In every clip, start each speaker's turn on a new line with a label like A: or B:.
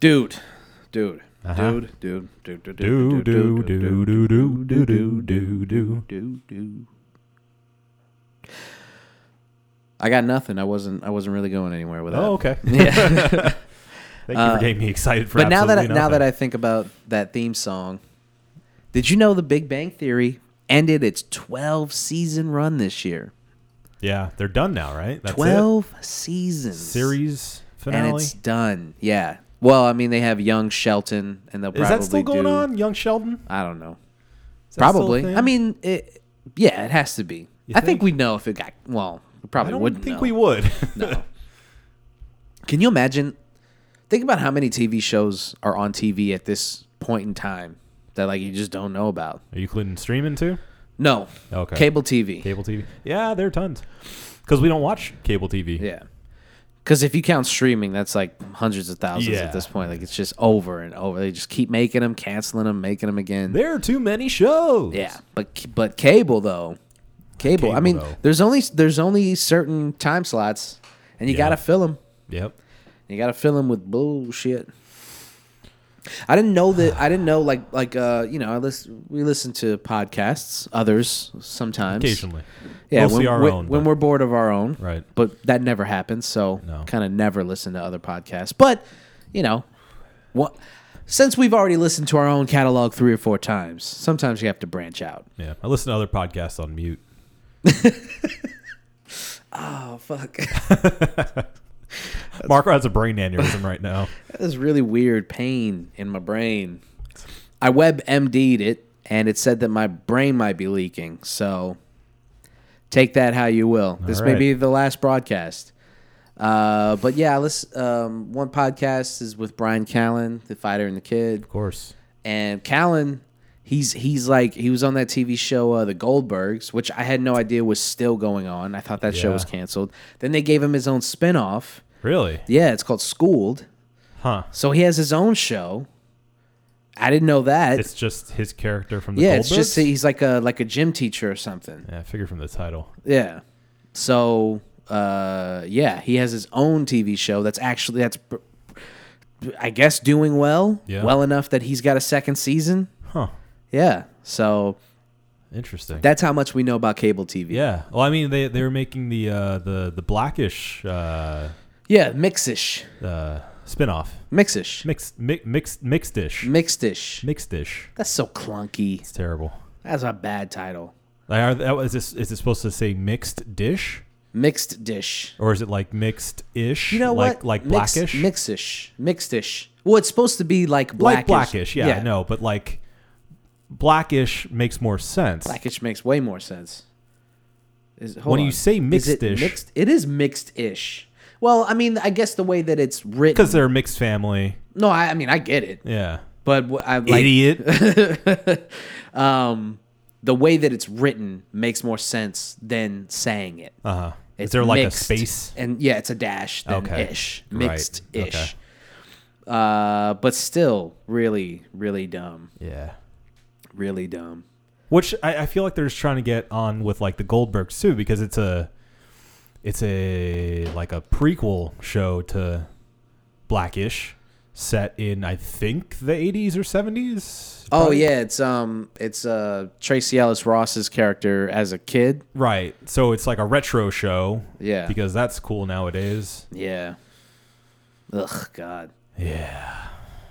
A: dude, dude,
B: Uh-huh.
A: dude, dude, dude, dude,
B: Do
A: dude,
B: do
A: dude,
B: do do do do do do do.
A: dude, dude. I got nothing. I wasn't. I wasn't really going anywhere with that.
B: Oh, okay.
A: Yeah. Uh,
B: Thank you for getting me excited for.
A: but now that I,
B: absolutely
A: now that
B: nothing.
A: I think about that theme song, did you know the Big Bang Theory ended its 12 season run this year?
B: yeah, they're done now, right? That's it?
A: 12 seasons.
B: series
A: and
B: finale.
A: it's done. Yeah. Well, I mean they have young Shelton and they'll
B: Is
A: probably
B: that still going
A: do,
B: on, Young Sheldon?
A: I don't know.
B: Is that still a
A: Probably.
B: thing?
A: I mean, it, yeah, it has to be. I think,
B: think?
A: we'd know if it got well, we
B: I
A: probably
B: don't
A: wouldn't
B: think
A: know.
B: we would.
A: Can you imagine? Think about how many TV shows are on TV at this point in time that like you just don't know about.
B: Are you including streaming too?
A: No.
B: Okay.
A: Cable TV.
B: Cable TV. Yeah, there are tons. Because we don't watch cable TV.
A: Yeah. Because if you count streaming, that's like hundreds of thousands
B: Yeah.
A: at this point. Like it's just over and over. They just keep making them, canceling them, making them again.
B: There are too many shows.
A: yeah, but but cable though, cable. I
B: Cable,
A: mean,
B: though.
A: there's only there's only certain time slots, and you
B: Yeah.
A: gotta fill them.
B: Yep.
A: You gotta fill them with bullshit. I didn't know that. I didn't know like like uh you know I listen we listen to podcasts others sometimes
B: Occasionally.
A: yeah
B: Mostly
A: when,
B: our
A: when-
B: own,
A: when
B: but-
A: we're bored of our own
B: Right.
A: but that never happens so
B: No.
A: kind of never listen to other podcasts but you know what since we've already listened to our own catalog three or four times sometimes you have to branch out
B: Yeah. I listen to other podcasts on mute.
A: oh fuck
B: Marco has a brain aneurysm right now.
A: that is really weird pain in my brain i web md'd it and it said that my brain might be leaking so take that how you will this may
B: right.
A: be the last broadcast uh, but yeah, let's. Um, one podcast is with Brian Callen, the fighter and the kid.
B: Of course.
A: and Callan, he's he's like he was on that TV show uh, The Goldbergs, which I had no idea was still going on. I thought that show
B: Yeah.
A: was canceled. Then they gave him his own spinoff.
B: Really?
A: Yeah, it's called Schooled.
B: Huh.
A: So he has his own show. I didn't know that.
B: It's just his character from the
A: yeah,
B: Goldbergs?
A: it's just he's like a like a gym teacher or something.
B: Yeah, I figure from the title.
A: Yeah. So uh yeah, he has his own TV show that's actually that's pr- I guess doing well,
B: Yeah.
A: well enough that he's got a second season.
B: Huh.
A: Yeah. So
B: Interesting.
A: That's how much we know about cable TV.
B: yeah. Well, I mean, they, they were making the uh, the the blackish uh,
A: Yeah, mixish.
B: uh, spinoff,
A: Mixish.
B: mixed mi- mixed mixed
A: Mm.
B: dish,
A: Mixedish.
B: mixed dish.
A: That's so clunky.
B: It's terrible.
A: That's a bad title.
B: Like, are, that- is this is it supposed to say mixed dish
A: Mixed dish.
B: or is it like mixed ish?
A: You know
B: like,
A: what?
B: Like
A: Mix-
B: blackish.
A: Mixish. Mixedish. Well, it's supposed to be like blackish.
B: Like blackish. Yeah, No, but like blackish makes more sense.
A: Blackish makes way more sense. Is, hold
B: When you
A: on.
B: say
A: Is it
B: mixed-ish-
A: mixed- it is mixed-ish. Well, I mean, I guess the way that it's written.
B: because they're a mixed family.
A: No, I, I mean, I get it,
B: Yeah.
A: but wh- I like
B: Idiot.
A: um, the way that it's written makes more sense than saying it.
B: Uh huh. Is
A: It's
B: there like
A: mixed,
B: a space?
A: And yeah, it's a dash then
B: Okay.
A: ish.
B: Right.
A: Mixed ish.
B: Okay.
A: Uh but still really, really dumb.
B: Yeah.
A: Really dumb.
B: Which I, I feel like they're just trying to get on with like the Goldbergs too, because it's a it's a like a prequel show to Blackish set in I think the eighties or seventies.
A: Oh yeah, it's um it's uh Tracy Ellis Ross's character as a kid.
B: Right. So it's like a retro show.
A: Yeah.
B: Because that's cool nowadays.
A: Yeah. Ugh God.
B: Yeah.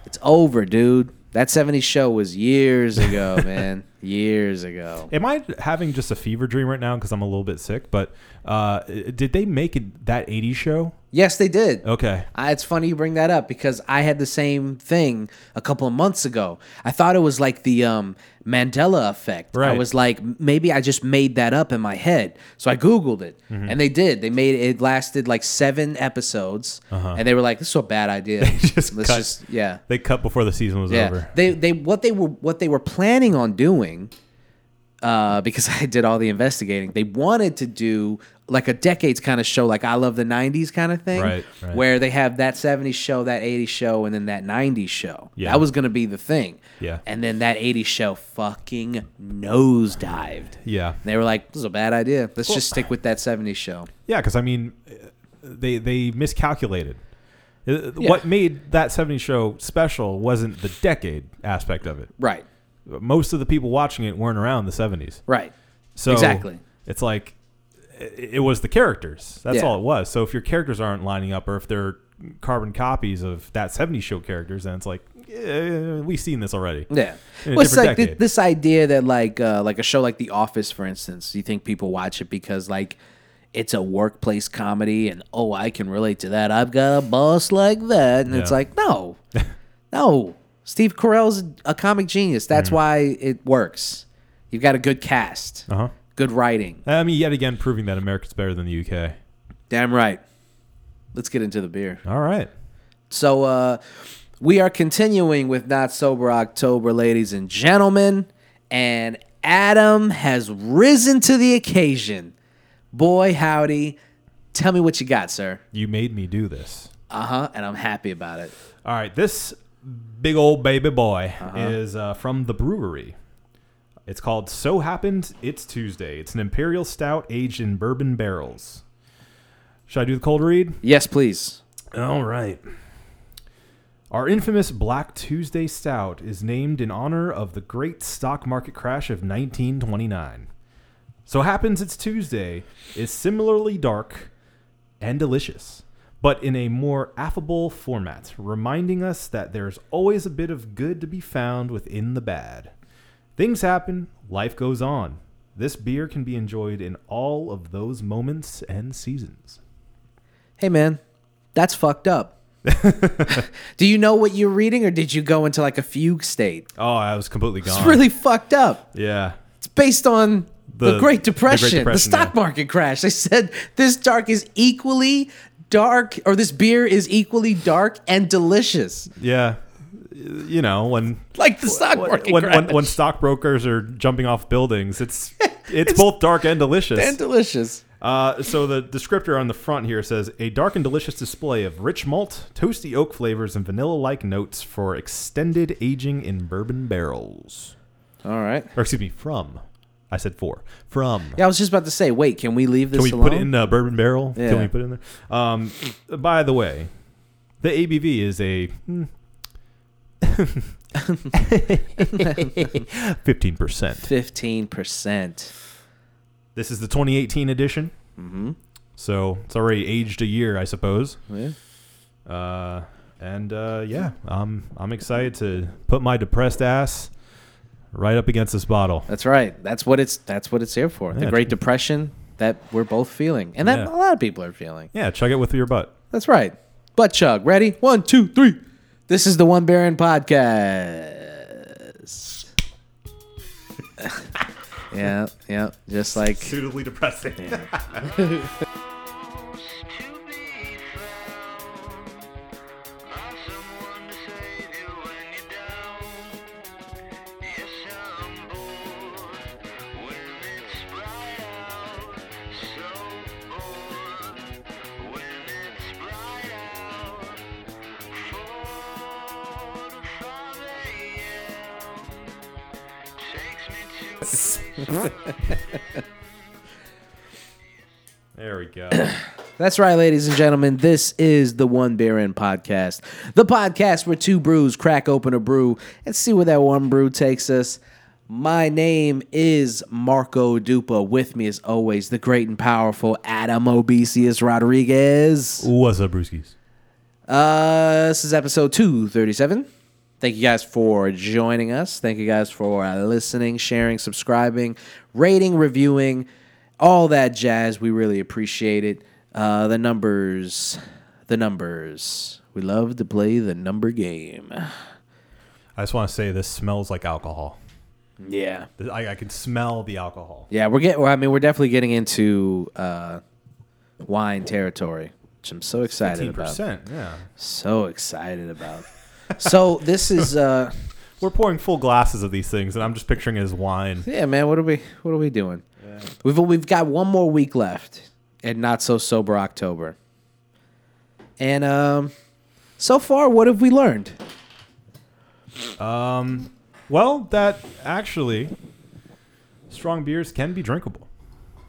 A: It's over, dude. That 70s show was years ago, man. Years ago.
B: Am I having just a fever dream right now because I'm a little bit sick? But uh, did they make it that 80s show?
A: Yes, they did.
B: Okay.
A: I, it's funny you bring that up because I had the same thing a couple of months ago. I thought it was like the um, Mandela effect. I
B: Right.
A: was like, "M- maybe I just made that up in my head. So I Googled it,
B: Mm-hmm.
A: and they did. They made it lasted like seven episodes, and they were like, "This is a bad idea.
B: Uh-huh. just
A: Let's
B: cut.
A: just yeah."
B: They cut before the season was
A: Yeah,
B: over.
A: they they what they were what they were planning on doing, uh, because I did all the investigating. They wanted to do like a decades kind of show, like I love the '90s kind of thing,
B: Right, right.
A: where they have that '70s show, that '80s show, and then that '90s show.
B: Yeah.
A: that was gonna be the thing.
B: Yeah.
A: and then that '80s show fucking nosedived.
B: Yeah.
A: They were like, "This is a bad idea. Let's just stick with that '70s show."
B: Yeah, because I mean, uh, they they miscalculated. Uh,
A: Yeah.
B: What made that 70 show special wasn't the decade aspect of it.
A: Right.
B: Most of the people watching it weren't around the 70s.
A: Right.
B: So
A: Exactly.
B: It's like it it was the characters. That's
A: Yeah.
B: all it was. So if your characters aren't lining up, or if they're carbon copies of that 70s show characters, then it's like eh, we've seen this already.
A: Yeah.
B: In a
A: Well, it's
B: different
A: like thi-
B: decade.
A: this idea that like uh, like a show like The Office, for instance, you think people watch it because like it's a workplace comedy and oh I can relate to that. I've got a boss like that, and it's
B: Yeah.
A: like no, no. Steve Carell's a comic genius.
B: Mm.
A: That's why it works. You've got a good cast,
B: Uh huh.
A: good writing.
B: I mean, yet again, proving that America's better than the UK.
A: Damn right. Let's get into the beer.
B: All right.
A: So uh, we are continuing with Not Sober October, ladies and gentlemen. And Adam has risen to the occasion. Boy, howdy. Tell me what you got, sir.
B: You made me do this.
A: Uh huh. And I'm happy about it.
B: All right. This big old baby boy is uh, from the brewery. It's called So Happened It's Tuesday. It's an imperial stout aged in bourbon barrels. Should I do the cold read?
A: Yes, please.
B: All right. Our infamous Black Tuesday Stout is named in honor of the great stock market crash of 1929. So happens it's Tuesday is similarly dark and delicious, but in a more affable format, reminding us that there's always a bit of good to be found within the bad. Things happen, life goes on. This beer can be enjoyed in all of those moments and seasons.
A: Hey, man, that's fucked up. Do you know what you're reading, or did you go into like a fugue state?
B: Oh, I was completely gone.
A: It's really fucked up.
B: Yeah.
A: It's based on the, Great
B: The- the Great
A: Depression, the,
B: Depression,
A: stock market crash. They said this dark is equally dark, or this beer is equally dark and delicious,
B: Yeah. You know, when
A: like the stock
B: when,
A: market
B: when,
A: crash.
B: when, when stockbrokers are jumping off buildings, it's it's, both dark and delicious.
A: and delicious.
B: uh, so the descriptor on the front here says a dark and delicious display of rich malt, toasty oak flavors, and vanilla-like notes for extended aging in bourbon barrels.
A: All right.
B: Or excuse me, from. I said four. From.
A: Yeah, I was just about to say. Wait, can we leave this
B: Can we
A: alone?
B: put it in a bourbon barrel?
A: Yeah.
B: Can we put it in there? Um, by the way, the ABV is a hmm, fifteen percent.
A: Fifteen percent.
B: This is the 2018 edition, mm-hmm. so it's already aged a year, I suppose. Uh, and uh, yeah, I'm I'm excited to put my depressed ass right up against this bottle.
A: That's right. That's what it's. That's what it's here for.
B: Yeah.
A: the Great Depression that we're both feeling, and that
B: Yeah.
A: a lot of people are feeling.
B: Yeah, chug it with your butt.
A: That's right. Butt chug. Ready? One, two, three. This is the One Baron podcast. yeah, yeah. Just like
B: Suitably depressing.
C: to be found by someone to save you when you're down. Yes, I'm bored with it's bright out. So bored when it's bright out. Four to five a.m. takes me to
B: There we go.
A: That's right, ladies and gentlemen. This is the One Beer In podcast, the podcast where two brews crack open a brew and see where that one brew takes us. My name is Marco Dupa. With me, as always, the great and powerful Adam Obesius Rodriguez.
B: What's up, brewskis?
A: Uh, this is episode 237. Thank you guys for joining us. Thank you guys for uh, listening, sharing, subscribing, rating, reviewing, all that jazz. We really appreciate it. Uh, the numbers, the numbers. We love to play the number game.
B: I just want to say this smells like alcohol.
A: Yeah.
B: I, I can smell the alcohol.
A: Yeah, we're getting, I mean, we're definitely getting into uh, wine territory, which I'm so excited about.
B: percent. Yeah,
A: So excited about. so this is. Uh,
B: we're pouring full glasses of these things, and I'm just picturing it as wine.
A: Yeah, man. What are we? What are we doing? We've we've got one more week left, and not so sober October. And um, so far, what have we learned?
B: Well, that actually, strong beers can be drinkable.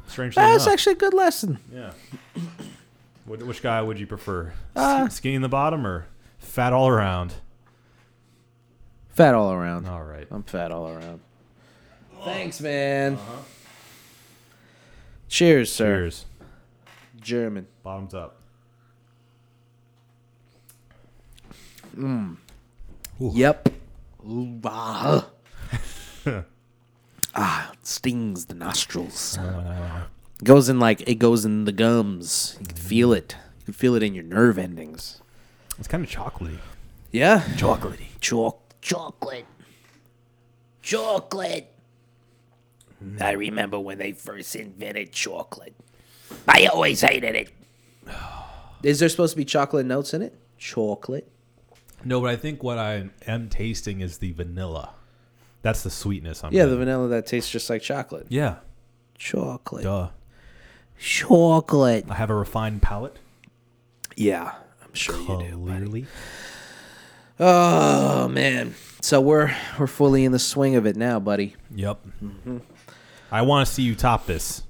B: Strangely
A: That's
B: enough.
A: actually a good lesson.
B: yeah. What, which guy would you prefer? Uh, Skinny in the bottom or fat all around?
A: Fat all around.
B: All right.
A: I'm fat all around. Thanks, man. Cheers, sir.
B: Cheers.
A: German.
B: Bottoms up.
A: Yep. Ooh, ah. Ah, it stings the nostrils. Goes in like it goes in the gums. You can feel it. You can feel it in your nerve endings.
B: It's kind of chocolatey.
A: Yeah. Chocolatey. Choc chocolate. Chocolate. I remember when they first invented chocolate. I always hated it. Is there supposed to be chocolate notes in it? Chocolate.
B: No, but I think what I am tasting is the vanilla. That's the sweetness I'm
A: Yeah, the
B: getting.
A: vanilla that tastes just like chocolate.
B: yeah.
A: Chocolate.
B: Duh.
A: Chocolate.
B: I have a refined palate.
A: Yeah, I'm sure you do.
B: Clearly.
A: Oh man. So we're we're fully in the swing of it now, buddy.
B: Yep. Mm-hmm. I want to see you top this.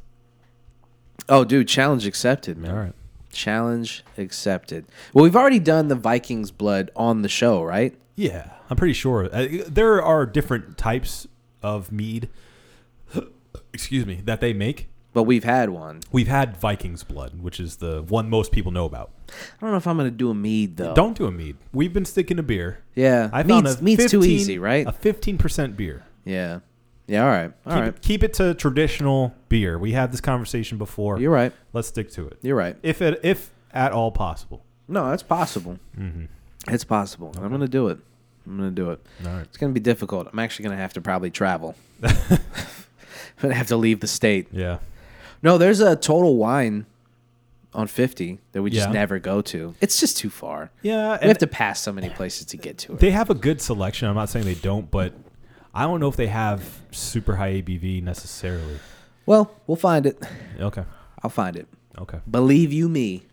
A: Oh dude, challenge accepted, man.
B: All right.
A: Challenge accepted. Well, we've already done the Vikings blood on the show, right?
B: Yeah, I'm pretty sure. Uh, there are different types of mead, excuse me, that they make.
A: But we've had one.
B: We've had Viking's blood, which is the one most people know about.
A: I don't know if I'm gonna do a mead though.
B: Don't do a mead. We've been sticking to beer.
A: Yeah.
B: I found
A: Oh. mead's,
B: a
A: mead's too
B: 15
A: easy, right?
B: A 15% beer.
A: yeah. Yeah. All right. All
B: keep,
A: right.
B: it, keep it to traditional beer. We had this conversation before.
A: You're right.
B: Let's stick to it.
A: You're right.
B: If it, if at all possible.
A: No, it's possible.
B: Mm-hmm.
A: It's possible. I'm gonna do it. I'm gonna do it.
B: All right.
A: It's gonna be difficult. I'm actually gonna have to probably travel. I'm gonna have to leave the state.
B: Yeah.
A: No, there's a total wine on 50 that we just
B: Yeah.
A: never go to. It's just too far.
B: Yeah,
A: We have
B: and
A: to pass so many places to get to it.
B: they have a good selection. I'm not saying they don't, but I don't know if they have super high ABV necessarily.
A: well, we'll find it.
B: Okay.
A: I'll find it.
B: Okay.
A: Believe you me,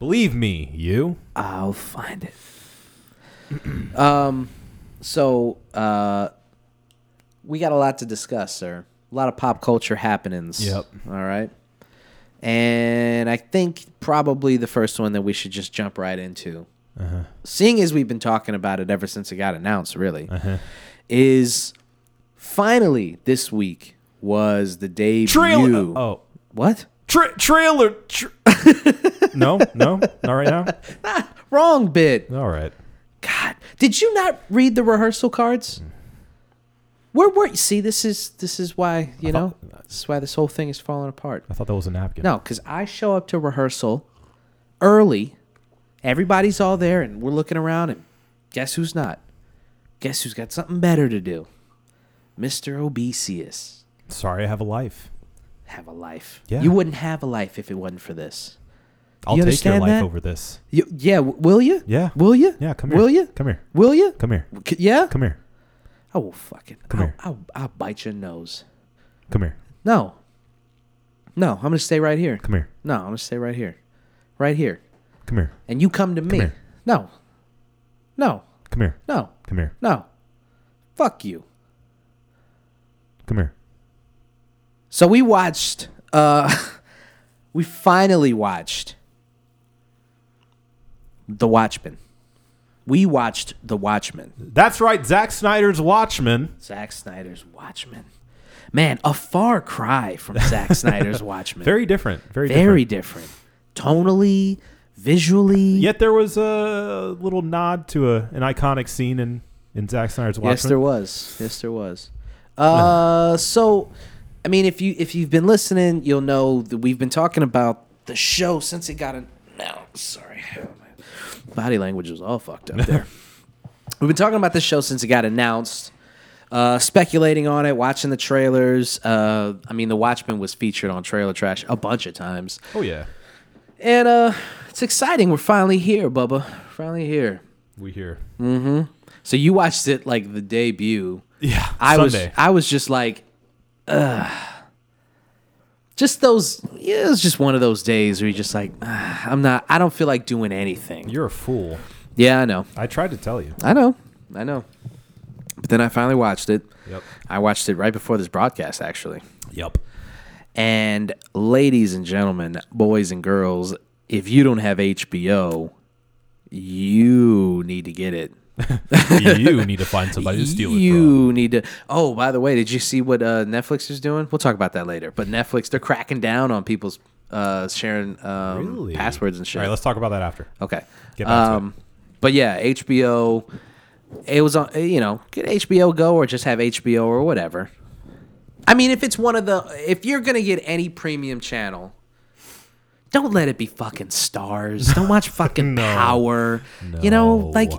B: Believe me, you.
A: I'll find it. um, so uh, we got a lot to discuss, sir. A lot of pop culture happenings.
B: Yep.
A: All right. And I think probably the first one that we should just jump right into,
B: Uh-huh.
A: seeing as we've been talking about it ever since it got announced, really,
B: Uh-huh.
A: is finally this week was the debut.
B: Trailer. Oh,
A: What?
B: Tra- trailer. Tra- no, no, not right now.
A: Wrong bit.
B: All right.
A: God, did you not read the rehearsal cards? Where were you? See, this is this is why you know this is why this whole thing is falling apart.
B: I thought that was a napkin.
A: No, because I show up to rehearsal early. Everybody's all there, and we're looking around, and guess who's not? Guess who's got something better to do? Mister Obesius,
B: Sorry, I have a life.
A: have a life.
B: Yeah.
A: You wouldn't have a life if it wasn't for this.
B: I'll
A: You
B: take your
A: understand
B: life
A: that?
B: over this.
A: You, yeah, w- will you?
B: Yeah.
A: Will you?
B: Yeah, come here.
A: Will you?
B: Come here.
A: Will you?
B: Come here.
A: C- Yeah.
B: Come here.
A: I will fucking.
B: Come
A: I'll,
B: here.
A: I'll, I'll bite your nose.
B: Come here.
A: No. No, I'm gonna stay right here.
B: Come here.
A: No, I'm gonna stay right here, right here.
B: Come here.
A: And you come to me.
B: here.
A: No. No.
B: Come here.
A: No.
B: Come here.
A: No. Fuck you.
B: Come here.
A: So we watched. Uh, we finally watched The Watchmen. We watched The Watchmen.
B: That's right. Zack Snyder's Watchmen.
A: Zack Snyder's Watchmen. Man, a far cry from Zack Snyder's Watchmen.
B: Very different. Very,
A: very
B: different.
A: different. Tonally, visually.
B: Yet there was a little nod to a, an iconic scene in, in Zack Snyder's Watchmen.
A: Yes, there was. Yes, there was. Uh, so, I mean, if you if you've been listening, you'll know that we've been talking about the show since it got an. No, sorry, body language was all fucked up there. we've been talking about this show since it got announced. Uh, speculating on it, watching the trailers. Uh, I mean, The Watchmen was featured on Trailer Trash a bunch of times.
B: Oh, yeah.
A: And uh, it's exciting. We're finally here, Bubba. Finally here.
B: We hear.
A: Mm. So you watched it like the debut.
B: Yeah.
A: I
B: Sunday.
A: was I was just like, ugh. Just those. Yeah, it was just one of those days where you're just like, "Ah, I'm not. I don't feel like doing anything.
B: You're a fool.
A: Yeah, I know.
B: I tried to tell you.
A: I know. I know. But then I finally watched it.
B: Yep.
A: I watched it right before this broadcast, actually.
B: Yep.
A: And ladies and gentlemen, boys and girls, if you don't have HBO, you need to get it.
B: you need to find somebody to steal it from.
A: you need to. Oh, by the way, did you see what uh, Netflix is doing? We'll talk about that later. But Netflix, they're cracking down on people's uh, sharing um,
B: Really?
A: passwords and shit.
B: All right, let's talk about that after.
A: Okay. Um,
B: Get back to
A: But yeah, HBO. It was on. You know, get HBO Go or just have HBO or whatever. I mean, if it's one of the, if you're gonna get any premium channel, don't let it be fucking stars. Don't watch fucking
B: No.
A: Power. You know,
B: No.
A: like,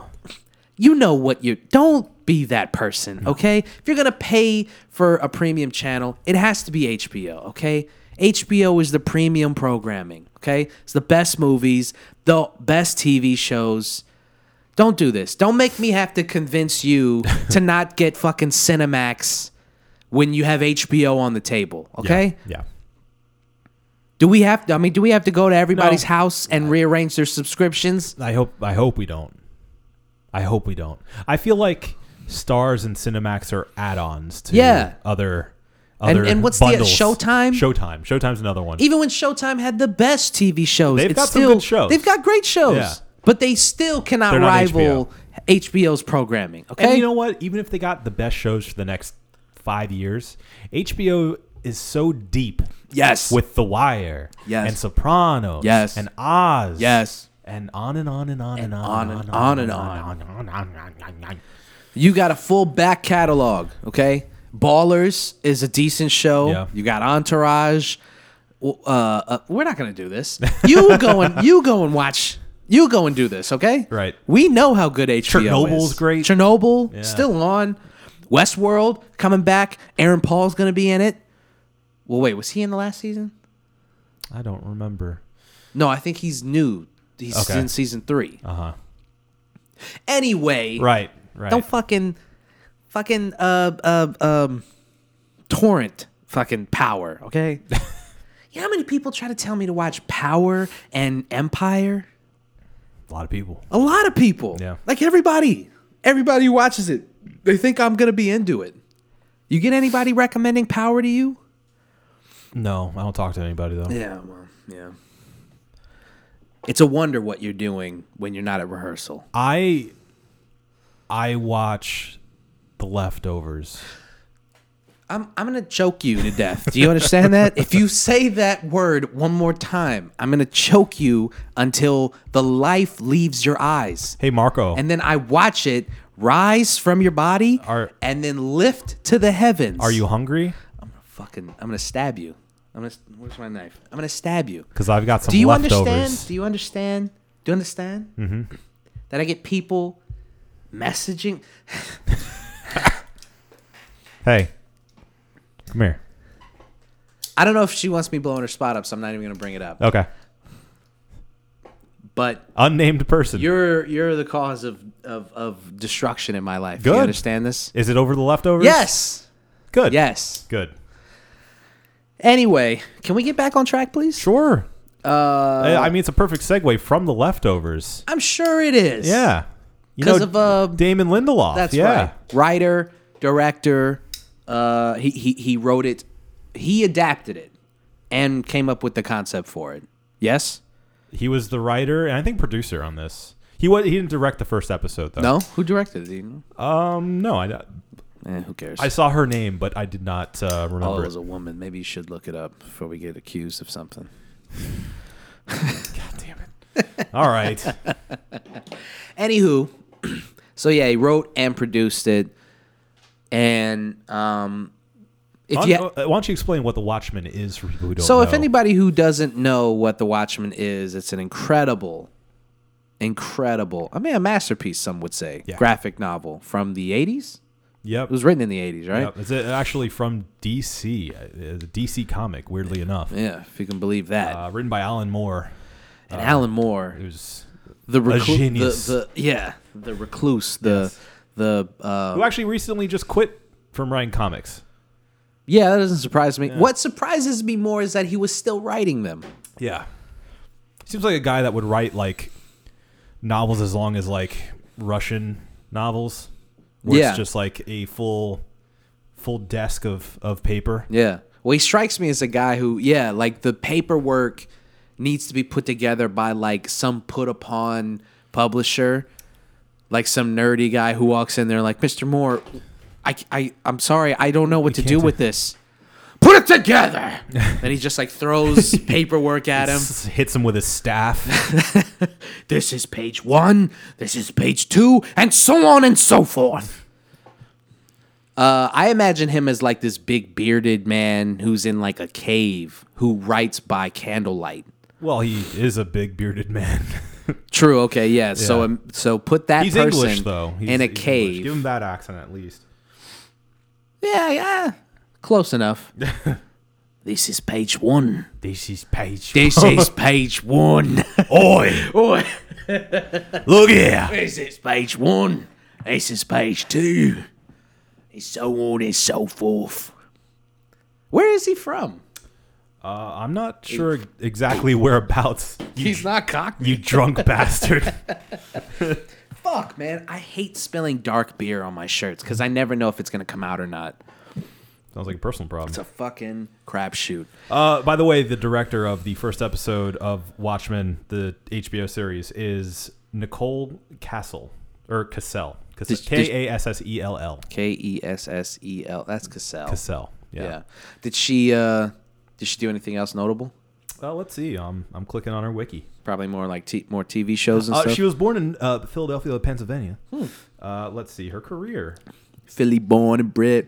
A: you know what you don't be that
B: Mm.
A: person. Okay, if you're gonna pay for a premium channel, it has to be HBO. Okay, HBO is the premium programming. Okay, it's the best movies, the best TV shows. Don't do this. Don't make me have to convince you to not get fucking Cinemax when you have HBO on the table. Okay.
B: Yeah.
A: Do we have to? I mean, do we have to go to everybody's
B: No. Uh,
A: house and rearrange their subscriptions?
B: yeah. I hope I hope we don't. I hope we don't. I feel like stars and Cinemax are add-ons to
A: Yeah.
B: other
A: And-
B: other
A: and what's the-
B: bundles.
A: Showtime?
B: Showtime. Showtime's another one.
A: Even when Showtime had the best TV shows,
B: They've
A: it's
B: got some
A: still,
B: good shows.
A: They've got great shows,
B: Yeah.
A: but they still cannot
B: They're not
A: rival HBO's programming. Okay,
B: And you know what? Even if they got the best shows for the next five years, HBO is so deep.
A: Yes.
B: With The Wire.
A: Yes.
B: And Sopranos.
A: Yes.
B: And Oz.
A: Yes.
B: And on and on and on and,
A: on
B: on
A: and on and
B: on and on and on and on.
A: you got a full back catalog. Okay, Ballers is a decent show.
B: Yeah.
A: You got Entourage. W- Uh, uh, we're not gonna do this. You go and you go and watch. You go and do this. Okay.
B: Right.
A: We know how good HBO
B: Chernobyl's
A: is.
B: great.
A: Chernobyl
B: Yeah.
A: still on. Westworld coming back. Aaron Paul's gonna be in it. Well, wait, was he in the last season?
B: I don't remember.
A: No, I think he's new. He's
B: Okay.
A: in season three.
B: Uh huh.
A: Anyway,
B: Right. Right.
A: don't fucking, fucking uh uh um, torrent fucking power. Okay. you know how many people try to tell me to watch Power and Empire?
B: a lot of people.
A: A lot of people.
B: Yeah.
A: Like everybody. Everybody who watches it, they think I'm gonna be into it. You get anybody recommending Power to you?
B: No, I don't talk to anybody though.
A: Yeah, well, yeah. It's a wonder what you're doing when you're not at rehearsal.
B: I I watch The Leftovers.
A: I'm I'm gonna choke you to death. Do you understand that? If you say that word one more time, I'm gonna choke you until the life leaves your eyes.
B: Hey Marco.
A: And then I watch it rise from your body
B: Are-
A: and then lift to the heavens.
B: are you hungry?
A: fucking I'm gonna stab you. I'm gonna where's my knife? I'm gonna stab you.
B: Because I've got some
A: Do you
B: leftovers.
A: understand? Do you understand? Do you understand? Mm-hmm. That I get people messaging
B: Hey, come here.
A: I don't know if she wants me blowing her spot up, so I'm not even gonna bring it up.
B: Okay.
A: But
B: Unnamed person.
A: You're you're the cause of of, of destruction in my life. You
B: Good.
A: understand this?
B: Is it over the leftovers?
A: Yes.
B: Good.
A: Yes.
B: Good.
A: Anyway, can we get back on track, please?
B: Sure.
A: Uh,
B: I I mean, it's a perfect segue from the leftovers.
A: I'm sure it is.
B: Yeah. You
A: 'Cause of, uh,
B: Damon Lindelof.
A: That's
B: yeah.
A: right. Writer, director. Uh, he, he he wrote it. He adapted it and came up with the concept for it. Yes.
B: He was the writer and I think producer on this. He was. He didn't direct the first episode though.
A: No. Who directed it? Do you know?
B: Um. No. I.
A: Eh, who cares?
B: I saw her name, but I did not uh,
A: Oh,
B: remember.
A: it
B: it.
A: was a woman. Maybe you should look it up before we get accused of something.
B: God damn it. All right.
A: Anywho, so yeah, he wrote and produced it, and um, if
B: Why-
A: you
B: uh,
A: ha-
B: why don't you explain what the Watchmen is for people who don't
A: so if
B: know?
A: anybody who doesn't know what The Watchmen is, it's an incredible, incredible. I mean, a masterpiece. Some would say
B: Yeah.
A: graphic novel from the '80s.
B: Yep.
A: It was written in the '80s, right?
B: Yeah, it's uh, actually from DC, uh, the DC comic, weirdly enough,
A: Yeah, if you can believe that.
B: uh, written by Alan Moore.
A: and Alan Moore,
B: It was
A: the recluse,
B: genius.
A: the, the yeah, the recluse, the the uh,
B: who actually recently just quit from writing comics.
A: yeah, that doesn't surprise me. What surprises me more is that he was still writing them.
B: Yeah, seems like a guy that would write like novels as long as like Russian novels, where
A: Yeah.
B: it's just like a full full desk of of paper.
A: Yeah. Well, he strikes me as a guy who, yeah, like the paperwork needs to be put together by like some put upon publisher, like some nerdy guy who walks in there like, Mr. Moore, I, I, I'm sorry, I don't know what to
B: can't
A: do
B: do-
A: with this. Put it together. and he just like throws paperwork at him.
B: S- Hits him with his staff.
A: This is page one. This is page two, and so on and so forth. Uh, I imagine him as like this big bearded man who's in like a cave who writes by candlelight.
B: well, he is a big bearded man.
A: True. Okay. Yeah. So
B: Yeah.
A: um, so put that
B: he's
A: person
B: English though. He's,
A: in a
B: he's English.
A: cave.
B: Give him that accent at least.
A: yeah. Yeah. Close enough. this is page one.
B: This is page.
A: This is page one.
B: Oi,
A: Oi,
B: look here.
A: this is page one. This is page two. And so on and so forth. Where is he from?
B: Uh, I'm not sure exactly whereabouts.
A: He's not cockney.
B: You drunk bastard.
A: Fuck, man. I hate spilling dark beer on my shirts because I never know if it's gonna come out or not.
B: Sounds like a personal problem.
A: It's a fucking crapshoot.
B: Uh, by the way, the director of the first episode of Watchmen, the HBO series, is Nicole Castle or Cassell.
A: Did- did-
B: K A S S E L L.
A: K E S S E L. That's Cassell.
B: Cassell.
A: Yeah.
B: Yeah.
A: Did she? uh Did she do anything else notable?
B: Well, let's see. Um, I'm clicking on her wiki.
A: Probably more like t- more TV shows and
B: Uh,
A: stuff.
B: she was born in uh, Philadelphia, Pennsylvania. Uh, let's see her career.
A: Philly born and bred.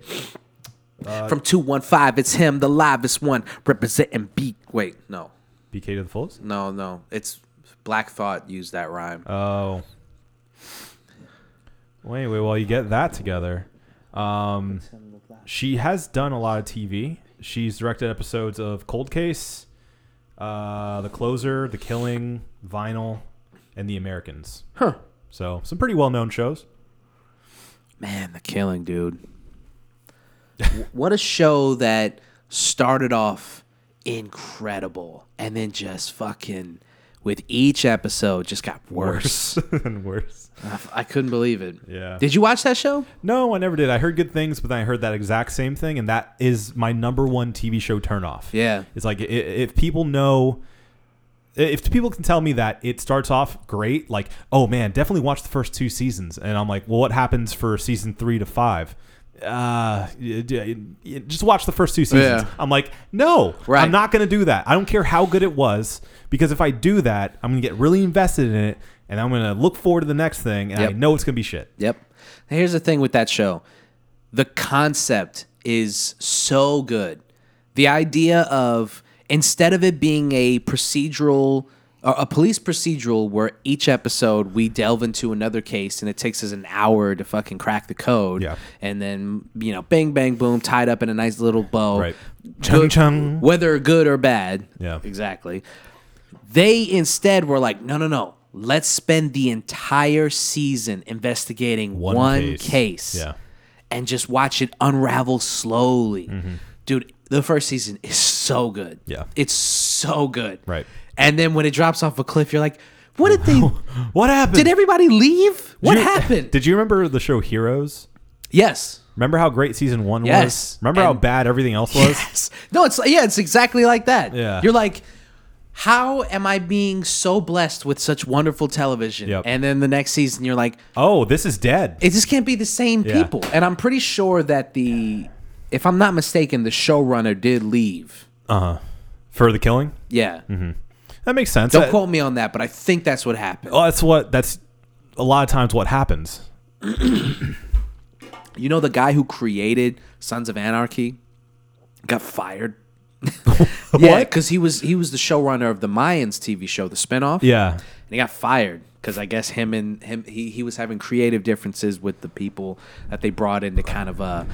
B: Uh,
A: From two one five, it's him, the livest one, representing B. Wait, no,
B: BK to the fullest.
A: no, no. It's Black Thought used that rhyme.
B: Oh. Well, anyway, while you get that together, um, she has done a lot of TV. She's directed episodes of Cold Case, uh, The Closer, The Killing, Vinyl, and The Americans.
A: Huh.
B: So some pretty well-known shows.
A: Man, The Killing, dude. W- what a show that started off incredible and then just fucking with each episode just got worse.
B: and worse.
A: I f- I couldn't believe it.
B: Yeah.
A: Did you watch that show?
B: No, I never did. I heard good things, but then I heard that exact same thing, and that is my number one TV show turnoff.
A: Yeah.
B: it's like i- if people know, if people can tell me that it starts off great, like oh man, definitely watch the first two seasons, and I'm like, well, what happens for season three to five? Uh, y- d- y- just watch the first two seasons.
A: Yeah.
B: I'm like, no,
A: Right.
B: I'm not going to do that. I don't care how good it was because if I do that, I'm going to get really invested in it, and I'm going to look forward to the next thing, and I
A: Yep.
B: know it's going to be shit.
A: Yep. Here's the thing with that show the concept is so good. The idea of instead of it being a procedural, or a police procedural where each episode we delve into another case and it takes us an hour to fucking crack the code.
B: Yeah.
A: And then, you know, bang, bang, boom, tied up in a nice little bow.
B: Right. Chung,
A: Good,
B: chung.
A: Whether good or bad.
B: Mm-hmm. Yeah.
A: Exactly. They instead were like, no, no, no. Let's spend the entire season investigating one, case.
B: Yeah.
A: and just watch it unravel slowly. Dude, the first season is so good.
B: Mm-hmm. Yeah.
A: It's so good.
B: Right.
A: And then when it drops off a cliff, you're like, what did they.
B: What happened?
A: did everybody leave? What
B: you-
A: happened?
B: Did you remember the show Heroes?
A: yes.
B: Remember how great season one
A: Yes.
B: was? Remember how
A: And-
B: bad everything else was?
A: Yes. No, it's yeah, it's exactly like that.
B: Yeah.
A: You're like, how am I being so blessed with such wonderful television?
B: Yep.
A: And then the next season, you're like,
B: Oh, this is dead.
A: it just can't be the same
B: Yeah.
A: people. And I'm pretty sure that the, if I'm not mistaken, the showrunner did leave.
B: For the killing?
A: Yeah.
B: Mm-hmm. That makes sense.
A: Don't
B: That-
A: quote me on that, but I think that's what happened.
B: well, that's what that's a lot of times what happens.
A: You know, the guy who created Sons of Anarchy got fired. Yeah,
B: What?
A: because he was he was the showrunner of the Mayans TV show, the spinoff.
B: Yeah.
A: and he got fired because I guess him and him he, he was having creative differences with the people that they brought in to kind of uh,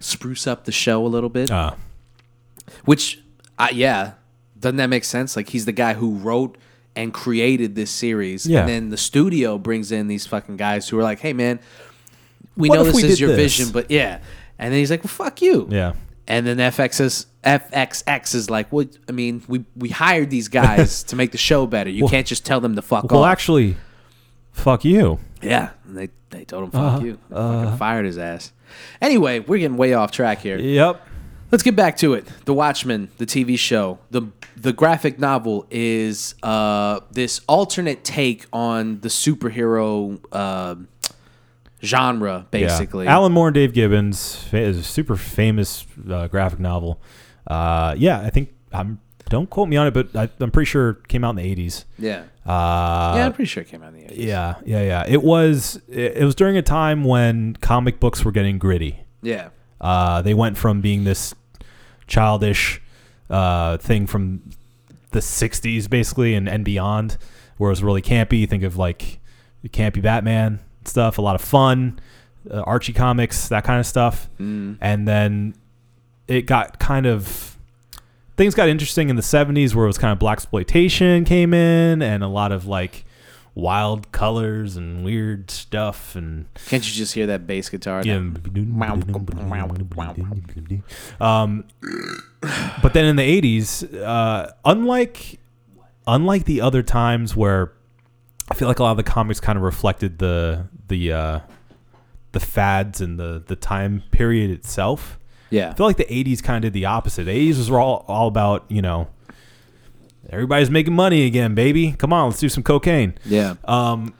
A: spruce up the show a little bit.
B: Uh,
A: Which, uh, yeah, doesn't that make sense? Like he's the guy who wrote and created this series,
B: Yeah.
A: and then the studio brings in these fucking guys who are like, "Hey, man, we
B: What
A: know
B: if
A: this
B: we
A: is
B: did
A: your
B: this?"
A: vision, but yeah." And then he's like, "Well, fuck you."
B: yeah.
A: And then FX is, FXX is like, "Well, I mean, we we hired these guys to make the show better. You can't just tell them to fuck
B: Well,
A: off."
B: actually, fuck you.
A: Yeah, and they
B: Uh-huh.
A: they told him fuck you, They fucking fired his ass. Anyway, we're getting way off track here.
B: Yep.
A: Let's get back to it. The Watchmen, the TV show, the the graphic novel is uh, this alternate take on the superhero uh, genre, basically.
B: Yeah. Alan Moore and Dave Gibbons fa- is a super famous uh, graphic novel. Uh, yeah, I think I'm. Don't quote me on it, but I, I'm pretty sure it came out in the 80s.
A: yeah.
B: Uh,
A: Yeah, I'm pretty sure it came out in the 80s.
B: yeah, yeah, yeah. It was it it was during a time when comic books were getting gritty.
A: Yeah.
B: Uh, they went from being this childish uh, thing from the 60s, basically, and, and beyond, where it was really campy. Think of like campy Batman stuff, a lot of fun, uh, Archie comics, that kind of stuff. And then it got kind of. Things got interesting in the 70s where it was kind of black exploitation came in and a lot of like wild colors and weird stuff and
A: Can't you just hear that bass guitar?
B: um, but then in the eighties, uh, unlike unlike the other times where I feel like a lot of the comics kind of reflected the the uh, the fads and the the time period itself.
A: Yeah.
B: I feel like the '80s kind of did the opposite. The '80s was all all about you know everybody's making money again, baby. Come on, let's do some cocaine.
A: Yeah.
B: Um,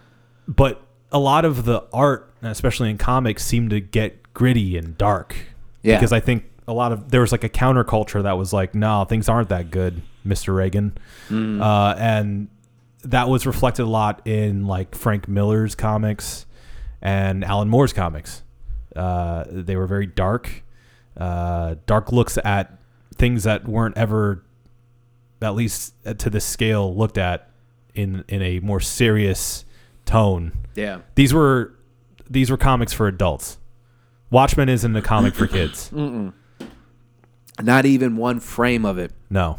B: but a lot of the art, especially in comics, seemed to get gritty and dark.
A: Yeah.
B: Because I think a lot of there was like a counterculture that was like, no, things aren't that good, Mr. Reagan. Uh, and that was reflected a lot in like Frank Miller's comics and Alan Moore's comics. Uh, they were very dark. Uh, dark looks at things that weren't ever at least to this scale looked at in in a more serious tone.
A: yeah.
B: These were these were comics for adults. Watchmen isn't a comic for kids.
A: Mm. Not even one frame of it.
B: No.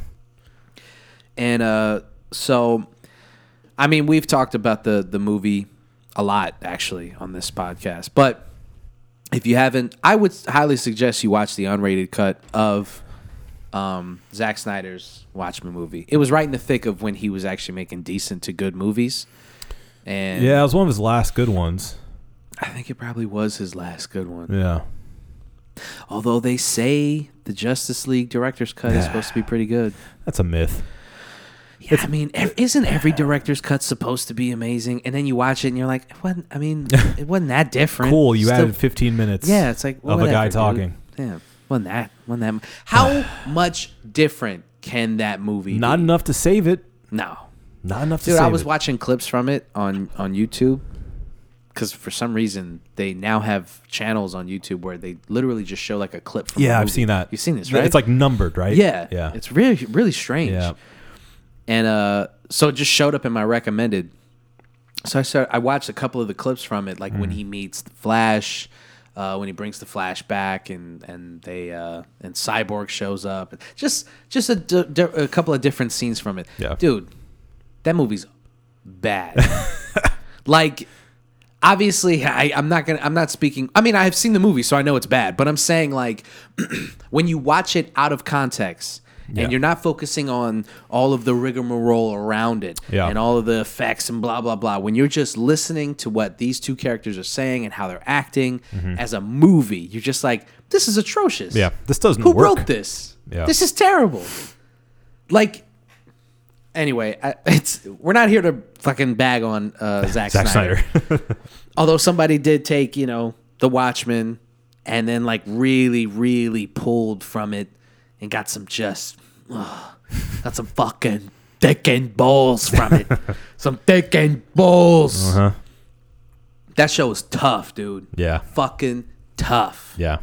A: And uh, so, I mean, we've talked about the the movie a lot actually on this podcast. But if you haven't, I would highly suggest you watch the unrated cut of um, Zack Snyder's Watchmen movie. It was right in the thick of when he was actually making decent to good movies. And
B: Yeah, it was one of his last good ones.
A: I think it probably was his last good one.
B: Yeah.
A: Although they say the Justice League director's cut is supposed to be pretty good.
B: That's a myth.
A: Yeah, I mean, ev- isn't every director's cut supposed to be amazing? And then you watch it and you're like, it wasn't, I mean, it wasn't that different.
B: Cool, you
A: Still-
B: added 15 minutes.
A: Yeah, it's like
B: of a
A: whatever,
B: guy
A: dude.
B: talking.
A: Yeah, wasn't that? Wasn't that? m- How much different can that movie?
B: Not
A: be?
B: enough to save it.
A: no,
B: Not enough to
A: dude.
B: save
A: I was
B: it.
A: watching clips from it on on YouTube because for some reason they now have channels on YouTube where they literally just show like a clip. from a
B: yeah, I've
A: movie.
B: seen that.
A: You've seen this,
B: Yeah,
A: right?
B: It's like numbered, right?
A: Yeah.
B: Yeah.
A: It's really really strange.
B: Yeah.
A: And uh so it just showed up in my recommended. So I started I watched a couple of the clips from it, like when he meets the Flash, uh, when he brings the Flash back and and they uh and Cyborg shows up. Just just a, d- d- a couple of different scenes from it.
B: Yeah.
A: Dude, that movie's bad. like obviously I, i'm not gonna i'm not speaking i mean i have seen the movie so i know it's bad but i'm saying like when you watch it out of context
B: Yeah.
A: and you're not focusing on all of the rigmarole around it
B: Yeah.
A: and all of the effects and blah blah blah when you're just listening to what these two characters are saying and how they're acting as a movie you're just like this is atrocious
B: Mm-hmm. Yeah. This doesn't
A: who
B: work.
A: wrote this
B: Yeah.
A: this is terrible like anyway I, it's we're not here to fucking bag on uh Zack,
B: Zack
A: Snyder.
B: Snyder.
A: Although somebody did take, you know, The Watchmen and then like really, really pulled from it and got some just, ugh, got some fucking thickened balls from it. some thickened balls.
B: Uh-huh.
A: That show is tough, dude.
B: yeah.
A: Fucking tough.
B: Yeah.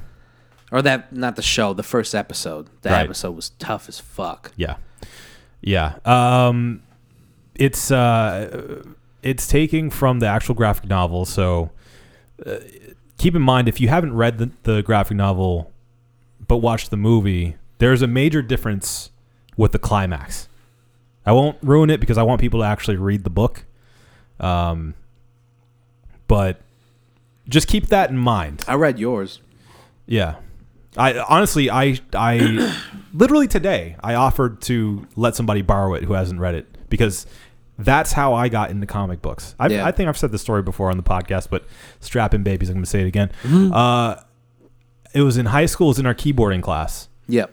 A: Or that, not the show, the first episode. That
B: Right.
A: episode was tough as fuck.
B: Yeah. Yeah. Um it's uh it's taking from the actual graphic novel, so uh, keep in mind if you haven't read the, the graphic novel but watched the movie, there's a major difference with the climax. I won't ruin it because I want people to actually read the book. Um but just keep that in mind.
A: I read yours.
B: Yeah. I honestly I I literally today I offered to let somebody borrow it who hasn't read it because that's how I got into comic books. I,
A: Yeah.
B: I think I've said this story before on the podcast, but strap in babies, I'm going to say it again. Uh, it was in high school. It was in our keyboarding class,
A: Yep.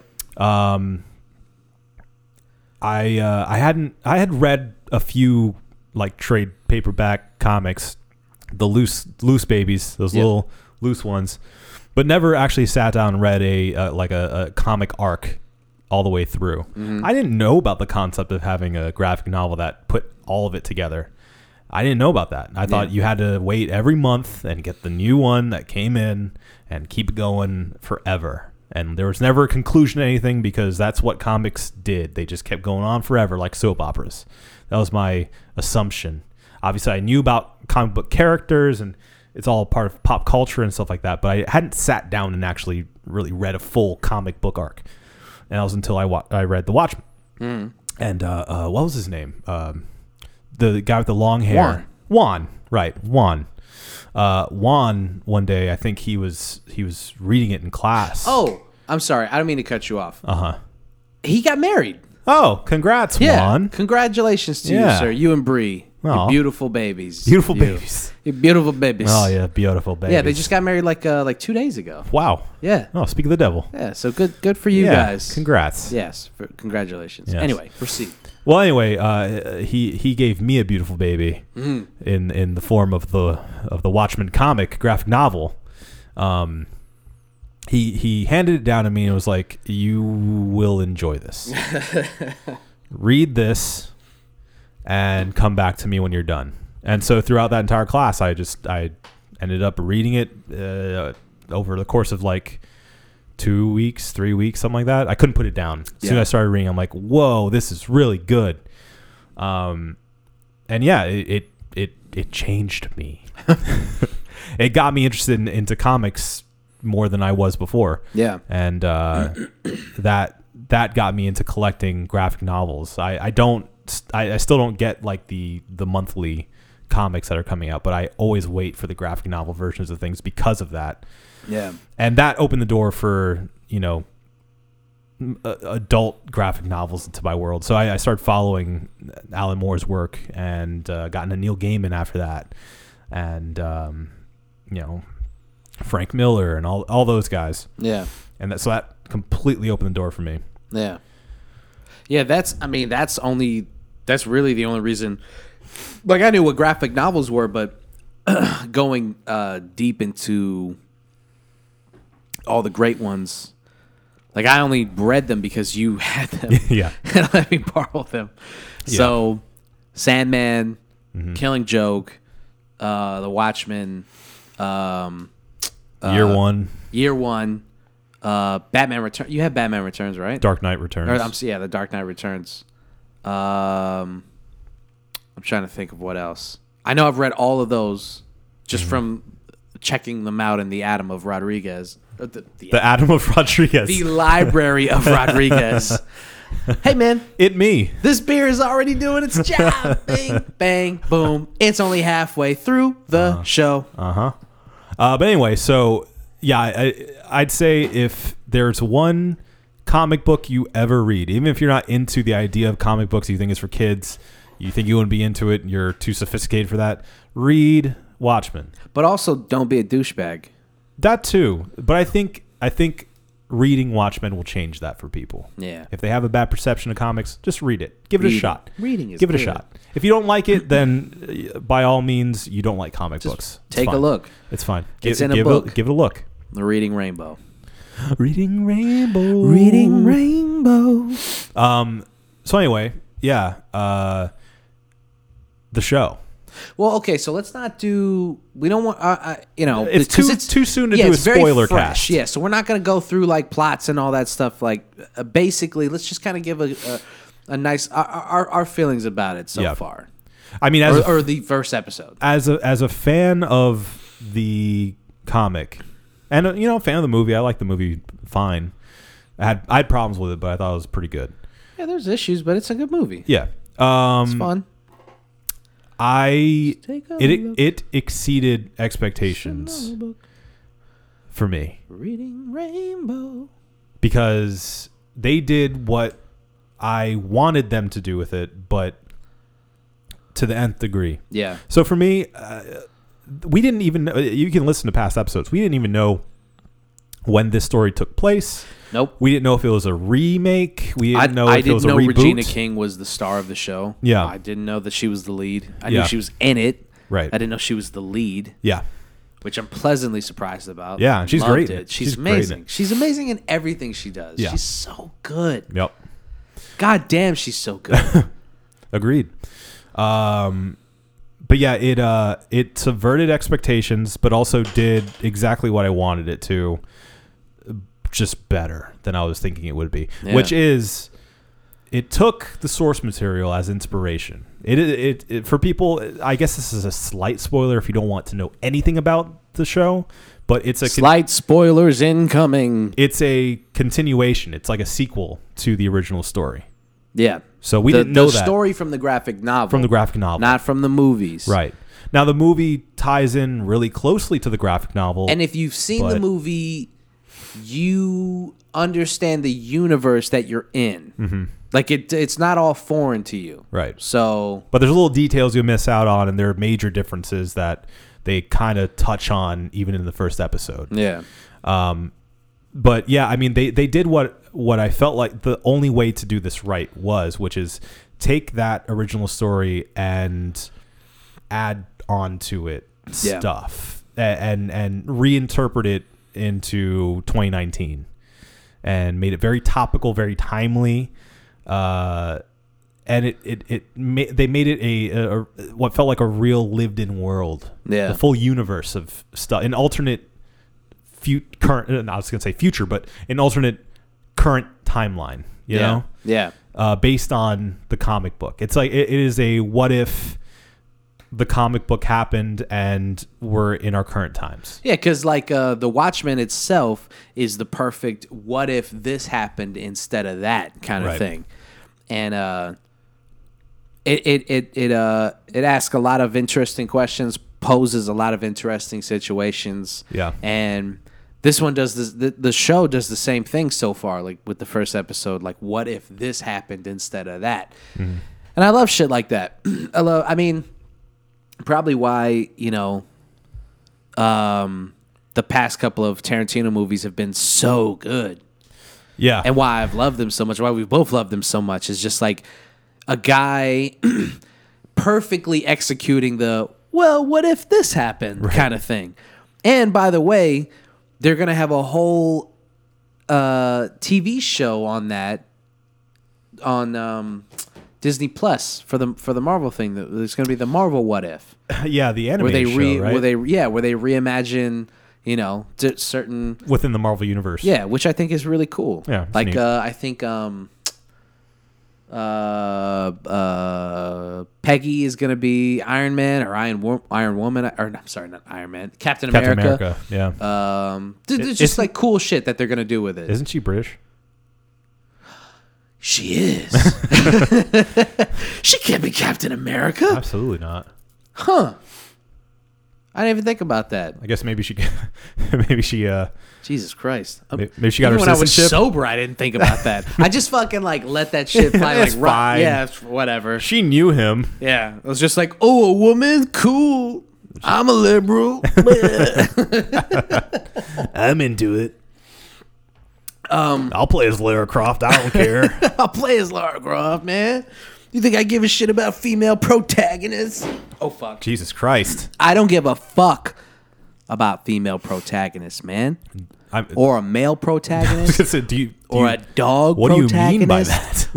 B: I uh, I hadn't I had read a few like trade paperback comics, the loose loose babies, those
A: Yeah.
B: little loose ones, but never actually sat down and read a uh, like a, a comic arc all the way through. I didn't know about the concept of having a graphic novel that put all of it together. I didn't know about that. I thought you had to wait every month and get the new one that came in and keep going forever. And there was never a conclusion to anything because that's what comics did. They just kept going on forever, like soap operas. That was my assumption. Obviously, I knew about comic book characters and it's all part of pop culture and stuff like that, but I hadn't sat down and actually really read a full comic book arc. And that was until I, wa- I read The Watchmen. And uh, uh, what was his name? Um, the guy with the long hair.
A: Juan.
B: Juan, right? Juan. Uh, Juan. One day, I think he was he was reading it in class.
A: Oh, I'm sorry. I don't mean to cut you off.
B: Uh huh.
A: He got married.
B: Oh, congrats,
A: Yeah.
B: Juan.
A: Congratulations to you,
B: Yeah.
A: sir. You and Bree.
B: Aw.
A: Your beautiful babies.
B: Beautiful
A: You.
B: babies.
A: Your beautiful babies.
B: Oh yeah, beautiful babies.
A: Yeah, they just got married like uh, like two days ago.
B: wow.
A: Yeah.
B: Oh, speak of the devil.
A: Yeah. So good good for you
B: yeah.
A: guys.
B: Congrats.
A: Yes. For, congratulations.
B: Yes.
A: Anyway, proceed.
B: Well, anyway, uh, he he gave me a beautiful baby
A: Mm-hmm.
B: in in the form of the of the Watchmen comic graphic novel. Um, he he handed it down to me and was like, "You will enjoy this. Read this, and come back to me when you're done." And so throughout that entire class, I just I ended up reading it uh, over the course of like two weeks, three weeks, something like that. I couldn't put it down. As soon
A: Yeah.
B: as I started reading, I'm like, whoa, this is really good. Um, and yeah, it it it, it changed me. it got me interested in, into comics more than I was before.
A: Yeah.
B: And uh, that that got me into collecting graphic novels. I, I don't I, I still don't get like the the monthly comics that are coming out, but I always wait for the graphic novel versions of things because of that
A: Yeah.
B: and that opened the door for you know m- a- adult graphic novels into my world so i, I started following alan moore's work and uh, got into neil gaiman after that and um, you know frank miller and all, all those guys
A: Yeah.
B: and that, so that completely opened the door for me
A: Yeah. Yeah, that's I mean, that's only that's really the only reason like I knew what graphic novels were, but going uh deep into all the great ones. Like I only read them because you had them.
B: Yeah.
A: and let me borrow them. So Sandman,
B: Mm-hmm.
A: Killing Joke, uh The Watchmen, um uh,
B: year one
A: Year 1, uh Batman Return. You have Batman Returns, right?
B: dark knight returns
A: Or, I'm, s- yeah, The Dark Knight Returns. Um, I'm trying to think of what else. I know I've read all of those
B: Mm-hmm.
A: just from checking them out in the Atom of Rodriguez, uh, the, the,
B: the adam of rodriguez
A: the library of Rodriguez. hey, man,
B: it me
A: this beer is already doing its job. bang, bang, boom. It's only halfway through the
B: Uh-huh.
A: show.
B: Uh, but anyway, so yeah, I, I'd say if there's one comic book you ever read, even if you're not into the idea of comic books, you think it's for kids, you think you wouldn't be into it, and you're too sophisticated for that, read Watchmen.
A: But also, don't be a douchebag.
B: That too. But I think I think reading Watchmen will change that for people.
A: Yeah.
B: If they have a bad perception of comics, just read it. Give it
A: Read
B: a
A: it.
B: shot.
A: Reading is
B: Give it
A: good.
B: a shot. If you don't like it, then uh, by all means, you don't like comic books. It's
A: take a
B: fine.
A: look.
B: It's fine.
A: It's in a
B: give
A: book.
B: give it a look.
A: The Reading Rainbow.
B: Reading Rainbow.
A: Rainbow.
B: Um. So anyway, yeah. Uh. The show.
A: Well, okay, so let's not do. We don't want. Uh, uh, you know,
B: It's
A: because
B: too- too soon to do a
A: it's very
B: spoiler
A: fresh,
B: cast.
A: Yeah, so we're not going to go through like plots and all that stuff. Like, uh, basically, let's just kind of give a, a a nice our, our our feelings about it so
B: Yeah.
A: far,
B: I mean, as
A: or,
B: a,
A: or the first episode.
B: as a as a fan of the comic, and uh, you know, fan of the movie. I like the movie fine. I had I had problems with it, but I thought it was pretty good.
A: Yeah, there's issues, but it's a good movie.
B: Yeah.
A: It's
B: Um.
A: fun.
B: I
A: Take a
B: it
A: look.
B: it exceeded expectations for me.
A: Reading Rainbow.
B: because they did what I wanted them to do with it, but to the nth degree.
A: Yeah,
B: So for me, uh, we didn't even. You can listen to past episodes. We didn't even know when this story took place.
A: Nope.
B: We didn't know if it was a remake. We didn't
A: I,
B: know
A: I
B: if it
A: didn't
B: was a
A: know
B: reboot.
A: Regina King was the star of the show.
B: Yeah.
A: I didn't know that she was the lead. I
B: Yeah.
A: knew she was in it.
B: Right.
A: I didn't know she was the lead,
B: Yeah.
A: which I'm pleasantly surprised about.
B: Yeah, and she's
A: Loved
B: great in
A: it.
B: it.
A: She's,
B: She's great in
A: amazing.
B: it.
A: She's amazing in everything she does.
B: Yeah.
A: She's so good.
B: Yep.
A: God damn, she's so good.
B: Agreed. Um, but yeah, it uh, it subverted expectations, but also did exactly what I wanted it to, just better than I was thinking it would be.
A: Yeah.
B: Which is, it took the source material as inspiration. It, it it for people. I guess this is a slight spoiler if you don't want to know anything about the show, but it's a con-
A: Slight spoilers incoming.
B: it's a continuation. It's like a sequel to the original story.
A: Yeah.
B: So we
A: the,
B: didn't know
A: the
B: that
A: story from the graphic novel,
B: from the graphic novel.
A: not from the movies.
B: Right. Now the movie ties in really closely to the graphic novel.
A: And if you've seen the
B: But-
A: movie, you understand the universe that you're in. Mm-hmm. Like it, it's not all foreign to you.
B: Right.
A: So
B: but there's little details you miss out on and there are major differences that they kind of touch on even in the first episode.
A: yeah,
B: But yeah, I mean they they did what what I felt like the only way to do this right was, which is take that original story and add on to it
A: Yeah.
B: stuff a- and and reinterpret it into 2019 and made it very topical, very timely. Uh, and it it, it ma- they made it a, a, a what felt like a real lived in world,
A: Yeah.
B: the full universe of stuff, an alternate fu- current. uh, I was gonna say future, but an alternate current timeline. You
A: yeah,
B: know,
A: yeah,
B: uh, based on the comic book. It's like it, it is a what if the comic book happened and we're in our current times.
A: yeah. Because like uh, the Watchmen itself is the perfect "what if this happened instead of that" kind of
B: Right.
A: thing, and uh, it it it it uh it asks a lot of interesting questions, poses a lot of interesting situations.
B: Yeah.
A: and this one does this, the the show does the same thing so far, like with the first episode, like what if this happened instead of that? And I love shit like that. I love. I mean, probably why you know, um, the past couple of Tarantino movies have been so good
B: Yeah,
A: and why I've loved them so much, why we both loved them so much, is just like a guy perfectly executing the well, what if this happened kind of thing. And by the way, they're gonna have a whole uh, TV show on that on um, Disney Plus for the for the Marvel thing. There's gonna be the Marvel What If
B: yeah, the anime
A: where they
B: show,
A: re
B: right?
A: where they yeah where they reimagine you know d- certain
B: within the Marvel universe.
A: yeah, which I think is really cool.
B: Yeah, it's
A: like
B: neat.
A: uh, I think um, uh, uh, Peggy is gonna be Iron Man or Iron Wo- Iron Woman or I'm sorry, not Iron Man, Captain
B: Captain
A: America.
B: America. Yeah,
A: Um, th-
B: It-
A: there's
B: it's-
A: just like cool shit that they're gonna do with it.
B: isn't she British?
A: she is. she can't be Captain America,
B: Absolutely not.
A: huh? I didn't even think about that.
B: I guess maybe she, maybe she, uh,
A: Jesus Christ! Um,
B: May- maybe she got
A: even
B: her
A: when I was
B: citizenship.
A: sober, I didn't think about that. I just fucking like let that shit fly like
B: It's
A: rock.
B: fine.
A: Yeah, it's- whatever.
B: she knew him.
A: Yeah, it was just like, oh, a woman, cool. I'm a liberal.
B: I'm into it. Um, I'll play as Lara Croft. I don't care.
A: I'll play as Lara Croft, man. You think I give a shit about female protagonists? Oh fuck!
B: Jesus Christ.
A: I don't give a fuck about female protagonists, man,
B: I'm,
A: or a male protagonist,
B: So do you- do
A: or
B: you-
A: a dog
B: What do you
A: protagonist,
B: mean by that?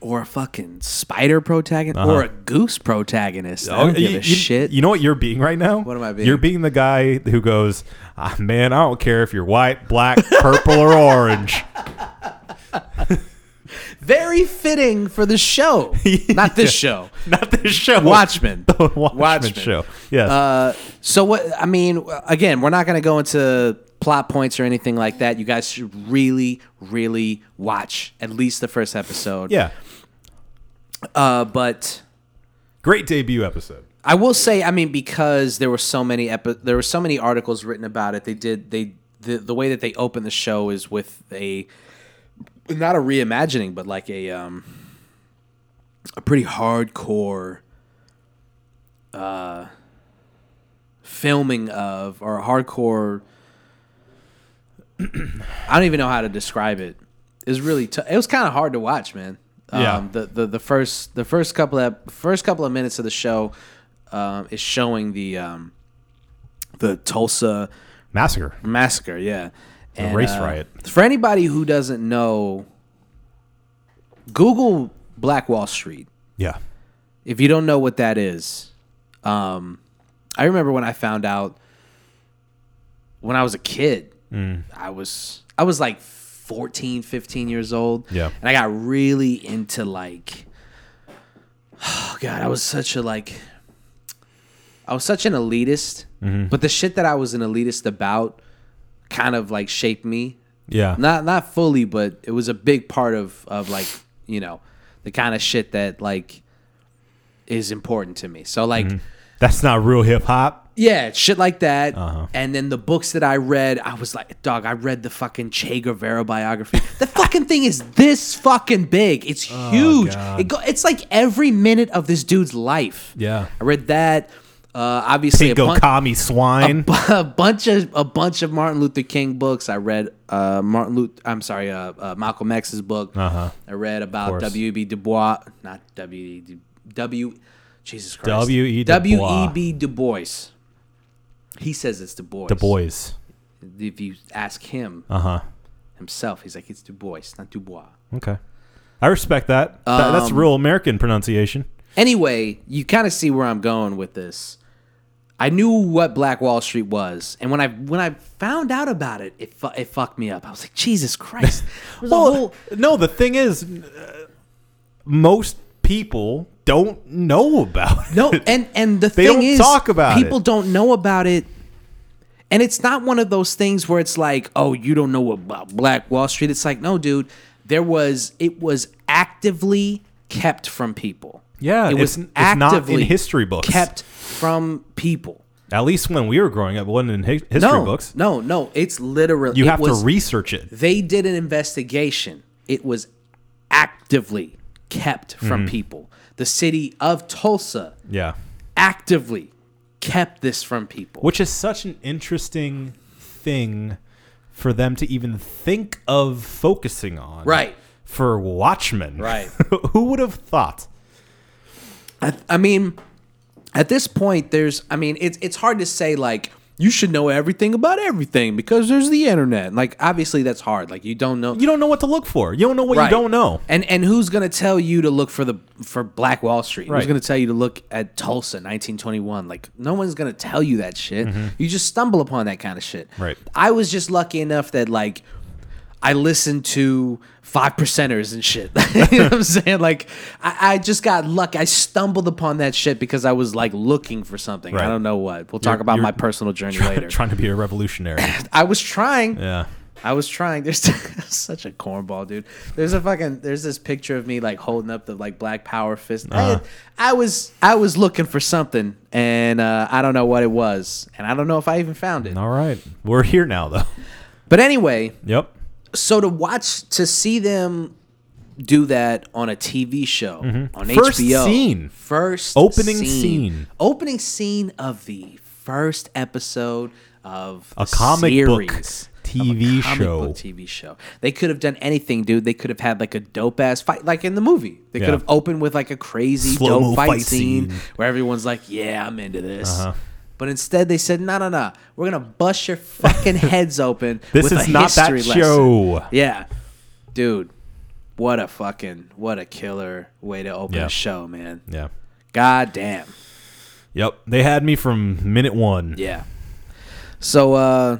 A: or a fucking spider protagonist, or a goose protagonist. I don't
B: Uh-huh. Oh, you,
A: give a
B: you-
A: shit.
B: You know what you're being right now? What
A: am I being?
B: You're being the guy who goes, ah, "Man, I don't care if you're white, black, purple, or orange."
A: Very fitting for the show, not this show.
B: Not this show.
A: Watchmen.
B: the Watchmen,
A: Watchmen.
B: show. Yes.
A: Uh, So what? I mean, again, we're not going to go into plot points or anything like that. You guys should really, really watch at least the first episode.
B: yeah.
A: Uh, but
B: Great debut episode.
A: I will say, I mean, because there were so many epi- there were so many articles written about it. They did they the the way that they open the show is with a not a reimagining, but like a um a pretty hardcore uh filming of or a hardcore I don't even know how to describe it. It was really t- it was kind of hard to watch, man. Um,
B: Yeah.
A: The, the the first the first couple of first couple of minutes of the show um, is showing the um, the Tulsa
B: Massacre.
A: massacre, yeah, and, uh,
B: race riot.
A: For anybody who doesn't know, Google Black Wall Street
B: Yeah.
A: if you don't know what that is, um, I remember when I found out when I was a kid, I was I was like 14, 15 years old.
B: Yeah.
A: And I got really into like oh god, I was such a like I was such an elitist, but the shit that I was an elitist about kind of like shaped me
B: Yeah.
A: not not fully, but it was a big part of of like you know the kind of shit that like is important to me. So
B: Mm-hmm.
A: like
B: That's not real hip hop.
A: yeah, shit like that.
B: Uh-huh.
A: And then the books that I read, I was like, dog, I read the fucking Che Guevara biography. the fucking thing is this fucking big. It's huge.
B: Oh, God.
A: It go, it's like every minute of this dude's life.
B: Yeah.
A: I read that. Uh, obviously, a
B: Go
A: bunch-
B: commie swine.
A: a bunch of a bunch of Martin Luther King books. I read uh, Martin Luther. I'm sorry, uh, uh, Malcolm X's book.
B: Uh-huh.
A: I read about
B: course.
A: W.E.B. Du Bois, not W.E.B. W. Jesus Christ.
B: W.E. Du Bois.
A: W.E.B. Du Bois. He says it's Du Bois.
B: The boys.
A: If you ask him
B: Uh huh.
A: himself, he's like it's Du Bois, not Du Bois.
B: Okay. I respect that. Th- that's
A: Um,
B: real American pronunciation.
A: Anyway, you kind of see where I'm going with this. I knew what Black Wall Street was, and when I when I found out about it, it fu- it fucked me up. I was like, Jesus Christ! There's a whole-
B: no, the thing is, uh, most people don't know about it.
A: no, and and the
B: They
A: thing
B: don't
A: is,
B: talk about
A: people
B: it.
A: don't know about it, and it's not one of those things where it's like, oh, you don't know about Black Wall Street. It's like, no, dude, there was it was actively kept from people.
B: Yeah,
A: it was
B: it's- it's not in
A: actively
B: history books.
A: kept from people.
B: At least when we were growing up, it wasn't in hi- history
A: no,
B: books.
A: No, no, it's literally
B: You
A: it
B: have
A: was-
B: to research it.
A: They did an investigation. It was actively kept
B: Mm-hmm.
A: from people. The city of Tulsa
B: Yeah.
A: actively kept this from people.
B: Which is such an interesting thing for them to even think of focusing on.
A: Right.
B: For Watchmen.
A: Right.
B: Who would have thought?
A: I, I mean, at this point, there's. I mean, it's it's hard to say like you should know everything about everything because there's the internet. Like obviously that's hard. Like you don't know.
B: You don't know what to look for. You don't know what you don't know.
A: And and who's gonna tell you to look for the for Black Wall Street? Who's
B: Right.
A: gonna tell you to look at Tulsa, 1921? Like no one's gonna tell you that shit. You just stumble upon that kind of shit.
B: Mm-hmm. Right.
A: I was just lucky enough that like I listened to five percenters and shit. you know what I'm saying? Like I, I just got lucky. I stumbled upon that shit because I was like looking for something. I
B: Right.
A: don't know what. We'll talk about
B: you're
A: my personal journey later.
B: Trying to be a revolutionary.
A: I was trying.
B: yeah.
A: I was trying. There's such a cornball, dude. There's a fucking. There's this picture of me like holding up the like black power fist. I,
B: Uh-huh.
A: had- I was I was looking for something, and uh, I don't know what it was, and I don't know if I even found it.
B: All right. We're here now, though.
A: But anyway,
B: Yep.
A: so to watch to see them do that on a TV show on
B: Mm-hmm. First
A: HBO,
B: scene.
A: first
B: Opening scene.
A: opening scene of the first episode of
B: A
A: the
B: comic book
A: series.
B: TV
A: comic
B: show.
A: book TV show. They could have done anything, dude. They could have had like a dope ass fight, like in the movie. They
B: Yeah.
A: could have opened with like a crazy
B: Slow-mo
A: dope fight,
B: fight
A: scene,
B: scene. Uh-huh.
A: where everyone's like, "Yeah, I'm into this." But instead, they said, "No, no, no. We're gonna bust your fucking heads open."
B: This
A: with
B: is
A: a
B: not that
A: history lesson."
B: show.
A: Yeah, dude. What a fucking what a killer way to open
B: Yeah.
A: a show, man.
B: Yeah.
A: God damn.
B: Yep. They had me from minute one.
A: Yeah. So uh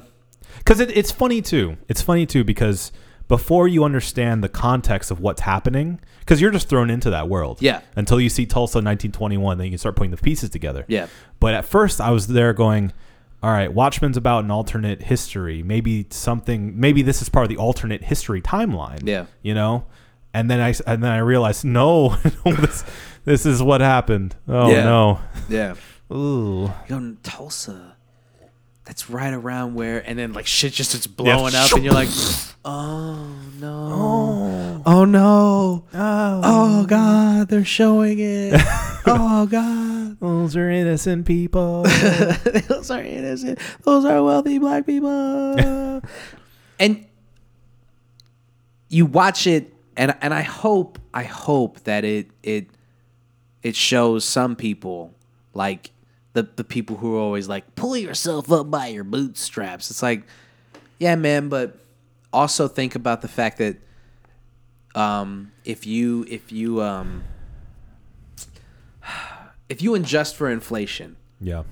B: because it, it's funny too it's funny too because before you understand the context of what's happening because you're just thrown into that world
A: Yeah.
B: until you see tulsa 1921 then you can start putting the pieces together
A: Yeah.
B: but at first i was there going all right watchmen's about an alternate history maybe something maybe this is part of the alternate history timeline
A: Yeah.
B: you know and then i s- and then i realized no this this is what happened oh
A: Yeah.
B: no
A: yeah.
B: Ooh.
A: Yo, in Tulsa. That's right around where and then like shit just it's blowing up and you're like Oh no. Oh, no.
B: oh
A: Oh god, they're showing it. oh god.
B: those are innocent people
A: Those are innocent. Those are wealthy black people. and you watch it and and I hope I hope that it it it shows some people like the the people who are always like pull yourself up by your bootstraps. It's like yeah, man, but also think about the fact that um if you if you um if you adjust for inflation,
B: Yeah.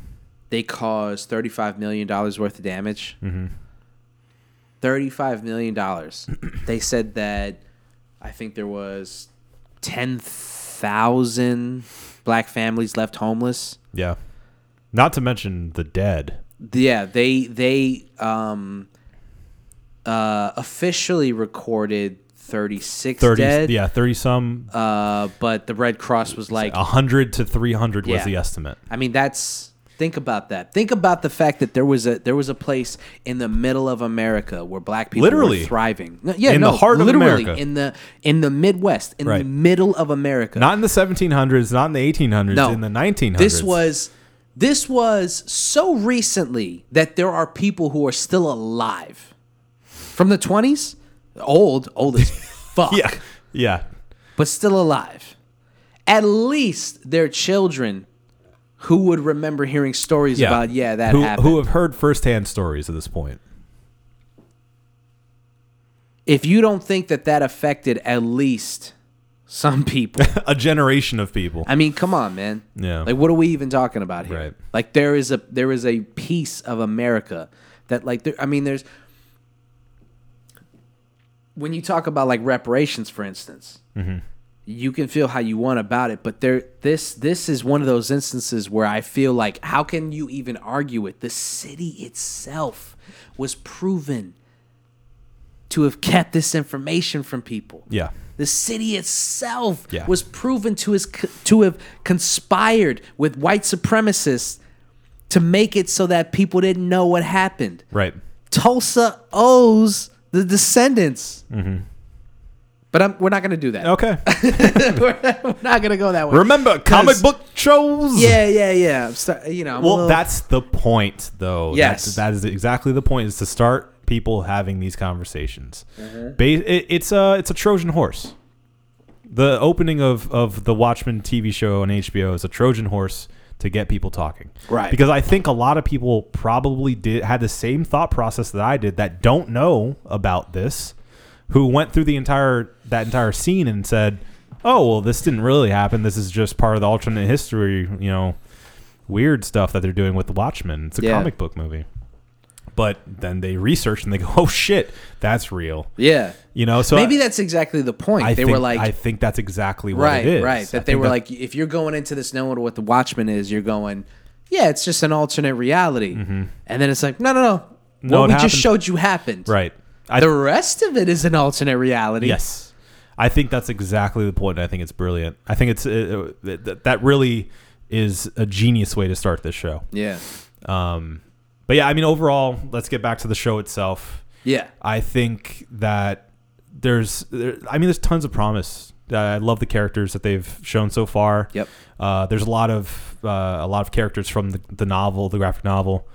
A: they caused $35 million worth of damage.
B: Mm-hmm.
A: $35 million. they said that I think there was 10,000 black families left homeless.
B: Yeah. Not to mention the dead.
A: Yeah, they they um uh officially recorded 36
B: Thirty.
A: dead.
B: Yeah, thirty some.
A: Uh but the Red Cross was like
B: hundred to three hundred was
A: Yeah.
B: the estimate.
A: I mean, that's think about that. Think about the fact that there was a there was a place in the middle of America where black people
B: Literally.
A: were thriving. No, yeah,
B: In the
A: no,
B: heart of
A: literally
B: America.
A: in the in the Midwest, in the
B: Right.
A: middle of America.
B: Not in the seventeen hundreds. Not in the eighteen hundreds.
A: no,
B: In the nineteen hundreds.
A: This was this was so recently that there are people who are still alive from the twenties, old, old as fuck
B: Yeah. Yeah.
A: but still alive. At least their children who would remember hearing stories
B: Yeah.
A: about, yeah, that
B: who,
A: happened.
B: Who have heard firsthand stories at this point?
A: if you don't think that that affected at least some people,
B: A generation of people.
A: I mean, come on, man.
B: Yeah.
A: Like, what are we even talking about here?
B: Right.
A: Like, there is a there is a piece of America that, like, there, I mean, there's when you talk about like reparations, for instance,
B: Mm-hmm.
A: you can feel how you want about it, but there this this is one of those instances where I feel like how can you even argue it? The city itself was proven to have kept this information from people.
B: Yeah.
A: The city itself
B: Yeah.
A: was proven to his to have conspired with white supremacists to make it so that people didn't know what happened.
B: Right.
A: Tulsa owes the descendants.
B: Mm-hmm.
A: But I'm, we're not going to do that.
B: Okay.
A: we're not, we're not going to go that way.
B: Remember comic
A: 'Cause-
B: book shows.
A: Yeah, yeah, yeah. I'm sta- you know, I'm a
B: Well,
A: little-
B: that's the point, though.
A: Yes.
B: that's, that is exactly the point: is to start people having these conversations.
A: Mm-hmm.
B: Ba- it, it's a it's a Trojan horse. The opening of of the Watchmen TV show on HBO is a Trojan horse to get people talking.
A: Right.
B: Because I think a lot of people probably did had the same thought process that I did that don't know about this, who went through the entire that entire scene and said, "Oh, well, this didn't really happen. This is just part of the alternate history, you know, weird stuff that they're doing with the Watchmen. It's a
A: Yeah.
B: comic book movie." But then they research and they go, "Oh shit, that's real."
A: yeah.
B: You know, so
A: Maybe
B: I,
A: that's exactly the point.
B: I
A: they
B: think,
A: were like,
B: I think that's exactly what
A: right,
B: it is.
A: right. That
B: I
A: they
B: think
A: were like, if you're going into this knowing what the Watchman is, you're going, yeah, it's just an alternate reality. And then it's like, no, no, no.
B: Mm-hmm. No,
A: what
B: it
A: we
B: happened.
A: just showed you happened.
B: right. I
A: the rest of it is an alternate reality.
B: Yes. I think that's exactly the point. and I think it's brilliant. I think it's uh, uh, that, that really is a genius way to start this show.
A: Yeah.
B: Um, but yeah, I mean, overall, let's get back to the show itself.
A: Yeah.
B: I think that there's, there, I mean, there's tons of promise. Uh, I love the characters that they've shown so far.
A: Yep.
B: Uh, there's a lot of uh, a lot of characters from the, the novel, the graphic novel,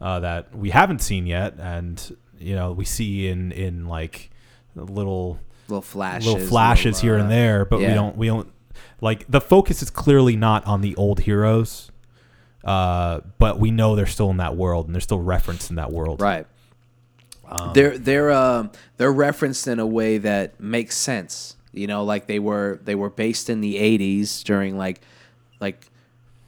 B: uh, that we haven't seen yet, and you know we see in in like little
A: Little flashes.
B: little flashes
A: little,
B: here
A: uh,
B: and there, but
A: yeah.
B: we don't we don't like the focus is clearly not on the old heroes. Uh, but we know they're still in that world and they're still referenced in that world.
A: Right. they're they're um they're referenced in a way that makes sense. You know, like they were they were based in the '80s during like like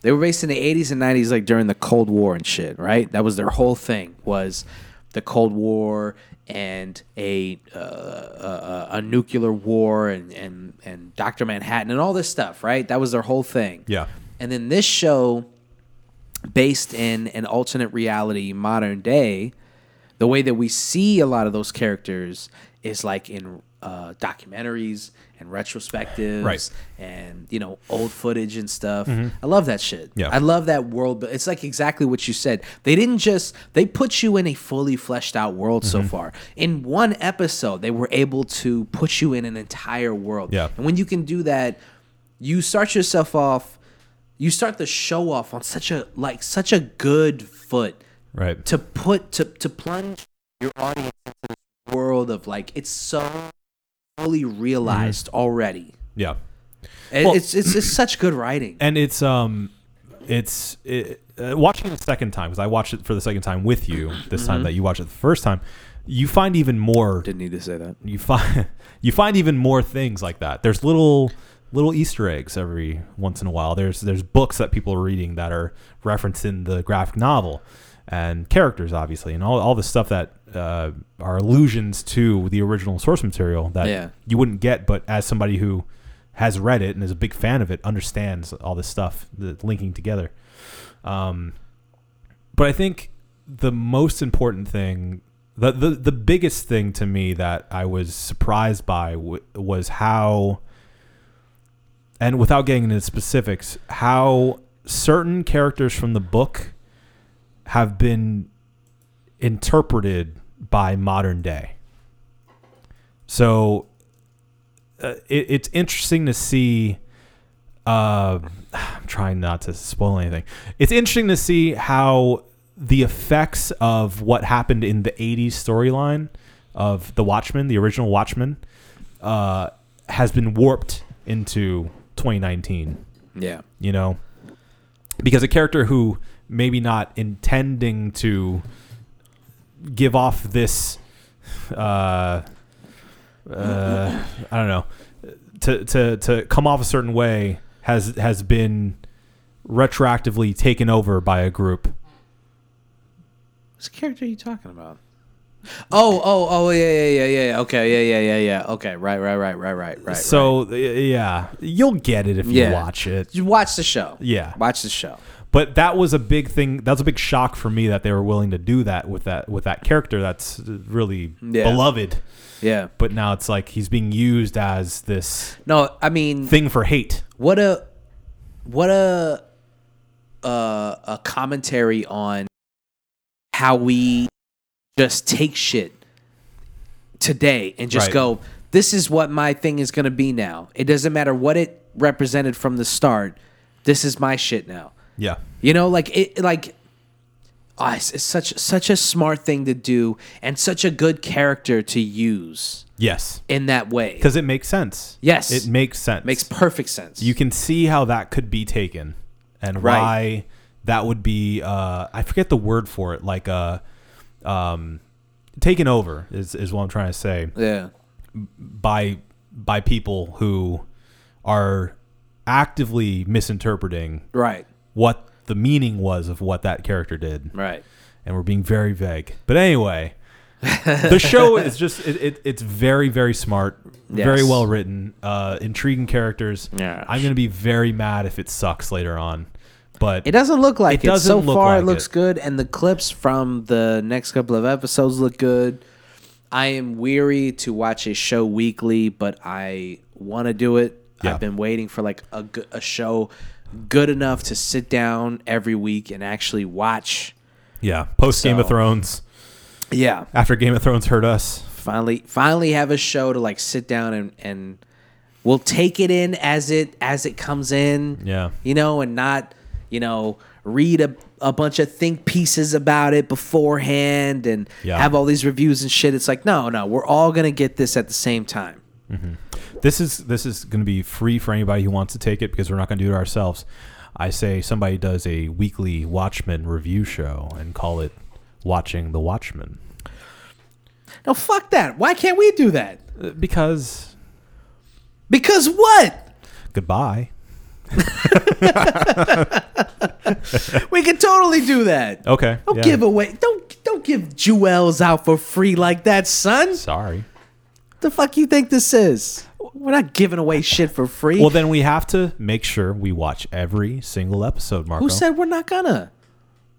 A: they were based in the '80s and '90s like during the Cold War and shit. Right. That was their whole thing was the Cold War and a uh, a, a nuclear war and and and Doctor Manhattan and all this stuff. Right. That was their whole thing.
B: Yeah.
A: And then this show based in an alternate reality modern day the way that we see a lot of those characters is like in uh, documentaries and retrospectives
B: Right. Mm-hmm.
A: and you know old footage and stuff i love that shit
B: Yeah.
A: i love that world but it's like exactly what you said they didn't just they put you in a fully fleshed out world so
B: Mm-hmm.
A: far in one episode they were able to put you in an entire world
B: Yeah.
A: and when you can do that you start yourself off you start the show off on such a like such a good foot
B: Right.
A: to put to to plunge your audience into this world of like it's so fully realized already.
B: Yeah.
A: And
B: Well-
A: it's it's it's such good writing.
B: and it's um it's it, uh, watching it a second time because i watched it for the second time with you this time
A: Mm-hmm.
B: that you watched it the first time you find even more
A: Didn't need to say that.
B: you find you find even more things like that there's little little easter eggs every once in a while there's there's books that people are reading that are referencing the graphic novel and characters obviously and all, all the stuff that uh, are allusions to the original source material that
A: Yeah.
B: you wouldn't get but as somebody who has read it and is a big fan of it understands all this stuff the linking together um, but I think the most important thing, the, the the biggest thing to me that I was surprised by w- was how, and without getting into specifics, how certain characters from the book have been interpreted by modern day. So uh, it, it's interesting to see. Uh, I'm trying not to spoil anything. It's interesting to see how the effects of what happened in the 80s storyline of the Watchmen, the original Watchmen, uh, has been warped into 2019
A: Yeah.
B: you know because a character who maybe not intending to give off this uh, uh, i don't know to, to to come off a certain way has has been retroactively taken over by a group
A: What's character are you talking about? Oh, oh, oh, yeah, yeah, yeah, yeah, yeah. Okay, yeah, yeah, yeah, yeah. Okay, right, right, right, right, right, right. right.
B: so y- yeah you'll get it if you
A: Yeah.
B: watch it
A: you watch the show.
B: Yeah.
A: watch the show.
B: but that was a big thing that was a big shock for me that they were willing to do that with that with that character that's really
A: Yeah.
B: beloved
A: Yeah.
B: but now it's like he's being used as this
A: No, I mean,
B: thing for hate.
A: what a, what a, uh, a commentary on how we just take shit today and just
B: Right.
A: go. This is what my thing is going to be now. It doesn't matter what it represented from the start. This is my shit now.
B: Yeah.
A: You know, like it, like ah, it's, it's such such a smart thing to do, and such a good character to use
B: Yes.
A: in that way.
B: Because it makes sense.
A: Yes.
B: It makes sense.
A: makes perfect sense.
B: you can see how that could be taken and
A: Right.
B: why that would be uh I forget the word for it, like uh um taken over is, is what I'm trying to say.
A: yeah,
B: by by people who are actively misinterpreting
A: right,
B: what the meaning was of what that character did.
A: right.
B: and we're being very vague. But anyway, the show is just it, it, it's very very smart, very
A: Yes.
B: well written, uh, intriguing characters.
A: Yes.
B: I'm gonna be very mad if it sucks later on, but
A: It doesn't look like it.
B: It doesn't
A: so
B: look
A: far,
B: like
A: it looks
B: it.
A: good, and the clips from the next couple of episodes look good. I am weary to watch a show weekly, but I want to do it.
B: Yeah.
A: I've been waiting for like a, go- a show good enough to sit down every week and actually watch.
B: yeah, post Game of
A: So-
B: Thrones,
A: Yeah,
B: after Game of Thrones hurt us,
A: finally finally have a show to like sit down and and we'll take it in as it as it comes in
B: Yeah.
A: you know and not you know read a, a bunch of think pieces about it beforehand and
B: Yeah.
A: have all these reviews and shit it's like no no we're all gonna get this at the same time
B: this is this is going to be free for anybody who wants to take it because we're not going to do it ourselves. I say somebody does a weekly Watchmen review show and call it "Watching the Watchmen"
A: no fuck that why can't we do that
B: Uh, because
A: because what
B: goodbye.
A: we could totally do that
B: Okay,
A: don't
B: Oh, yeah.
A: give away don't don't give jewels out for free like that son
B: Sorry.
A: the fuck you think this is we're not giving away shit for free
B: Well, then we have to make sure we watch every single episode, Marco.
A: Who said we're not gonna?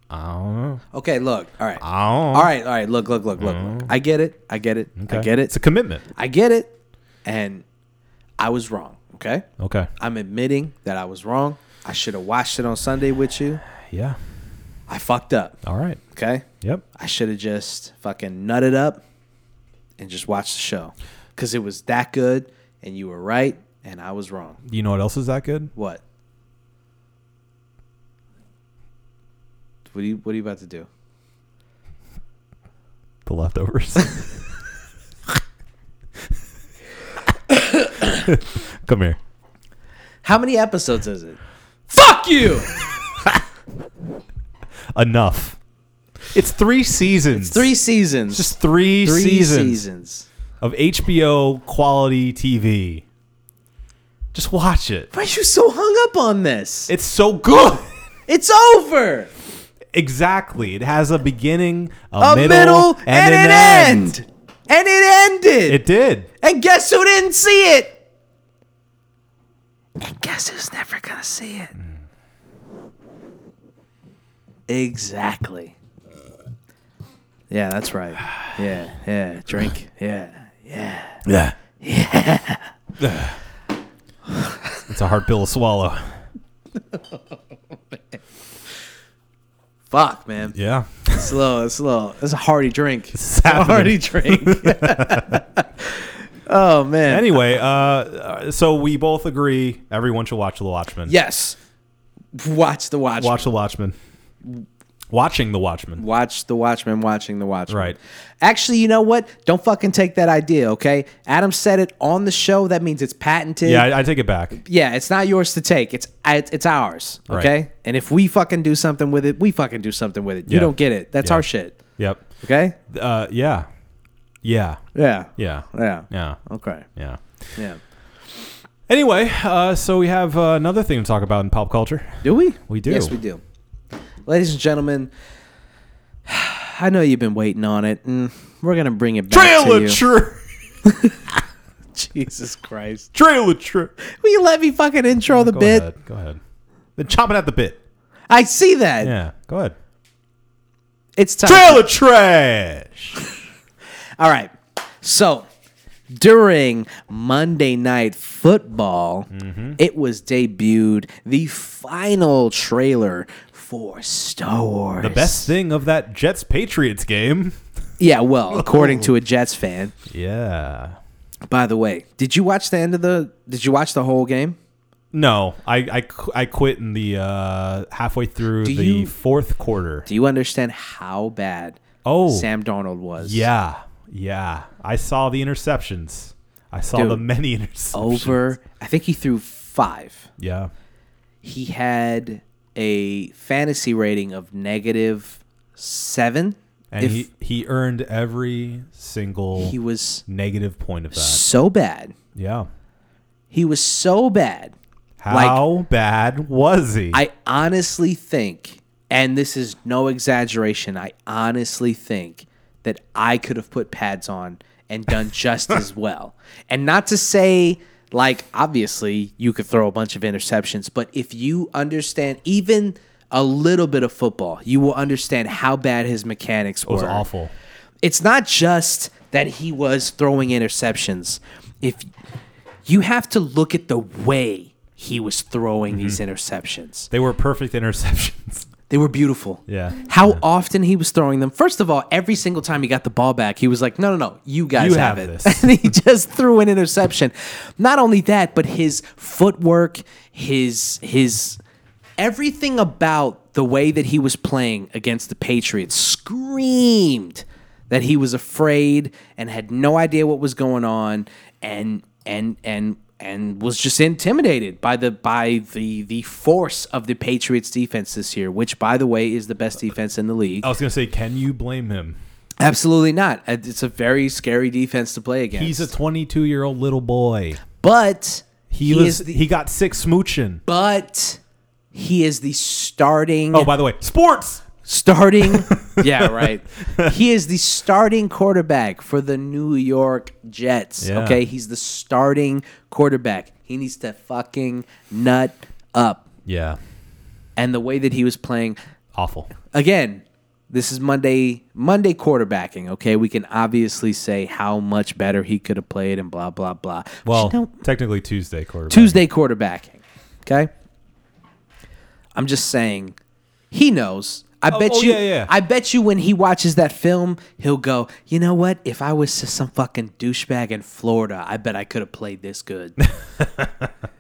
B: I don't know.
A: Okay, look. All right.
B: I don't know.
A: All right. All right. Look, look, look, look, look. I get it. I get it. I
B: Okay.
A: get
B: It's
A: it.
B: a commitment.
A: I get it. And I was wrong. Okay.
B: Okay.
A: I'm admitting that I was wrong. I should have watched it on Sunday with you.
B: Yeah.
A: I fucked up.
B: All right.
A: Okay.
B: Yep.
A: I should have just fucking nutted up and just watched the show because it was that good and you were right and I was wrong.
B: You know what else is that good?
A: What? What are you, what are you about to do?
B: The leftovers. Come here.
A: How many episodes is it? Fuck you!
B: Enough. It's three seasons.
A: Three seasons.
B: Just three,
A: three
B: seasons,
A: seasons.
B: of HBO quality TV. Just watch it.
A: Why are you so hung up on this?
B: It's so good.
A: It's over.
B: exactly. It has a beginning, a,
A: A middle,
B: middle,
A: and, an, end. And it ended.
B: It did.
A: and guess who didn't see it? And guess who's never gonna see it? Exactly. Yeah, that's right. Yeah, yeah. Drink. Yeah, yeah.
B: Yeah. Yeah. it's a hard pill to swallow.
A: Fuck, man.
B: Yeah.
A: It's slow. It's slow. It's a hearty drink. It's a
B: happening.
A: hearty drink. oh man.
B: Anyway, uh, uh, so we both agree everyone should watch The Watchmen.
A: yes. Watch the Watchmen.
B: Watch The Watchmen. Watching The Watchmen.
A: Watch the Watchmen watching the Watchmen.
B: Right.
A: Actually, you know what? Don't fucking take that idea, okay? Adam said it on the show. That means it's patented.
B: Yeah, I, I take it back.
A: Yeah, it's not yours to take. It's it's it's ours,
B: Right.
A: okay? And if we fucking do something with it, we fucking do something with it. You
B: Yeah.
A: don't get it. That's
B: Yeah.
A: our shit,
B: Yep.
A: okay?
B: Uh, yeah. Yeah.
A: Yeah.
B: Yeah.
A: Yeah.
B: Yeah.
A: Okay.
B: Yeah.
A: Yeah.
B: Anyway, uh, so we have uh, another thing to talk about in pop culture.
A: Do we?
B: We do.
A: Yes, we do. Ladies and gentlemen, I know you've been waiting on it. And we're going to bring it back to you.
B: trip.
A: Jesus Christ.
B: Trailer trip.
A: Will you let me fucking intro the
B: Mm, Go
A: bit?
B: ahead. Go ahead. Then chopping at the bit.
A: I see that.
B: Yeah. Go ahead.
A: It's time.
B: Trailer trash.
A: All right. So during Monday Night Football,
B: Mm-hmm.
A: it was debuted the final trailer for Star Wars.
B: The best thing of that Jets Patriots game.
A: Yeah,
B: Oh.
A: well, according to a Jets fan.
B: Yeah.
A: By the way, did you watch the end of the? Did you watch the whole game?
B: No, I I, qu- I quit in the uh, halfway through
A: Do
B: the
A: you-
B: fourth quarter.
A: Do you understand how bad
B: Oh.
A: Sam Darnold was?
B: Yeah. Yeah. I saw the interceptions. I saw
A: Dude. Oh.
B: the many interceptions.
A: Over, I think he threw five.
B: Yeah.
A: He had a fantasy rating of negative seven.
B: And he, he earned every single
A: he was
B: negative point of that.
A: so bad.
B: Yeah.
A: He was so bad.
B: How bad was he?
A: I honestly think, and this is no exaggeration, I honestly think that I could have put pads on and done just as well. And not to say, like, obviously you could throw a bunch of interceptions, but if you understand even a little bit of football, you will understand how bad his mechanics were.
B: was awful.
A: It's not just that he was throwing interceptions. If you have to look at the way he was throwing
B: Mm-hmm.
A: these interceptions.
B: They were perfect interceptions.
A: They were beautiful.
B: Yeah.
A: How often he was throwing them. First of all, every single time he got the ball back, he was like, no, no, no, you guys
B: You
A: have,
B: have
A: it.
B: this.
A: And he just threw an interception. Not only that, but his footwork, his, his, everything about the way that he was playing against the Patriots screamed that he was afraid and had no idea what was going on and, and, and, and was just intimidated by the by the the force of the Patriots defense this year, which by the way is the best defense in the league.
B: I was going to say, can you blame him?
A: Absolutely not. Uh, It's a very scary defense to play against.
B: He's a 22 year old little boy.
A: but
B: He, was he got six smooching.
A: but he is the starting
B: Oh, by the way, sports.
A: starting yeah right he is the starting quarterback for the new york jets
B: Yeah.
A: okay he's the starting quarterback he needs to fucking nut up
B: Yeah,
A: and the way that he was playing
B: awful.
A: again this is monday monday quarterbacking okay we can obviously say how much better he could have played and blah blah blah But you
B: Well,
A: don't-
B: technically Tuesday quarterback.
A: Tuesday quarterbacking. Okay. I'm just saying, he knows. I bet
B: oh,
A: you.
B: yeah, yeah.
A: I bet you when he watches that film, he'll go. You know what? If I was just some fucking douchebag in Florida, I bet I could have played this good.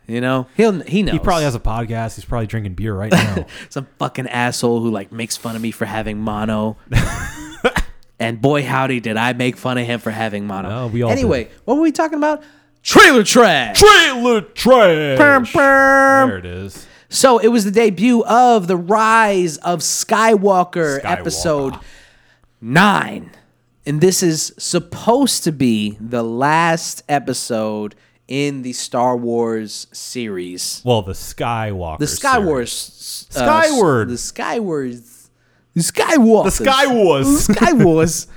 A: you know, he'll he knows.
B: He probably has a podcast. He's probably drinking beer right now.
A: some fucking asshole who like makes fun of me for having mono. and boy howdy did I make fun of him for having mono.
B: No, we all
A: anyway, what were we talking about? Trailer Trash.
B: Trailer
A: Brum,
B: trash.
A: brum.
B: There it is.
A: So it was the debut of the Rise of Skywalker,
B: Skywalker.
A: episode nine, and this is supposed to be the last episode in the Star Wars series.
B: Well, the Skywalker.
A: The
B: series.
A: Skywars. uh,
B: Skyward.
A: The Skywards. The Skywalkers.
B: The Skywars.
A: The Skywars.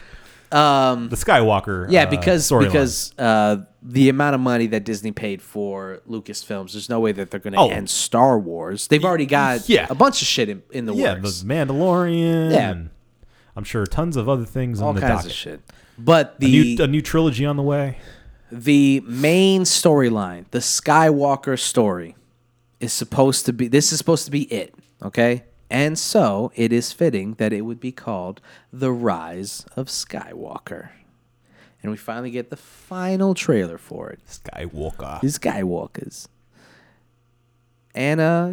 B: The Skywalker.
A: Yeah,
B: uh,
A: because
B: storyline.
A: because uh, the amount of money that Disney paid for Lucasfilms, there's no way that they're going to
B: Oh.
A: end Star Wars. They've already got
B: yeah.
A: a bunch of shit in, in the
B: yeah,
A: works,
B: the Mandalorian.
A: Yeah.
B: and I'm sure tons of other things
A: all
B: on the
A: kinds
B: docket.
A: of shit. But
B: A
A: the
B: new, a new trilogy on the way.
A: the main storyline, the Skywalker story, is supposed to be this is supposed to be it, okay? And so it is fitting that it would be called The Rise of Skywalker. And we finally get the final trailer for it.
B: Skywalker.
A: The Skywalkers. And uh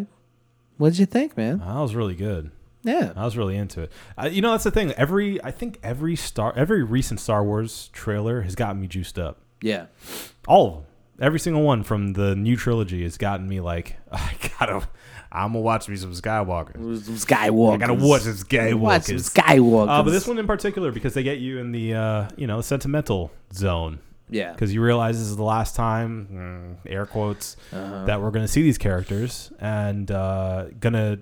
A: what'd you think, man?
B: That was really good.
A: Yeah.
B: I was really into it. I, you know, that's the thing. Every I think every star, every recent Star Wars trailer has gotten me juiced up.
A: Yeah.
B: All of them. Every single one from the new trilogy has gotten me like, I gotta, I'm gonna watch me some Skywalker.
A: Skywalker.
B: I gotta watch some Skywalkers.
A: Watch some Skywalkers.
B: Uh, but this one in particular because they get you in the uh, you know sentimental zone
A: Yeah.
B: because you realize this is the last time, mm, air quotes, that we're gonna see these characters and uh, gonna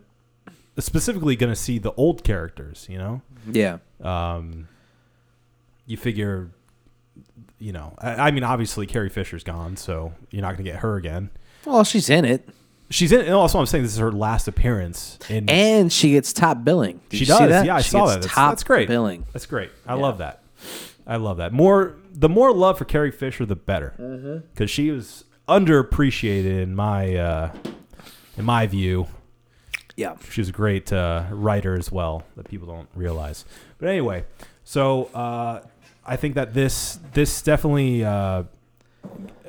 B: specifically gonna see the old characters. You know
A: Yeah.
B: um, you figure, you know, I, I mean, obviously Carrie Fisher's gone, so you're not going to get her again.
A: Well, she's in it.
B: She's in. And also, I'm saying this is her last appearance. In
A: and she gets top billing. Did
B: she
A: you
B: does.
A: See that?
B: Yeah, I
A: She
B: saw
A: gets
B: that. That's,
A: top
B: that's great.
A: billing.
B: That's great. I love that. I love that. More the more love for Carrie Fisher, the better, because
A: Mm-hmm.
B: she was underappreciated in my uh, in my view.
A: Yeah.
B: She was a great uh, writer as well that people don't realize. But anyway, so uh, I think that this this definitely uh,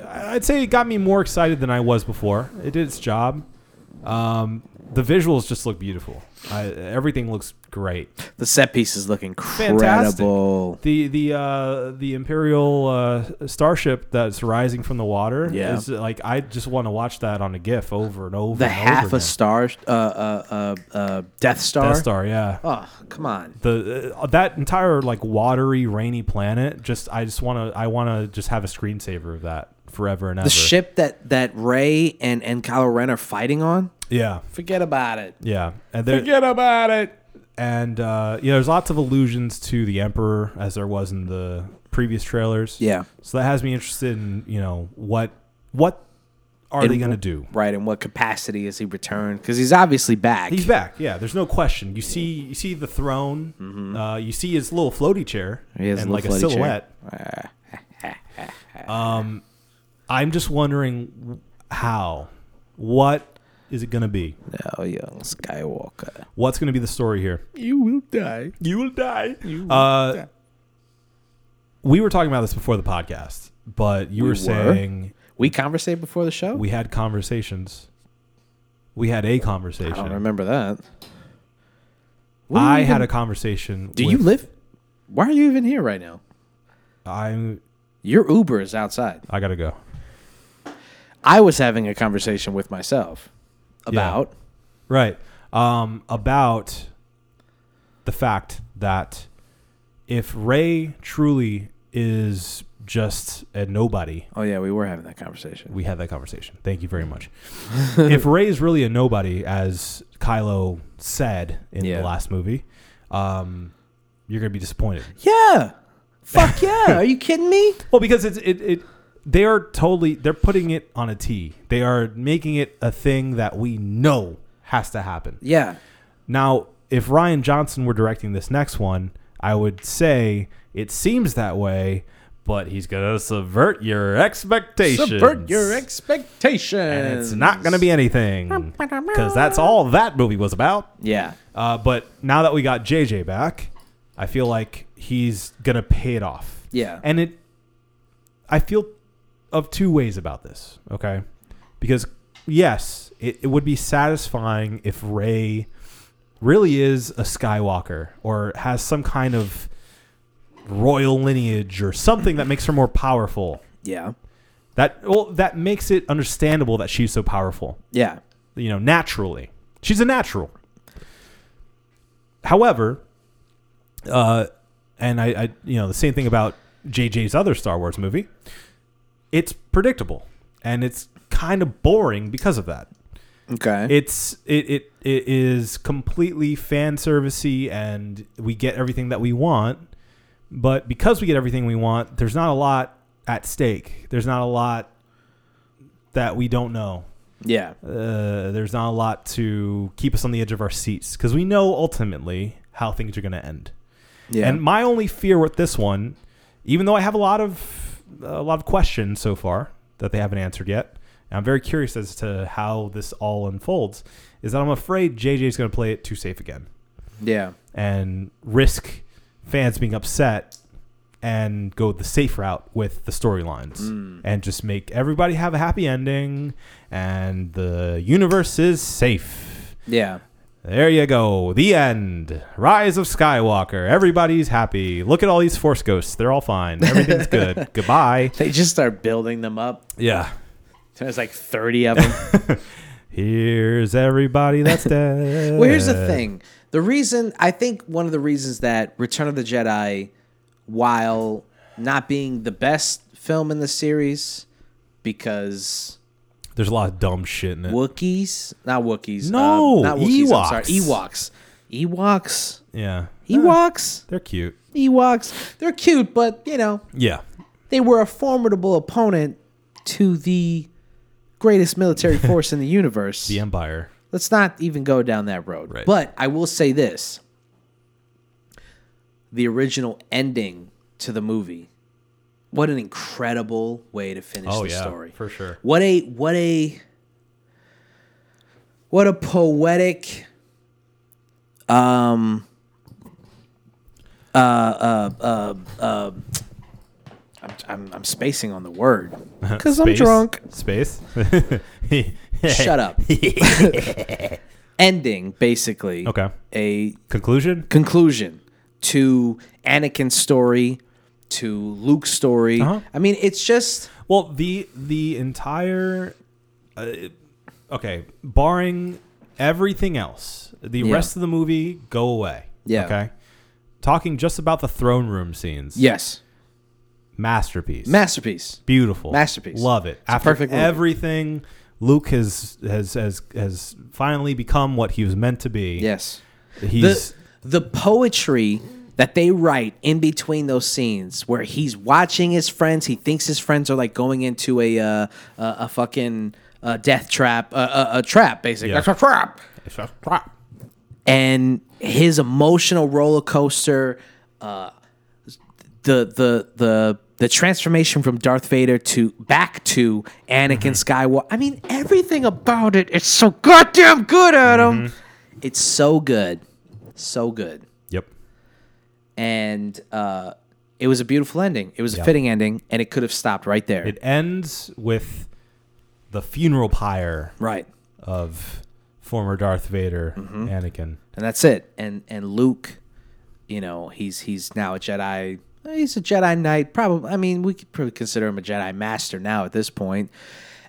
B: I'd say it got me more excited than I was before. It did its job. Um, the visuals just look beautiful. I, everything looks great.
A: The set piece is looking
B: Fantastic.
A: incredible.
B: The the uh, the imperial uh, starship that's rising from the water
A: Yeah.
B: is like I just want to watch that on a GIF over and over.
A: The
B: and
A: half
B: over
A: a
B: again.
A: star, uh, uh, uh, uh, Death Star.
B: Death Star, yeah.
A: Oh, come on.
B: the uh, that entire like watery rainy planet just i just want to i want to just have a screensaver of that forever and ever
A: The ship that that Ray and and Kylo Ren are fighting on.
B: yeah
A: Forget about it.
B: yeah and there,
A: about it.
B: and uh yeah there's lots of allusions to the emperor as there was in the previous trailers
A: Yeah.
B: so that has me interested in you know what what are
A: And
B: they gonna
A: wh-
B: do
A: Right. In what capacity is he returned? Because he's obviously back.
B: he's back yeah there's no question you see you see the throne uh you see his little floaty chair
A: Mm-hmm. He has a
B: and like
A: little
B: a
A: floaty chair.
B: silhouette I'm just wondering how, what is it going to be?
A: Oh, young Skywalker.
B: What's going to be the story here?
A: You will die.
B: You will die. uh, We were talking about this before the podcast, but you were,
A: were?
B: saying
A: We conversate before the show.
B: we had conversations. We had a conversation.
A: I
B: I,
A: don't remember that.
B: had a conversation.
A: Do
B: with-
A: you live? Why are you even here right now?
B: I'm.
A: Your Uber is outside.
B: I gotta go.
A: I was having a conversation with myself about
B: Right. Um, about the fact that if Ray truly is just a nobody
A: Oh yeah, we were having that conversation.
B: we had that conversation. Thank you very much. if Ray is really a nobody, as Kylo said in
A: Yeah.
B: the last movie, um, you're gonna be disappointed.
A: Yeah. Fuck yeah. are you kidding me?
B: Well, because it's it, it they are totally they're putting it on a T. They are making it a thing that we know has to happen.
A: Yeah.
B: Now, if Ryan Johnson were directing this next one, I would say it seems that way, but he's gonna subvert your expectations.
A: Subvert your expectations.
B: and it's not going to be anything because that's all that movie was about.
A: Yeah.
B: Uh, but now that we got JJ back, I feel like he's going to pay it off.
A: Yeah.
B: And it, I feel of two ways about this, okay? Because, yes, it, it would be satisfying if Ray really is a Skywalker or has some kind of royal lineage or something that makes her more powerful
A: yeah.
B: That well, that makes it understandable that she's so powerful.
A: Yeah.
B: You know, naturally, she's a natural. However, uh, and I, I, you know, the same thing about JJ's other Star Wars movie. It's predictable, and it's kind of boring because of that
A: Okay.
B: it's it, it it is completely fan servicey and we get everything that we want but because we get everything we want there's not a lot at stake there's not a lot that we don't know
A: yeah.
B: uh, there's not a lot to keep us on the edge of our seats because we know ultimately how things are going to end
A: Yeah.
B: and my only fear with this one, even though I have a lot of a lot of questions so far that they haven't answered yet, and I'm very curious as to how this all unfolds, is that I'm afraid JJ's going to play it too safe again
A: yeah.
B: and risk fans being upset and go the safe route with the storylines and just make everybody have a happy ending and the universe is safe.
A: Yeah.
B: There you go. The end. Rise of Skywalker. Everybody's happy. Look at all these Force ghosts. They're all fine. Everything's good. Goodbye.
A: They just start building them up.
B: Yeah.
A: There's like 30 of them.
B: Here's everybody that's dead.
A: Well, here's the thing. The reason I think one of the reasons that Return of the Jedi, while not being the best film in the series, because
B: There's a lot of dumb shit in it.
A: Wookiees, not Wookiees,
B: No,
A: um, not Wookiees,
B: Ewoks.
A: I'm sorry, Ewoks, Ewoks,
B: yeah. Eh,
A: Ewoks,
B: They're cute.
A: Ewoks. They're cute, but you know
B: Yeah.
A: they were a formidable opponent to the greatest military force in the universe.
B: The Empire.
A: let's not even go down that road.
B: Right.
A: But I will say this the original ending to the movie. What an incredible way to finish
B: Oh,
A: the
B: yeah.
A: story.
B: For sure.
A: What a what a what a poetic um uh uh uh, uh I'm, I'm I'm spacing on the word cuz I'm
B: Space.
A: drunk
B: Space.
A: shut up. Ending basically.
B: Okay.
A: A
B: Conclusion?
A: conclusion to Anakin's story, to Luke's story.
B: Uh-huh.
A: I mean, it's just
B: Well, the the entire uh, okay, barring everything else, the
A: Yeah.
B: rest of the movie go away.
A: Yeah.
B: Okay. Talking just about the throne room scenes.
A: yes,
B: Masterpiece.
A: masterpiece.
B: Beautiful.
A: Masterpiece.
B: Love it.
A: a
B: After
A: perfect movie.
B: everything, Luke has has has has finally become what he was meant to be.
A: Yes.
B: He's
A: the the poetry that they write in between those scenes where he's watching his friends he thinks his friends are like going into a uh, a, a fucking uh, death trap uh, a, a trap basically
B: Yeah.
A: That's a trap and his emotional roller coaster, uh, the the the the transformation from Darth Vader to back to Anakin
B: Mm-hmm.
A: Skywalker. I mean, everything about it. It's so goddamn good, Adam.
B: Mm-hmm.
A: It's so good, so good,
B: Yep.
A: and uh, it was a beautiful ending. It was a
B: Yeah.
A: fitting ending, and it could have stopped right there.
B: It ends with the funeral pyre
A: right.
B: of former Darth Vader,
A: Mm-hmm.
B: Anakin.
A: and that's it. And and Luke, you know, he's he's now a Jedi. He's a Jedi Knight. Probably, I mean, we could probably consider him a Jedi Master now at this point.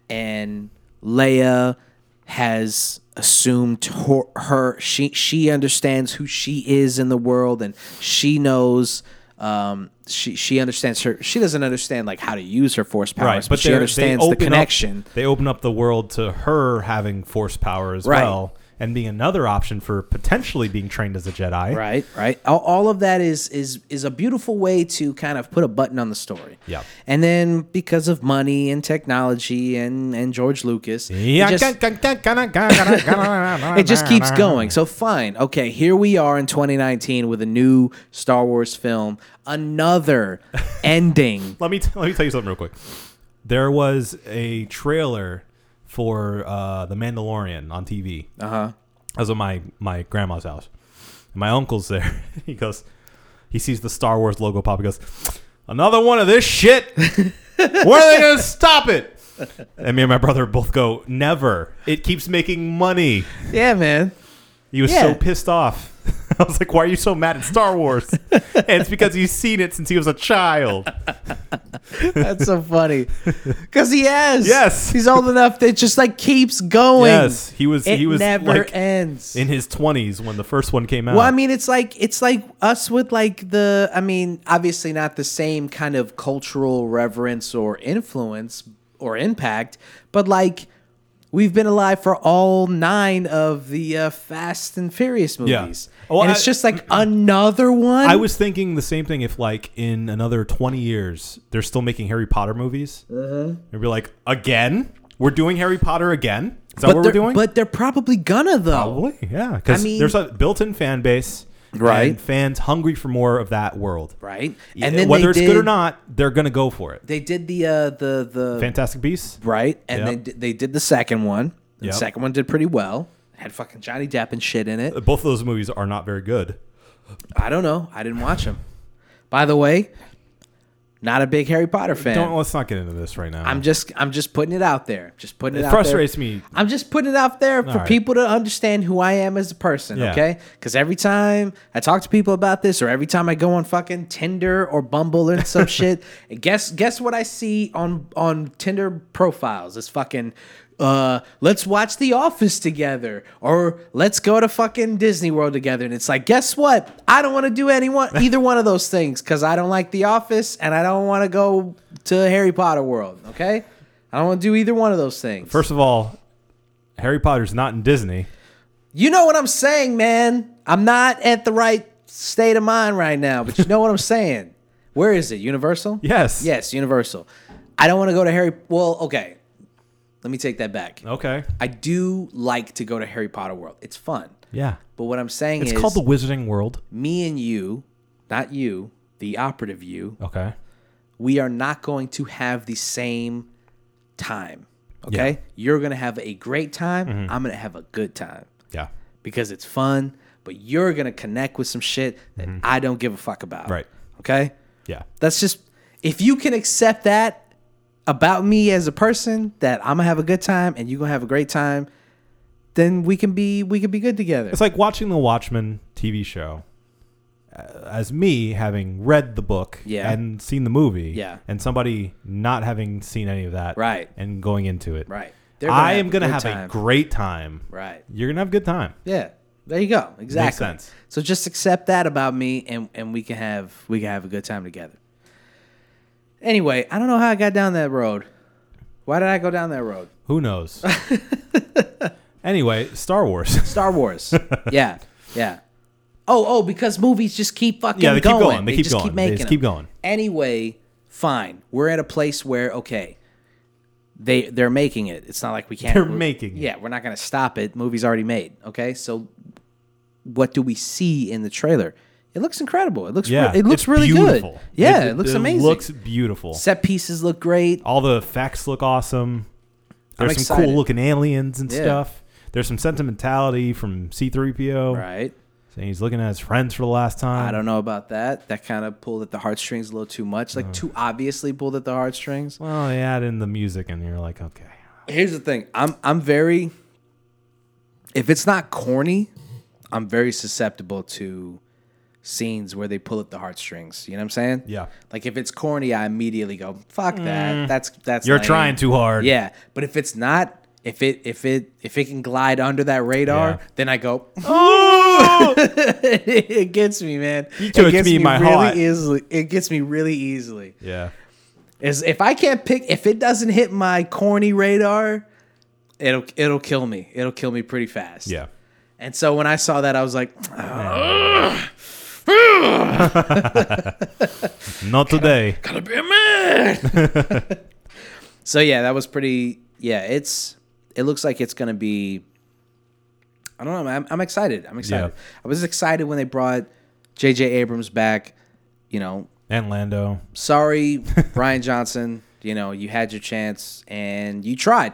A: And Leia has assumed her, her she she understands who she is in the world, and she knows. Um, she she understands her. She doesn't understand like how to use her force powers,
B: right,
A: but,
B: but
A: she
B: they're-
A: understands
B: they
A: the
B: open up-
A: connection.
B: they open up the world to her having force power as
A: Right.
B: well, and being another option for potentially being trained as a Jedi.
A: right right all, all of that is is is a beautiful way to kind of put a button on the story
B: Yeah.
A: and then because of money and technology and and george lucas
B: Yeah.
A: it, just, it just keeps going so fine okay here we are in 2019 with a new star wars film another ending
B: Let me t- let me tell you something real quick. There was a trailer for uh, the Mandalorian on TV. Uh huh. I was at my my grandma's house. And my uncle's there. he goes, he sees the Star Wars logo pop. He goes, another one of this shit. when are they gonna stop it? And me and my brother both go, never. It keeps making money.
A: yeah man
B: He was
A: Yeah.
B: so pissed off. I was like, why are you so mad at Star Wars? and it's because he's seen it since he was a child.
A: That's so funny. Because he has.
B: Yes.
A: He's old enough that it just like keeps going.
B: Yes, he was.
A: It
B: he was
A: never
B: like
A: ends.
B: in his twenties when the first one came out.
A: Well, I mean, it's like it's like us with like the. I mean, obviously not the same kind of cultural reverence or influence or impact, but like we've been alive for all nine of the uh, Fast and Furious
B: Yeah.
A: movies,
B: Well,
A: and it's
B: I-
A: just like another one.
B: I was thinking the same thing. If like in another twenty years they're still making Harry Potter movies,
A: Mm-hmm.
B: it'd be like again we're doing Harry Potter again. Is
A: but
B: that what
A: they're,
B: we're doing? Uh,
A: but they're probably gonna though.
B: Probably, yeah. Because
A: I mean-
B: there's a built-in fan base,
A: Right.
B: And fans hungry for more of that world,
A: Right,
B: Yeah, whether it's good or not, they're gonna go for it.
A: they did the uh, the the
B: Fantastic Beasts,
A: right? And
B: Yep.
A: they did, they did the second one. The
B: Yep.
A: second one did pretty well. Had fucking Johnny Depp and shit in it.
B: both of those movies are not very good.
A: I don't know. I didn't watch them. By the way, not a big Harry Potter fan.
B: Don't let's not get into this right now.
A: I'm just I'm just putting it out there. Just putting it,
B: It
A: out
B: frustrates
A: there.
B: me.
A: I'm just putting it out there for
B: All right.
A: people to understand who I am as a person,
B: Yeah.
A: okay? Cuz every time I talk to people about this or every time I go on fucking Tinder or Bumble and some shit, and guess guess what I see on on Tinder profiles? It's fucking uh, let's watch The Office together, or let's go to fucking Disney World together. And it's like, guess what? I don't want to do any one, either one of those things because I don't like The Office and I don't want to go to Harry Potter World. Okay, I don't want to do either one of those things.
B: First of all, Harry Potter's not in Disney.
A: you know what I'm saying, man? I'm not at the right state of mind right now, but you know what I'm saying. Where is it? Universal?
B: Yes.
A: Yes, Universal. I don't want to go to Harry. Well, okay. Let me take that back.
B: Okay.
A: I do like to go to Harry Potter World. It's fun.
B: Yeah.
A: But what I'm saying
B: It's
A: is
B: called the Wizarding World.
A: me and you, not you, the operative you,
B: Okay.
A: we are not going to have the same time. Okay?
B: Yeah. Mm-hmm.
A: You're going to have a great time. I'm going to have a good time
B: Yeah.
A: because it's fun, but you're going to connect with some shit that I don't give a fuck about.
B: Mm-hmm. Right.
A: Okay?
B: Yeah.
A: That's just if you can accept that about me as a person that I'm gonna have a good time and you're gonna have a great time, then we can be we can be good together.
B: It's like watching the Watchmen TV show. uh, As me having read the book
A: Yeah.
B: and seen the movie,
A: Yeah.
B: and somebody not having seen any of that,
A: Right.
B: and going into it,
A: right.
B: I am gonna have a
A: time.
B: great time.
A: right.
B: You're gonna have a good time.
A: Yeah. There you go. Exactly.
B: sense.
A: So just accept that about me and and we can have we can have a good time together. Anyway, I don't know how I got down that road. Why did I go down that road?
B: Who knows? anyway, Star Wars.
A: Star Wars. yeah, yeah. Oh, oh, because movies just keep fucking
B: Yeah, they keep
A: going.
B: going. They keep
A: just
B: going.
A: Keep
B: They
A: making
B: just
A: them.
B: keep going.
A: Anyway, fine. We're at a place where okay, they they're making it. It's not like we can't.
B: They're
A: we-
B: making it.
A: Yeah, we're not gonna stop it. Movie's already made. Okay, so what do we see in the trailer? It looks incredible. It looks
B: yeah,
A: re- it looks
B: it's
A: really
B: beautiful.
A: good. Yeah, it, looks amazing.
B: Looks beautiful.
A: Set pieces look great.
B: All the effects look awesome.
A: I'm
B: There's some
A: excited.
B: cool looking aliens and
A: Yeah.
B: stuff. There's some sentimentality from C-3PO.
A: Right.
B: Saying he's looking at his friends for the last time.
A: I don't know about that. That kind of pulled at the heartstrings a little too much.
B: Mm.
A: Like too obviously pulled at the heartstrings.
B: Well, they add in the music, and you're like, okay.
A: here's the thing. I'm I'm very if it's not corny, I'm very susceptible to scenes where they pull at the heartstrings. You know what I'm saying?
B: Yeah.
A: Like if it's corny, I immediately go, fuck that. That's that's
B: You're
A: lame."
B: trying too hard.
A: Yeah. But if it's not if it if it if it can glide under that radar,
B: Yeah.
A: then I go
B: Oh!
A: it gets me, man. You
B: took
A: it gets
B: me, my
A: really
B: heart.
A: easily. It gets me really easily.
B: yeah.
A: Is if I can't pick if it doesn't hit my corny radar, it'll it'll kill me. It'll kill me pretty fast.
B: Yeah.
A: And so when I saw that, I was like,
B: Not today.
A: "Gotta be a man." so yeah, that was pretty. Yeah, it's it looks like it's gonna be. I don't know. man. I'm, I'm excited. I'm excited. I was excited when they brought J.J. Abrams back. You know,
B: And Lando.
A: sorry, Brian Johnson. You know, you had your chance and you tried.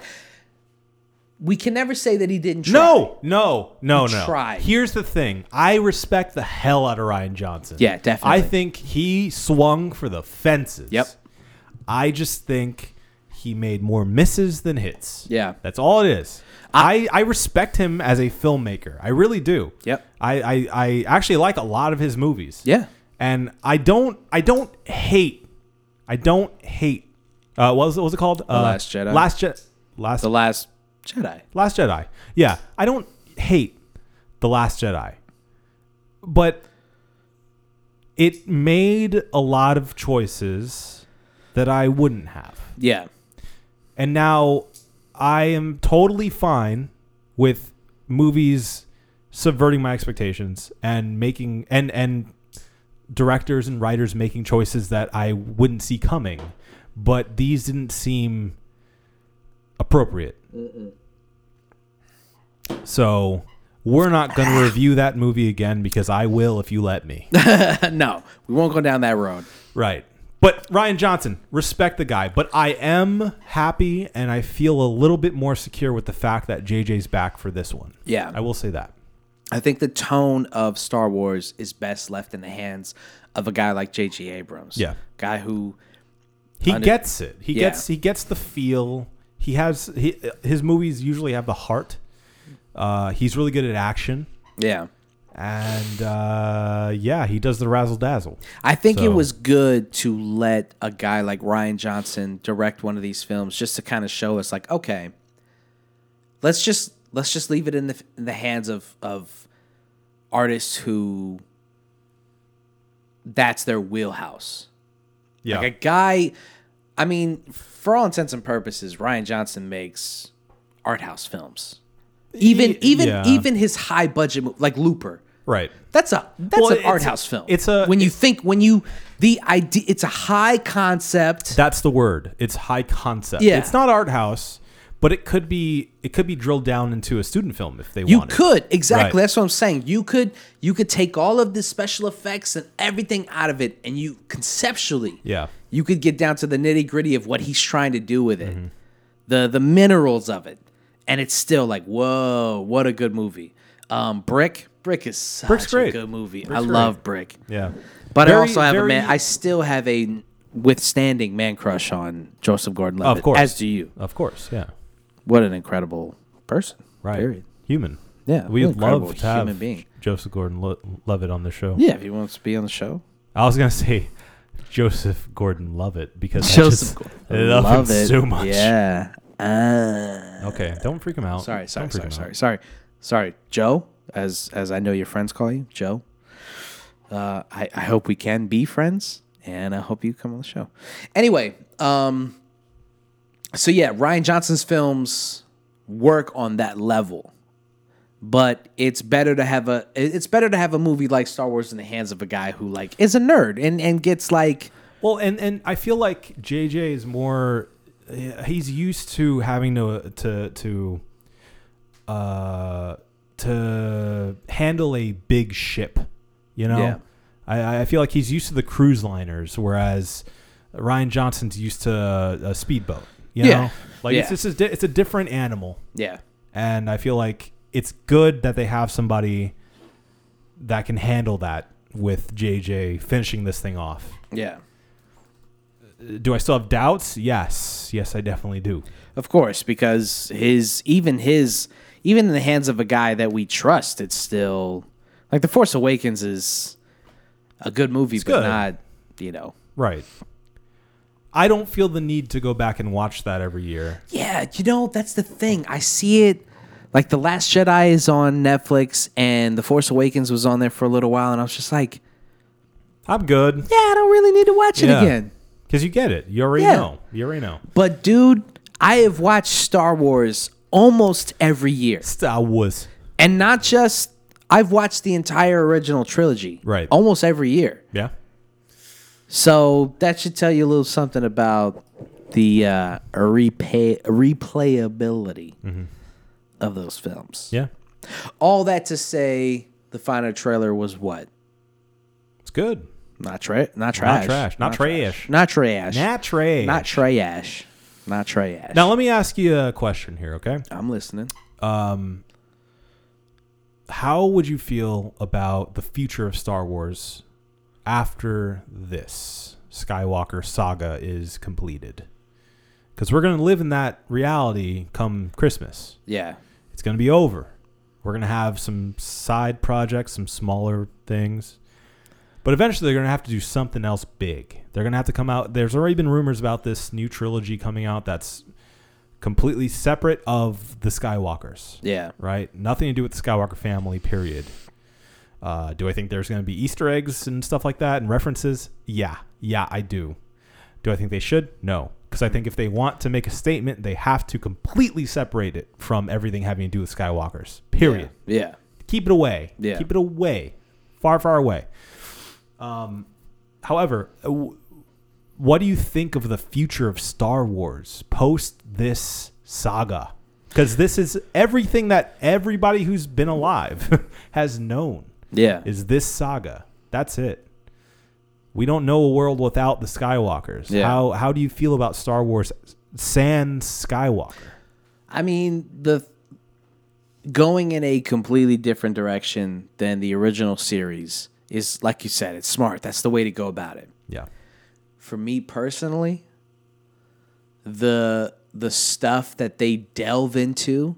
A: We can never say that he didn't try.
B: No, no, no,
A: He
B: no.
A: tried.
B: Here's the thing. I respect the hell out of Ryan Johnson.
A: Yeah, definitely.
B: I think he swung for the fences.
A: Yep.
B: I just think he made more misses than hits.
A: Yeah.
B: That's all it is. I, I respect him as a filmmaker. I really do.
A: Yep.
B: I, I, I actually like a lot of his movies.
A: Yeah.
B: And I don't I don't hate I don't hate. Uh, what was what was it called? The uh,
A: Last Jedi.
B: Last Jedi. Last
A: The Last Jedi.
B: Last Jedi. Yeah, I don't hate The Last Jedi. But it made a lot of choices that I wouldn't have.
A: Yeah.
B: And now I am totally fine with movies subverting my expectations and making and and directors and writers making choices that I wouldn't see coming. But these didn't seem appropriate. So we're not going to review that movie again because I will if you let me.
A: no, we won't go down that road.
B: Right. But Ryan Johnson, respect the guy. But I am happy and I feel a little bit more secure with the fact that JJ's back for this one.
A: Yeah.
B: I will say that.
A: I think the tone of Star Wars is best left in the hands of a guy like J.G. Abrams.
B: Yeah.
A: Guy who,
B: He
A: Under-
B: gets it. He
A: Yeah.
B: gets he gets the feel. He has he, his movies usually have the heart. Uh, he's really good at action.
A: yeah.
B: And uh, yeah, he does the razzle dazzle.
A: I think it
B: So-
A: was good to let a guy like Ryan Johnson direct one of these films just to kind of show us like, okay, let's just let's just leave it in the in the hands of of artists who that's their wheelhouse.
B: Yeah.
A: Like a guy, I mean, for all intents and purposes, Ryan Johnson makes art house films. Even
B: Ye-
A: even
B: yeah.
A: even his high budget mo- like Looper.
B: right.
A: That's a that's
B: Well,
A: an art
B: it's a-
A: house film.
B: it's a-
A: when you think when you the idea it's a high concept.
B: That's the word. It's high concept.
A: Yeah.
B: It's not art house, but it could be it could be drilled down into a student film if they
A: You
B: wanted.
A: could exactly.
B: Right.
A: That's what I'm saying. You could you could take all of the special effects and everything out of it, and you conceptually,
B: Yeah.
A: you could get down to the nitty gritty of what he's trying to do with
B: Mm-hmm.
A: it, the the minerals of it, and it's still like, whoa, what a good movie. Um, Brick, Brick is such
B: Brick's
A: a
B: great.
A: good movie. I
B: Brick's great.
A: love Brick.
B: Yeah.
A: But I
B: Very-
A: also have a
B: very-
A: man. I still have a withstanding man crush on Joseph Gordon-Levitt.
B: Of course.
A: as do you.
B: Of course, yeah.
A: What an incredible person.
B: Right.
A: Period.
B: Human.
A: Yeah,
B: We
A: what
B: would
A: an
B: love
A: incredible
B: to have
A: human being.
B: Joseph Gordon Lo- Levitt on the show.
A: Yeah, if he wants to be on the show.
B: I was gonna say Joseph Gordon Levitt because
A: Joseph
B: I just love, him
A: it.
B: so much.
A: Yeah. Ah.
B: Okay, don't freak him out.
A: Sorry, sorry,
B: Don't freak
A: sorry,
B: him
A: sorry,
B: out.
A: sorry, sorry, Joe. As as I know your friends call you, Joe. Uh, I I hope we can be friends, and I hope you come on the show. Anyway, um, so yeah, Ryan Johnson's films work on that level, but it's better to have a it- it's better to have a movie like Star Wars in the hands of a guy who like is a nerd and and gets like
B: Well, and and I feel like JJ is more. uh, He's used to having to to to uh, to handle a big ship. You know,
A: Yeah.
B: I I feel like he's used to the cruise liners, whereas Ryan Johnson's used to a speedboat. You
A: Yeah.
B: know, like it's
A: Yeah.
B: just a, di- it's a different animal
A: yeah
B: and I feel like it's good that they have somebody that can handle that with JJ finishing this thing off.
A: yeah
B: Do I still have doubts? Yes, yes, I definitely do.
A: Of course, because his even his even in the hands of a guy that we trust, it's still like The Force Awakens is a good movie, but
B: good.
A: not you know.
B: Right. I don't feel the need to go back and watch that every year.
A: Yeah, you know that's the thing. I see it like The Last Jedi is on Netflix, and The Force Awakens was on there for a little while, and I was just like,
B: I'm good
A: yeah, I don't really need to watch it
B: Yeah.
A: again.
B: because you get it. You already
A: Yeah.
B: know. You already know.
A: But dude, I have watched Star Wars almost every year.
B: Star Wars.
A: and not just I've watched the entire original trilogy,
B: Right.
A: Almost every year,
B: Yeah.
A: so that should tell you a little something about the uh, replay replayability
B: Mm-hmm.
A: of those films.
B: Yeah.
A: All that to say, the final trailer was what?
B: It's good.
A: Not tra- not trash,
B: Not trash.
A: not
B: Not, trash.
A: trash,
B: Not trash.
A: not trash, not trash.
B: now let me ask you a question here, okay?
A: I'm listening.
B: how would you feel about the future of Star Wars after this Skywalker saga is completed? Because we're going to live in that reality come Christmas.
A: Yeah,
B: It's going to be over. We're going to have some side projects, some smaller things. But eventually, they're going to have to do something else big. They're going to have to come out. There's already been rumors about this new trilogy coming out that's completely separate of the Skywalkers,
A: Yeah.
B: right? Nothing to do with the Skywalker family, period. Uh, do I think there's going to be Easter eggs and stuff like that and references? Yeah. Yeah, I do. Do I think they should? No. Because I think if they want to make a statement, they have to completely separate it from everything having to do with Skywalkers, period
A: Yeah.
B: keep it away.
A: Yeah.
B: Keep it away. Far, far away. Um, however, uh, w- what do you think of the future of Star Wars post this saga? Because this is everything that everybody who's been alive has known
A: Yeah.
B: is this saga. That's it. We don't know a world without the Skywalkers.
A: Yeah.
B: How how do you feel about Star Wars sans Skywalker?
A: I mean, the going in a completely different direction than the original series is like you said, it's smart. That's the way to go about it.
B: Yeah.
A: For me personally, the the stuff that they delve into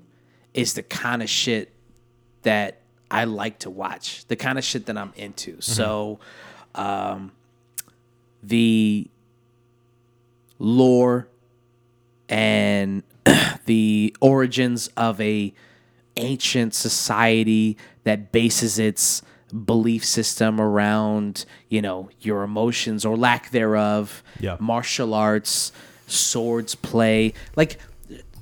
A: is the kind of shit that I like to watch, the kind of shit that I'm into. So, um, the lore and the origins of a ancient society that bases its belief system around you know your emotions or lack thereof
B: Yeah.
A: martial arts swords play like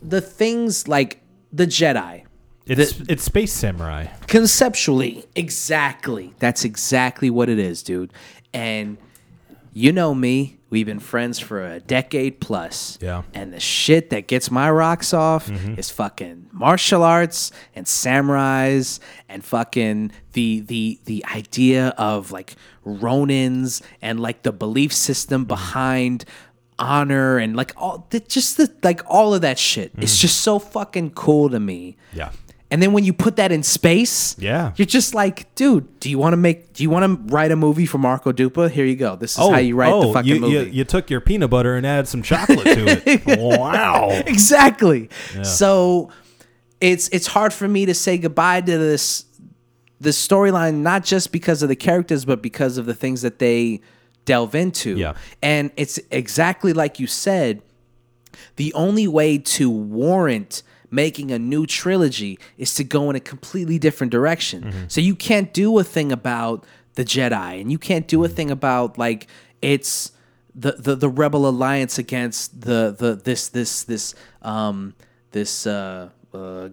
A: the things like the jedi
B: It's it's Space Samurai.
A: conceptually exactly that's exactly what it is dude and you know me we've been friends for a decade plus
B: Yeah. Mm-hmm.
A: and the shit that gets my rocks off is fucking martial arts and samurais and fucking the the the idea of like ronins and like the belief
B: Mm-hmm.
A: system behind honor and like all the, just the like all of that shit it's just so fucking cool to me
B: Mm. Yeah.
A: and then when you put that in space,
B: Yeah.
A: you're just like, dude, do you want to make? Do you want to write a movie for Marco Dupa? Here you go. This is how you write the fucking
B: Oh, you,
A: movie.
B: You, you took your peanut butter and added some chocolate to it. wow.
A: exactly. So it's it's hard for me to say goodbye to this this storyline, not just because of the characters, but because of the things that they delve into.
B: Yeah.
A: And it's exactly like you said. The only way to warrant making a new trilogy is to go in a completely different direction.
B: Mm-hmm.
A: So you can't do a thing about the Jedi, and you can't do a
B: Mm-hmm.
A: thing about like it's the the, the Rebel Alliance against the the this this this um this uh, uh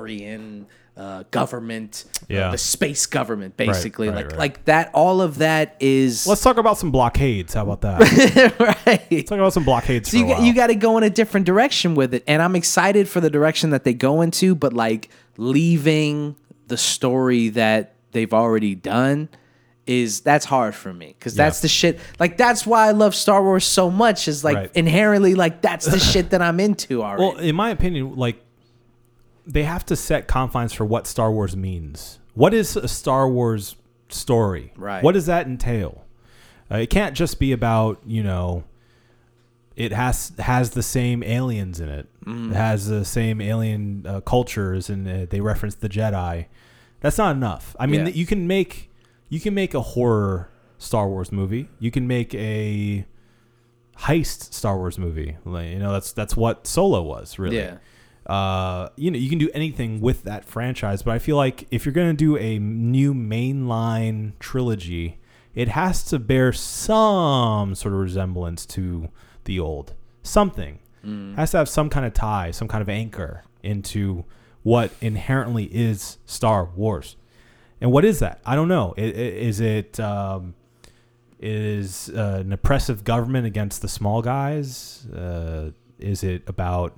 A: Gregorian. Uh, government, uh,
B: Yeah.
A: the space government, basically,
B: right,
A: like
B: right.
A: like that. All of that is
B: Let's talk about some blockades. How about that? Let's
A: right.
B: talk about some blockades.
A: So
B: for
A: you,
B: a
A: got-
B: while.
A: you got to go in a different direction with it, and I'm excited for the direction that they go into, but like leaving the story that they've already done is that's hard for me because that's the shit. Like that's why I love Star Wars so much. Is like
B: Right.
A: inherently like that's the shit that I'm into already.
B: well, in my opinion, like they have to set confines for what Star Wars means. What is a Star Wars story?
A: Right.
B: What does that entail? Uh, it can't just be about you know. It has has the same aliens in it.
A: Mm.
B: It has the same alien uh, cultures, and uh, they reference the Jedi. That's not enough. I mean,
A: Yeah.
B: th- you can make you can make a horror Star Wars movie. You can make a heist Star Wars movie. Like, you know, that's that's what Solo was really.
A: Yeah.
B: Uh, you know, you can do anything with that franchise, but I feel like if you're gonna do a new mainline trilogy, it has to bear some sort of resemblance to the old. Something has to have some kind of tie, some kind of anchor into what inherently is Star Wars. And what is that? I don't know. I- i- Is it um, is uh, an oppressive government against the small guys? Uh, is it about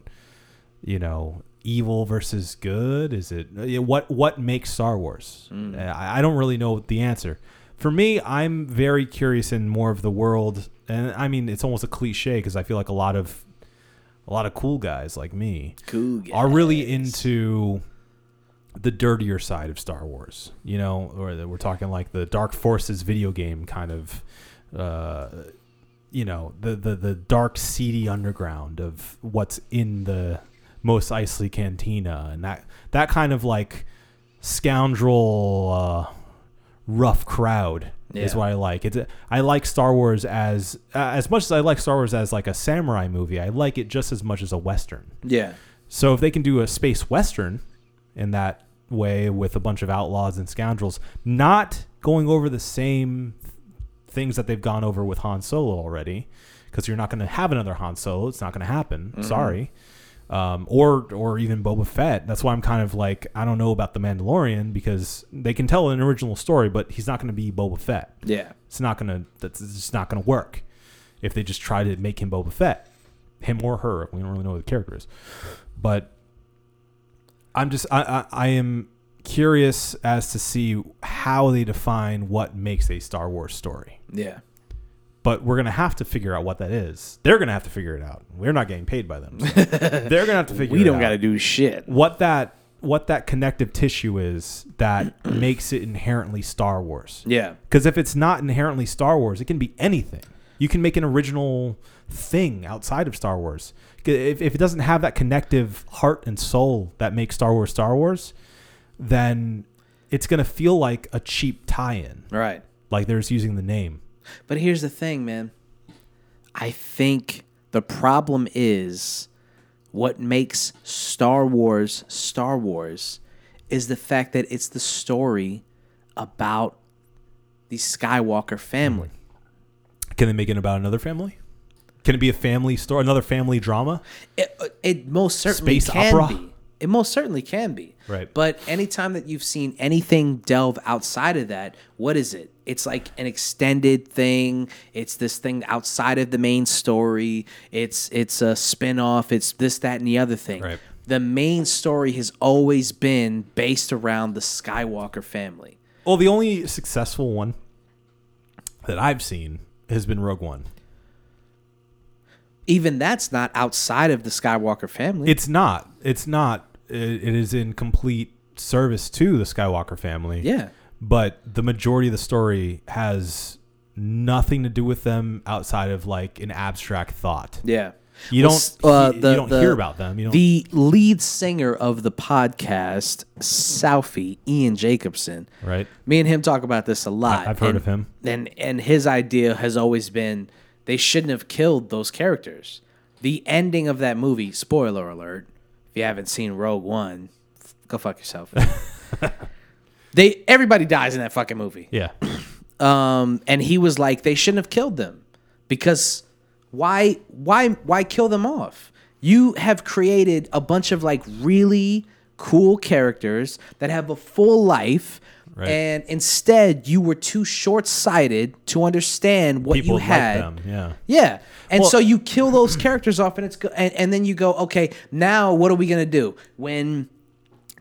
B: you know evil versus good? Is it uh, yeah, what what makes Star Wars? Uh, I, I don't really know the answer. For me, I'm very curious in more of the world, and I mean it's almost a cliche because I feel like a lot of a lot of cool guys like me
A: Cool
B: are really
A: guys.
B: into the dirtier side of Star Wars, you know, or that we're talking like the Dark Forces video game kind of, uh, you know, the, the the dark, seedy underground of what's in the Mos Eisley Cantina and that that kind of like scoundrel, uh, rough crowd is
A: Yeah.
B: what I like. It's a, I like Star Wars as uh, as much as I like Star Wars as like a samurai movie. I like it just as much as a western.
A: Yeah.
B: So if they can do a space western in that way with a bunch of outlaws and scoundrels, not going over the same th- things that they've gone over with Han Solo already, because you're not going to have another Han Solo. It's not going to happen. Sorry. Um, or or even Boba Fett. That's why I'm kind of like I don't know about the Mandalorian because they can tell an original story, but he's not going to be Boba Fett.
A: Yeah.
B: It's not gonna. That's it's just not gonna work if they just try to make him Boba Fett, him or her. We don't really know what the character is, but I'm just I I, I am curious as to see how they define what makes a Star Wars story.
A: Yeah.
B: But we're gonna have to figure out what that is. They're gonna have to figure it out. We're not getting paid by them. so they're gonna have to figure.
A: We
B: it
A: don't
B: out
A: got to do shit.
B: what that what that connective tissue is that makes it inherently Star Wars.
A: Yeah.
B: Because if it's not inherently Star Wars, it can be anything. You can make an original thing outside of Star Wars. 'Cause If, if it doesn't have that connective heart and soul that makes Star Wars Star Wars, then it's going to feel like a cheap tie in.
A: Right.
B: Like they're just using the name.
A: But here's the thing, man. I think the problem is what makes Star Wars Star Wars is the fact that it's the story about the Skywalker family.
B: Can they make it about another family? Can it be a family story, another family drama?
A: It, uh, it most certainly
B: Space
A: can
B: opera?
A: be. It most certainly can be.
B: Right.
A: But anytime that you've seen anything delve outside of that, what is it? It's like an extended thing. It's this thing outside of the main story. It's it's a spin-off. It's this, that, and the other thing.
B: Right.
A: The main story has always been based around the Skywalker family.
B: Well, the only successful one that I've seen has been Rogue One.
A: Even that's not outside of the Skywalker family.
B: It's not. It's not. It, it is in complete service to the Skywalker family.
A: yeah.
B: But the majority of the story has nothing to do with them outside of like an abstract thought.
A: Yeah.
B: You
A: Well,
B: don't
A: s- uh,
B: he-
A: the-
B: you don't
A: the-
B: hear about them. You don't
A: The lead singer of the podcast, Southie Ian Jacobson.
B: right?
A: Me and him talk about this a lot.
B: I- I've heard
A: and-
B: of him.
A: And and his idea has always been they shouldn't have killed those characters. The ending of that movie, spoiler alert, if you haven't seen Rogue One, f- go fuck yourself. they everybody dies in that fucking movie.
B: Yeah.
A: Um, and he was like, they shouldn't have killed them because why, why, why kill them off? You have created a bunch of like really cool characters that have a full life.
B: Right.
A: And instead, you were too short-sighted to understand what
B: People
A: you
B: like
A: had.
B: them. Yeah.
A: Yeah. And
B: Well-
A: so you kill those characters off and it's go- and, and then you go, okay, now what are we going to do? When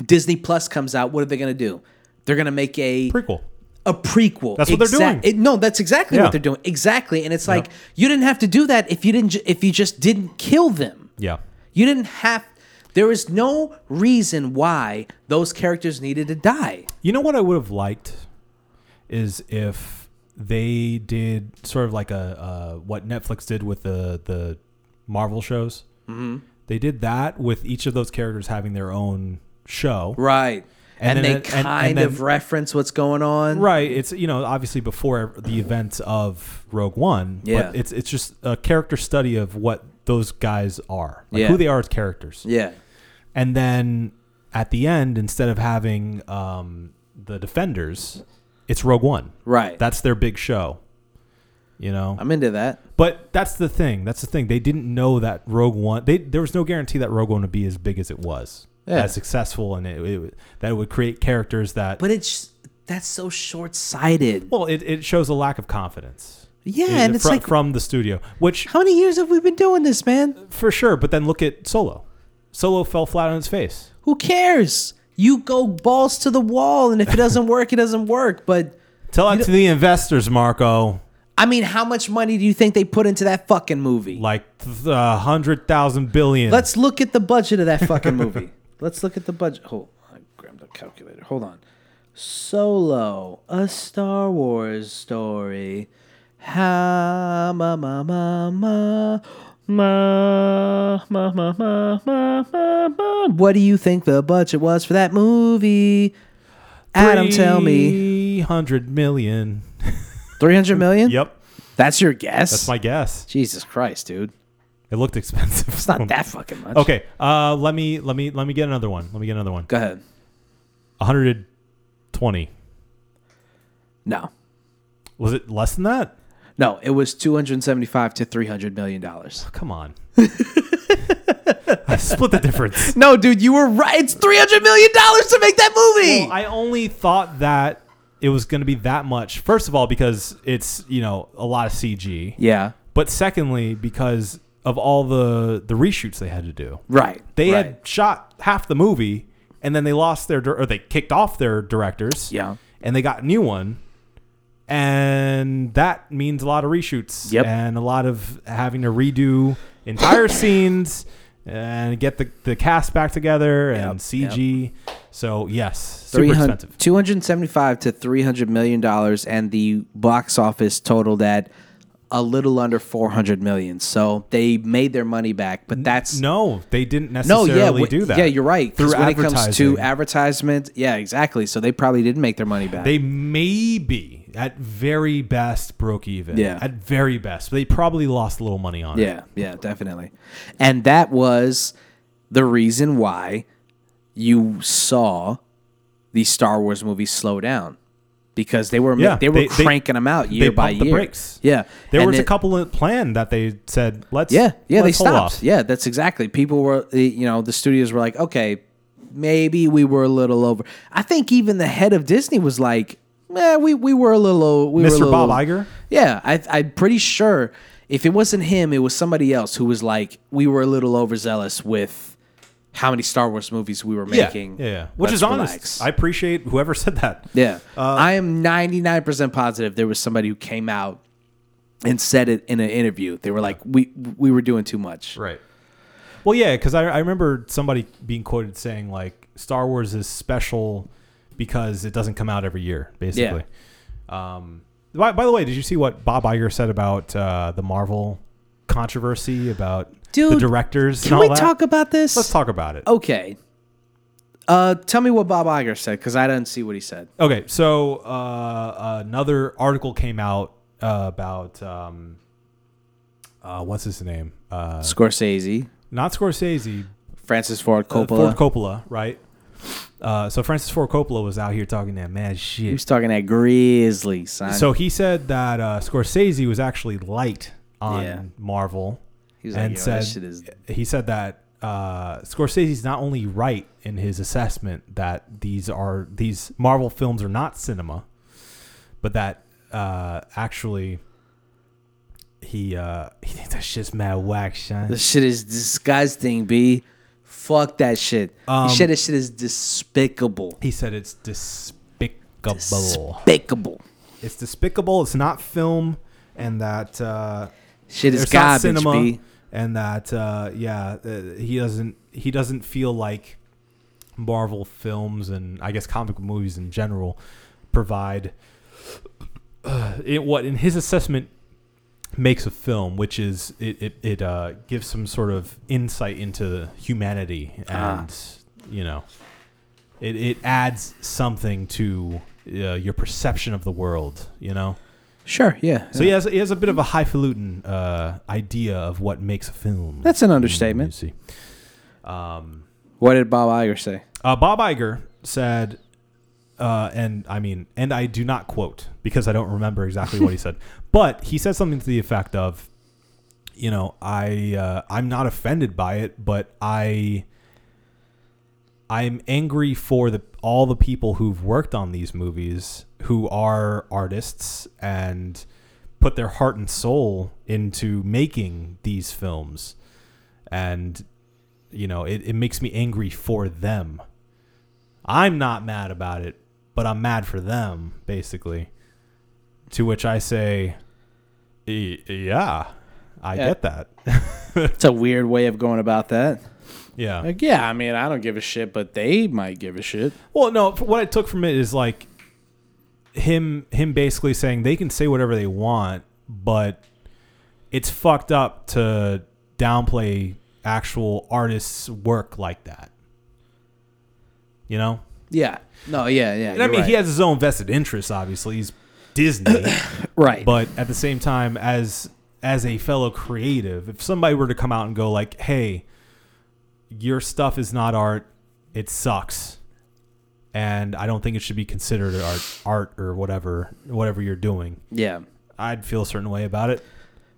A: Disney Plus comes out, what are they going to do? They're going to make a
B: Prequel.
A: a prequel.
B: That's what they're doing.
A: It- no, that's exactly
B: Yeah.
A: what they're doing. Exactly, and it's like you didn't have to do that if you didn't. ju- If you just didn't kill them,
B: Yeah.
A: you didn't have. There is no reason why those characters needed to die.
B: You know what I would have liked is if they did sort of like a uh, what Netflix did with the the Marvel shows. Mm-hmm. They did that with each of those characters having their own show.
A: Right. And,
B: And then
A: they
B: it- and- and
A: kind
B: then-
A: of reference what's going on.
B: Right. It's you know obviously before the events of Rogue One.
A: Yeah.
B: But it's it's just a character study of what those guys are, like
A: Yeah.
B: who they are as characters.
A: Yeah.
B: And then at the end, instead of having um, the Defenders, it's Rogue One.
A: Right.
B: That's their big show. You know.
A: I'm into that.
B: But that's the thing. That's the thing. They didn't know that Rogue One. They there was no guarantee that Rogue One would be as big as it was,
A: Yeah.
B: as successful, and it, it would- that it would create characters that.
A: But it's that's so short-sighted.
B: well, it, it shows a lack of confidence.
A: Yeah,
B: It-
A: and it's
B: fro-
A: like-
B: from the studio, which
A: How many years have we been doing this, man?
B: for sure. But then look at Solo. Solo fell flat on its face.
A: Who cares? You go balls to the wall, and if it doesn't work, it doesn't work. But
B: Tell that to the investors, Marco.
A: I mean, how much money do you think they put into that fucking movie?
B: Like th- uh, hundred thousand billion.
A: Let's look at the budget of that fucking movie. Let's look at the budget. Hold on. I grabbed a calculator. Hold on. Solo, a Star Wars story. Ha ma ma ma ma ma ma ma ma ma ma ma. What do you think the budget was for that movie? Adam, tell me.
B: Hundred million.
A: Three hundred million.
B: Yep,
A: That's your guess.
B: that's my guess.
A: Jesus Christ, dude.
B: It looked expensive.
A: It's not that fucking much.
B: Okay, uh, let me let me let me get another one. Let me get another one.
A: Go ahead.
B: 120.
A: No.
B: Was it less than that?
A: No, it was 275 to 300 million dollars.
B: Come on. I split the difference.
A: No, dude, you were right. It's 300 million dollars to make that movie.
B: Well, I only thought that it was going to be that much. First of all, because it's you know a lot of CG,
A: yeah.
B: but secondly because of all the the reshoots they had to do.
A: Right.
B: They
A: right.
B: had shot half the movie and then they lost their dir- or they kicked off their directors.
A: Yeah.
B: and they got a new one. And that means a lot of reshoots
A: Yep.
B: and a lot of having to redo entire scenes and get the, the cast back together and
A: Yep,
B: CG. So, yes, super
A: 300,
B: expensive.
A: 275 to 300 million dollars and the box office totaled at a little under 400 million. So they made their money back, but that's
B: No, they didn't
A: No,
B: necessarily
A: yeah, w-
B: do that.
A: yeah, you're right. 'cause
B: Through
A: when it
B: advertising.
A: comes to advertisement, yeah, exactly. So they probably did make their money back.
B: They maybe at very best broke even.
A: Yeah.
B: At very best. They probably lost a little money on it.
A: Yeah, yeah, definitely. And that was the reason why you saw the Star Wars movies slow down because they were
B: Yeah,
A: they were
B: they- they-
A: cranking them out year
B: they
A: by
B: pumped the
A: year.
B: brakes.
A: Yeah,
B: There
A: and
B: was a
A: it-
B: couple of plan that they said, let's
A: Yeah, yeah,
B: let's
A: they
B: hold
A: stopped.
B: off.
A: Yeah, that's exactly. People were, eh, you know, the studios were like, okay, maybe we were a little over. I think even the head of Disney was like, eh, we we were a little. o- We were a
B: Mr. Bob
A: little-
B: Iger?
A: Yeah, I, I'm pretty sure if it wasn't him, it was somebody else who was like, we were a little overzealous with how many Star Wars movies we were making.
B: Yeah, yeah. which
A: Let's
B: is honest.
A: relax.
B: I Uh, appreciate whoever said that.
A: Yeah. I am 99% positive there was somebody who came out and said it in an interview. They were like, we we were doing too much.
B: Right. Well, yeah, because I, I remember somebody being quoted saying like Star Wars is special because it doesn't come out every year, basically. Um, by, by the way, did you see what Bob Iger said about uh, the Marvel controversy about the
A: Dude,
B: directors and
A: Can
B: all
A: we
B: that?
A: talk about this?
B: Let's talk about it.
A: Okay. Uh, tell me what Bob Iger said because I didn't see what he said.
B: Okay, so uh, another article came out uh, about um, uh, what's his name? Uh,
A: Scorsese,
B: not Scorsese,
A: Francis Ford
B: uh,
A: Coppola.
B: Ford Coppola, right? Uh, so Francis Ford Coppola was out here talking that mad
A: he was
B: shit.
A: talking at Grizzly, son.
B: So he said that uh, Scorsese was actually light on
A: Yeah.
B: Marvel,
A: he was
B: and
A: like, Yo,
B: said
A: that shit is
B: he said that uh, Scorsese's not only right in his assessment that these are these Marvel films are not cinema, but that uh, actually he uh, he thinks that shit's mad whack, son.
A: this shit is disgusting. B, fuck that shit.
B: Um,
A: he said this shit is despicable.
B: He said it's despicable.
A: Despicable.
B: it's despicable. It's not film, and that uh,
A: Shit is
B: it's
A: garbage.
B: not cinema,
A: B.
B: and that uh, yeah, uh, he doesn't he doesn't feel like Marvel films and I guess comic book movies in general provide uh, it, what in his assessment makes a film, which is it it, it uh, gives some sort of insight into humanity and
A: Ah.
B: you know it, it adds something to uh, your perception of the world, you know.
A: Sure. Yeah.
B: So he has he has a bit of a highfalutin uh, idea of what makes a film.
A: That's an understatement.
B: You see. Um,
A: What did Bob Iger say?
B: uh, Bob Iger said, uh, and I mean, and I do not quote because I don't remember exactly what he said, but he said something to the effect of, you know, I uh, I'm not offended by it, but I I'm angry for the all the people who've worked on these movies who are artists and put their heart and soul into making these films and you know it, it makes me angry for them i'm not mad about it but i'm mad for them basically to which i say "Y- yeah i
A: Yeah.
B: get that
A: It's a weird way of going about that.
B: yeah
A: Like, yeah, I mean, I don't give a shit, but they might give a shit.
B: Well, no, f- what I took from it is like him him basically saying they can say whatever they want, but it's fucked up to downplay actual artists' work like that. You know?
A: Yeah. No. Yeah. Yeah.
B: And I
A: you're
B: mean, he
A: right.
B: has his own vested interests obviously. He's Disney,
A: Right.
B: but at the same time, as as a fellow creative, if somebody were to come out and go like, "Hey, your stuff is not art. It sucks." And I don't think it should be considered art, art or whatever, whatever you're doing.
A: yeah.
B: I'd feel a certain way about it.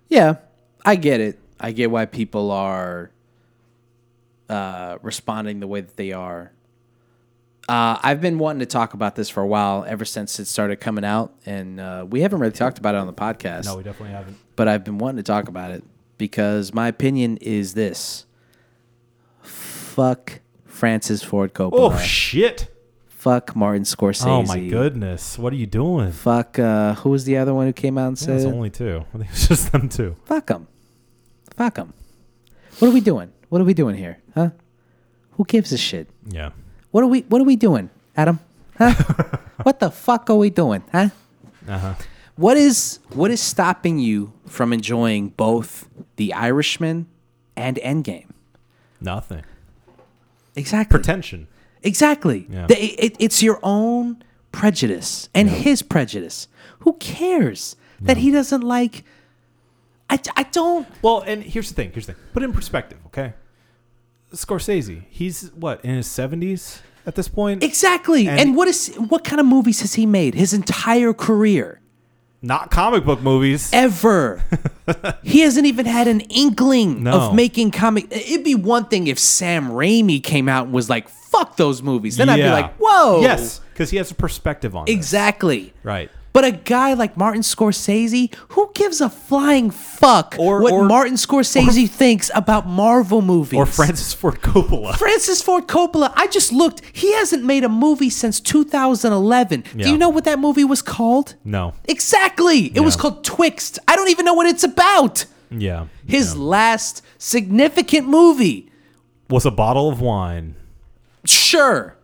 A: Yeah. I get it. I get why people are uh, responding the way that they are. Uh, I've been wanting to talk about this for a while, ever since it started coming out, and uh, we haven't really talked about it on the podcast.
B: No, we definitely haven't.
A: but I've been wanting to talk about it because my opinion is this: fuck Francis Ford
B: Oh
A: Coppola,
B: shit!
A: fuck Martin Scorsese,
B: Oh my goodness! What are you doing?
A: fuck uh, who was the other one who came out and
B: That's
A: said,
B: only two. I think it's just them two.
A: fuck them, fuck them. What are we doing? What are we doing here, huh? Who gives a shit?
B: Yeah.
A: What are we? What are we doing, Adam? Huh? what the fuck are we doing, huh?
B: Uh huh.
A: What is what is stopping you from enjoying both The Irishman and Endgame?
B: Nothing.
A: Exactly.
B: Pretension.
A: Exactly.
B: Yeah.
A: They- it- it's your own prejudice and his prejudice. Who cares that he doesn't like? I, I don't.
B: Well, and here's the thing. Here's the thing. Put it in perspective, okay? Scorsese. He's what in his seventies at this point.
A: Exactly. And,
B: And-
A: what is what kind of movies has he made his entire career?
B: Not comic book movies.
A: Ever. he hasn't even had an inkling
B: No.
A: of making comic. It'd be one thing if Sam Raimi came out and was like, fuck those movies. Then I'd be
B: Yeah.
A: like, whoa.
B: Yes, because he has a perspective on this.
A: Exactly.
B: Right.
A: But a guy like Martin Scorsese, who gives a flying fuck
B: Or-
A: what
B: or-
A: Martin Scorsese thinks about Marvel movies?
B: Or Francis Ford Coppola.
A: Francis Ford Coppola, I just looked. He hasn't made a movie since 2011. Do
B: Yeah.
A: you know what that movie was called?
B: No.
A: Exactly. It was
B: Yeah.
A: called Twixt. I don't even know what it's about.
B: Yeah.
A: His
B: Yeah.
A: last significant movie.
B: was a bottle of wine.
A: Sure.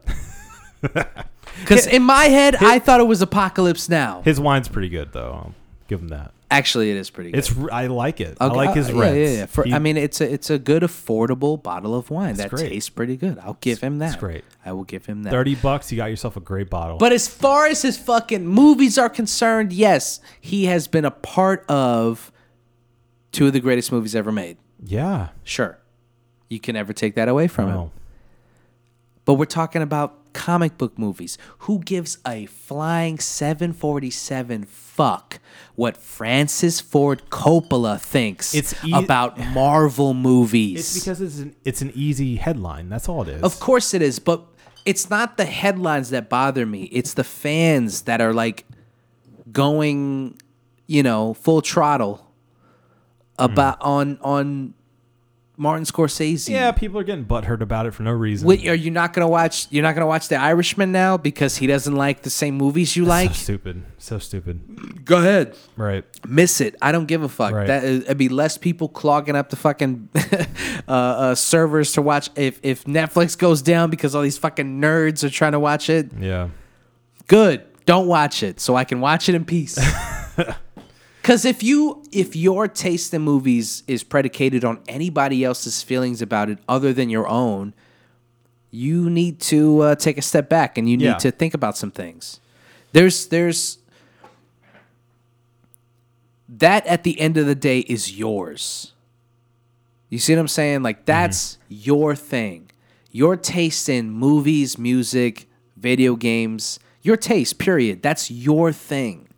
A: Because in my head, I thought it was Apocalypse Now.
B: His wine's pretty good though. I'll give him that.
A: Actually, it is pretty good.
B: It's I like it.
A: I'll-
B: I like
A: I'll-
B: his
A: uh, yeah,
B: reds.
A: Yeah, yeah. For,
B: He-
A: I mean, it's a it's a good affordable bottle of wine that
B: great.
A: tastes pretty good. I'll give him that.
B: it's great.
A: I will give him that.
B: thirty bucks, you got yourself a great bottle.
A: But as far as his fucking movies are concerned, yes, he has been a part of two of the greatest movies ever made.
B: yeah.
A: Sure, you can never take that away from him.
B: No.
A: But we're talking about comic book movies. Who gives a flying 747 fuck what Francis Ford Coppola thinks
B: It's e-
A: about Marvel movies?
B: It's because it's an it's an easy headline. That's all it is.
A: Of course it is, but it's not the headlines that bother me. It's the fans that are like going, you know, full throttle about on on Martin Scorsese.
B: Yeah, people are getting butthurt about it for no reason.
A: Wait, are you not gonna watch? You're not gonna watch The Irishman now because he doesn't like the same movies you like.
B: so stupid. So stupid.
A: Go ahead,
B: Right.
A: miss it. I don't give a fuck.
B: Right.
A: That uh, it'd be less people clogging up the fucking uh, uh, servers to watch. If if Netflix goes down because all these fucking nerds are trying to watch it,
B: Yeah.
A: good don't watch it so i can watch it in peace because if you if your taste in movies is predicated on anybody else's feelings about it other than your own you need to uh, take a step back and you need
B: Yeah.
A: to think about some things there's there's that at the end of the day is yours you see what i'm saying like that's your thing your taste in movies music video games your taste period that's your thing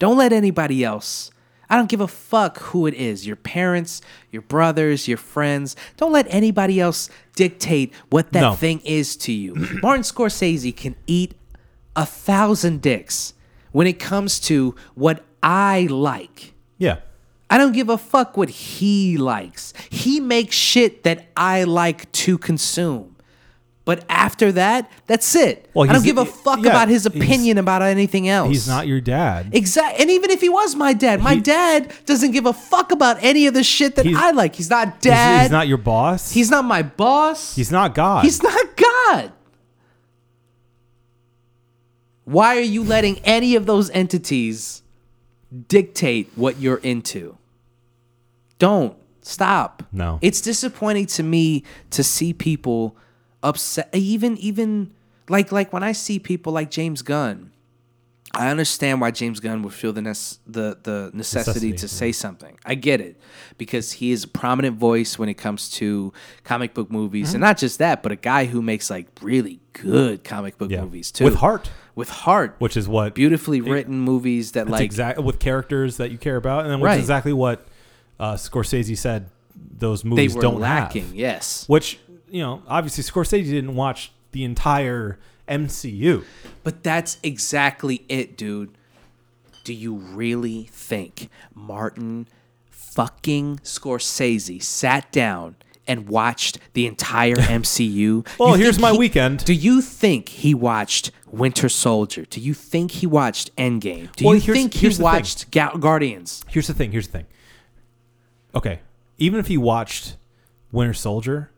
A: don't let anybody else. I don't give a fuck who it is your parents, your brothers, your friends. Don't let anybody else dictate what that
B: No.
A: thing is to you. Martin Scorsese can eat a thousand dicks when it comes to what I like.
B: Yeah.
A: I don't give a fuck what he likes. He makes shit that I like to consume. But after that, that's it.
B: Well,
A: I don't
B: he's-
A: give a fuck
B: yeah,
A: about his
B: he's-
A: opinion about anything else.
B: He's not your dad.
A: Exactly. And even if he was my dad, my
B: He-
A: dad doesn't give a fuck about any of the shit that
B: He's-
A: I like. He's not
B: He's-
A: dad.
B: He's, not your boss.
A: my boss.
B: he's not God.
A: He's not God. Why are you letting any of those entities dictate what you're into? Don't stop.
B: No.
A: It's disappointing to me to see people upset even even like like when I see people like James Gunn I understand why James Gunn would feel the nes- the the necessity,
B: Necessity,
A: to say something. I get it because he is a prominent voice when it comes to comic book
B: Mm-hmm.
A: movies, and not just that, but a guy who makes like really good comic book
B: Yeah.
A: movies too,
B: With heart.
A: with heart,
B: which is what
A: beautifully written movies that
B: It's
A: like
B: exact with characters that you care about, and then which
A: Right.
B: is exactly what uh, Scorsese said those
A: they
B: movies
A: were
B: don't
A: lacking.
B: have.
A: Yes,
B: Which you know, obviously Scorsese didn't watch the entire MCU.
A: But that's exactly it, dude. Do you really think Martin fucking Scorsese sat down and watched the entire MCU?
B: Well,
A: You
B: here's
A: think
B: my
A: he-
B: weekend.
A: Do you think he watched Winter Soldier? Do you think he watched Endgame? Do
B: Well,
A: you
B: here's-
A: think he
B: here's the thing.
A: watched Ga- Guardians?
B: Here's the thing. Here's the thing. Okay, even if he watched Winter Soldier,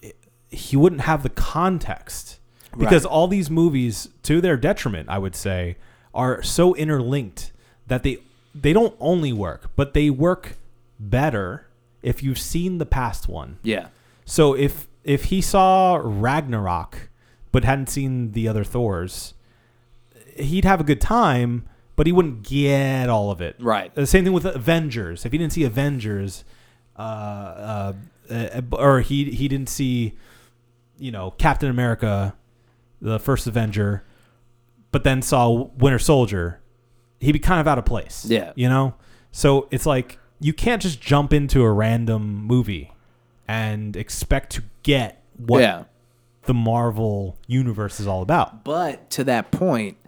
B: it- he wouldn't have the context because
A: Right.
B: all these movies, to their detriment, I would say, are so interlinked that they they don't only work, but they work better if you've seen the past one.
A: Yeah.
B: So if if he saw Ragnarok but hadn't seen the other Thors, he'd have a good time, but he wouldn't get all of it.
A: Right.
B: The same thing with Avengers. If he didn't see Avengers, uh, uh, uh, or he he didn't see, you know, Captain America, the first Avenger, but then saw Winter Soldier, he'd be kind of out of place.
A: Yeah.
B: You know? So it's like you can't just jump into a random movie and expect to get what
A: Yeah.
B: the Marvel universe is all about.
A: But to that point,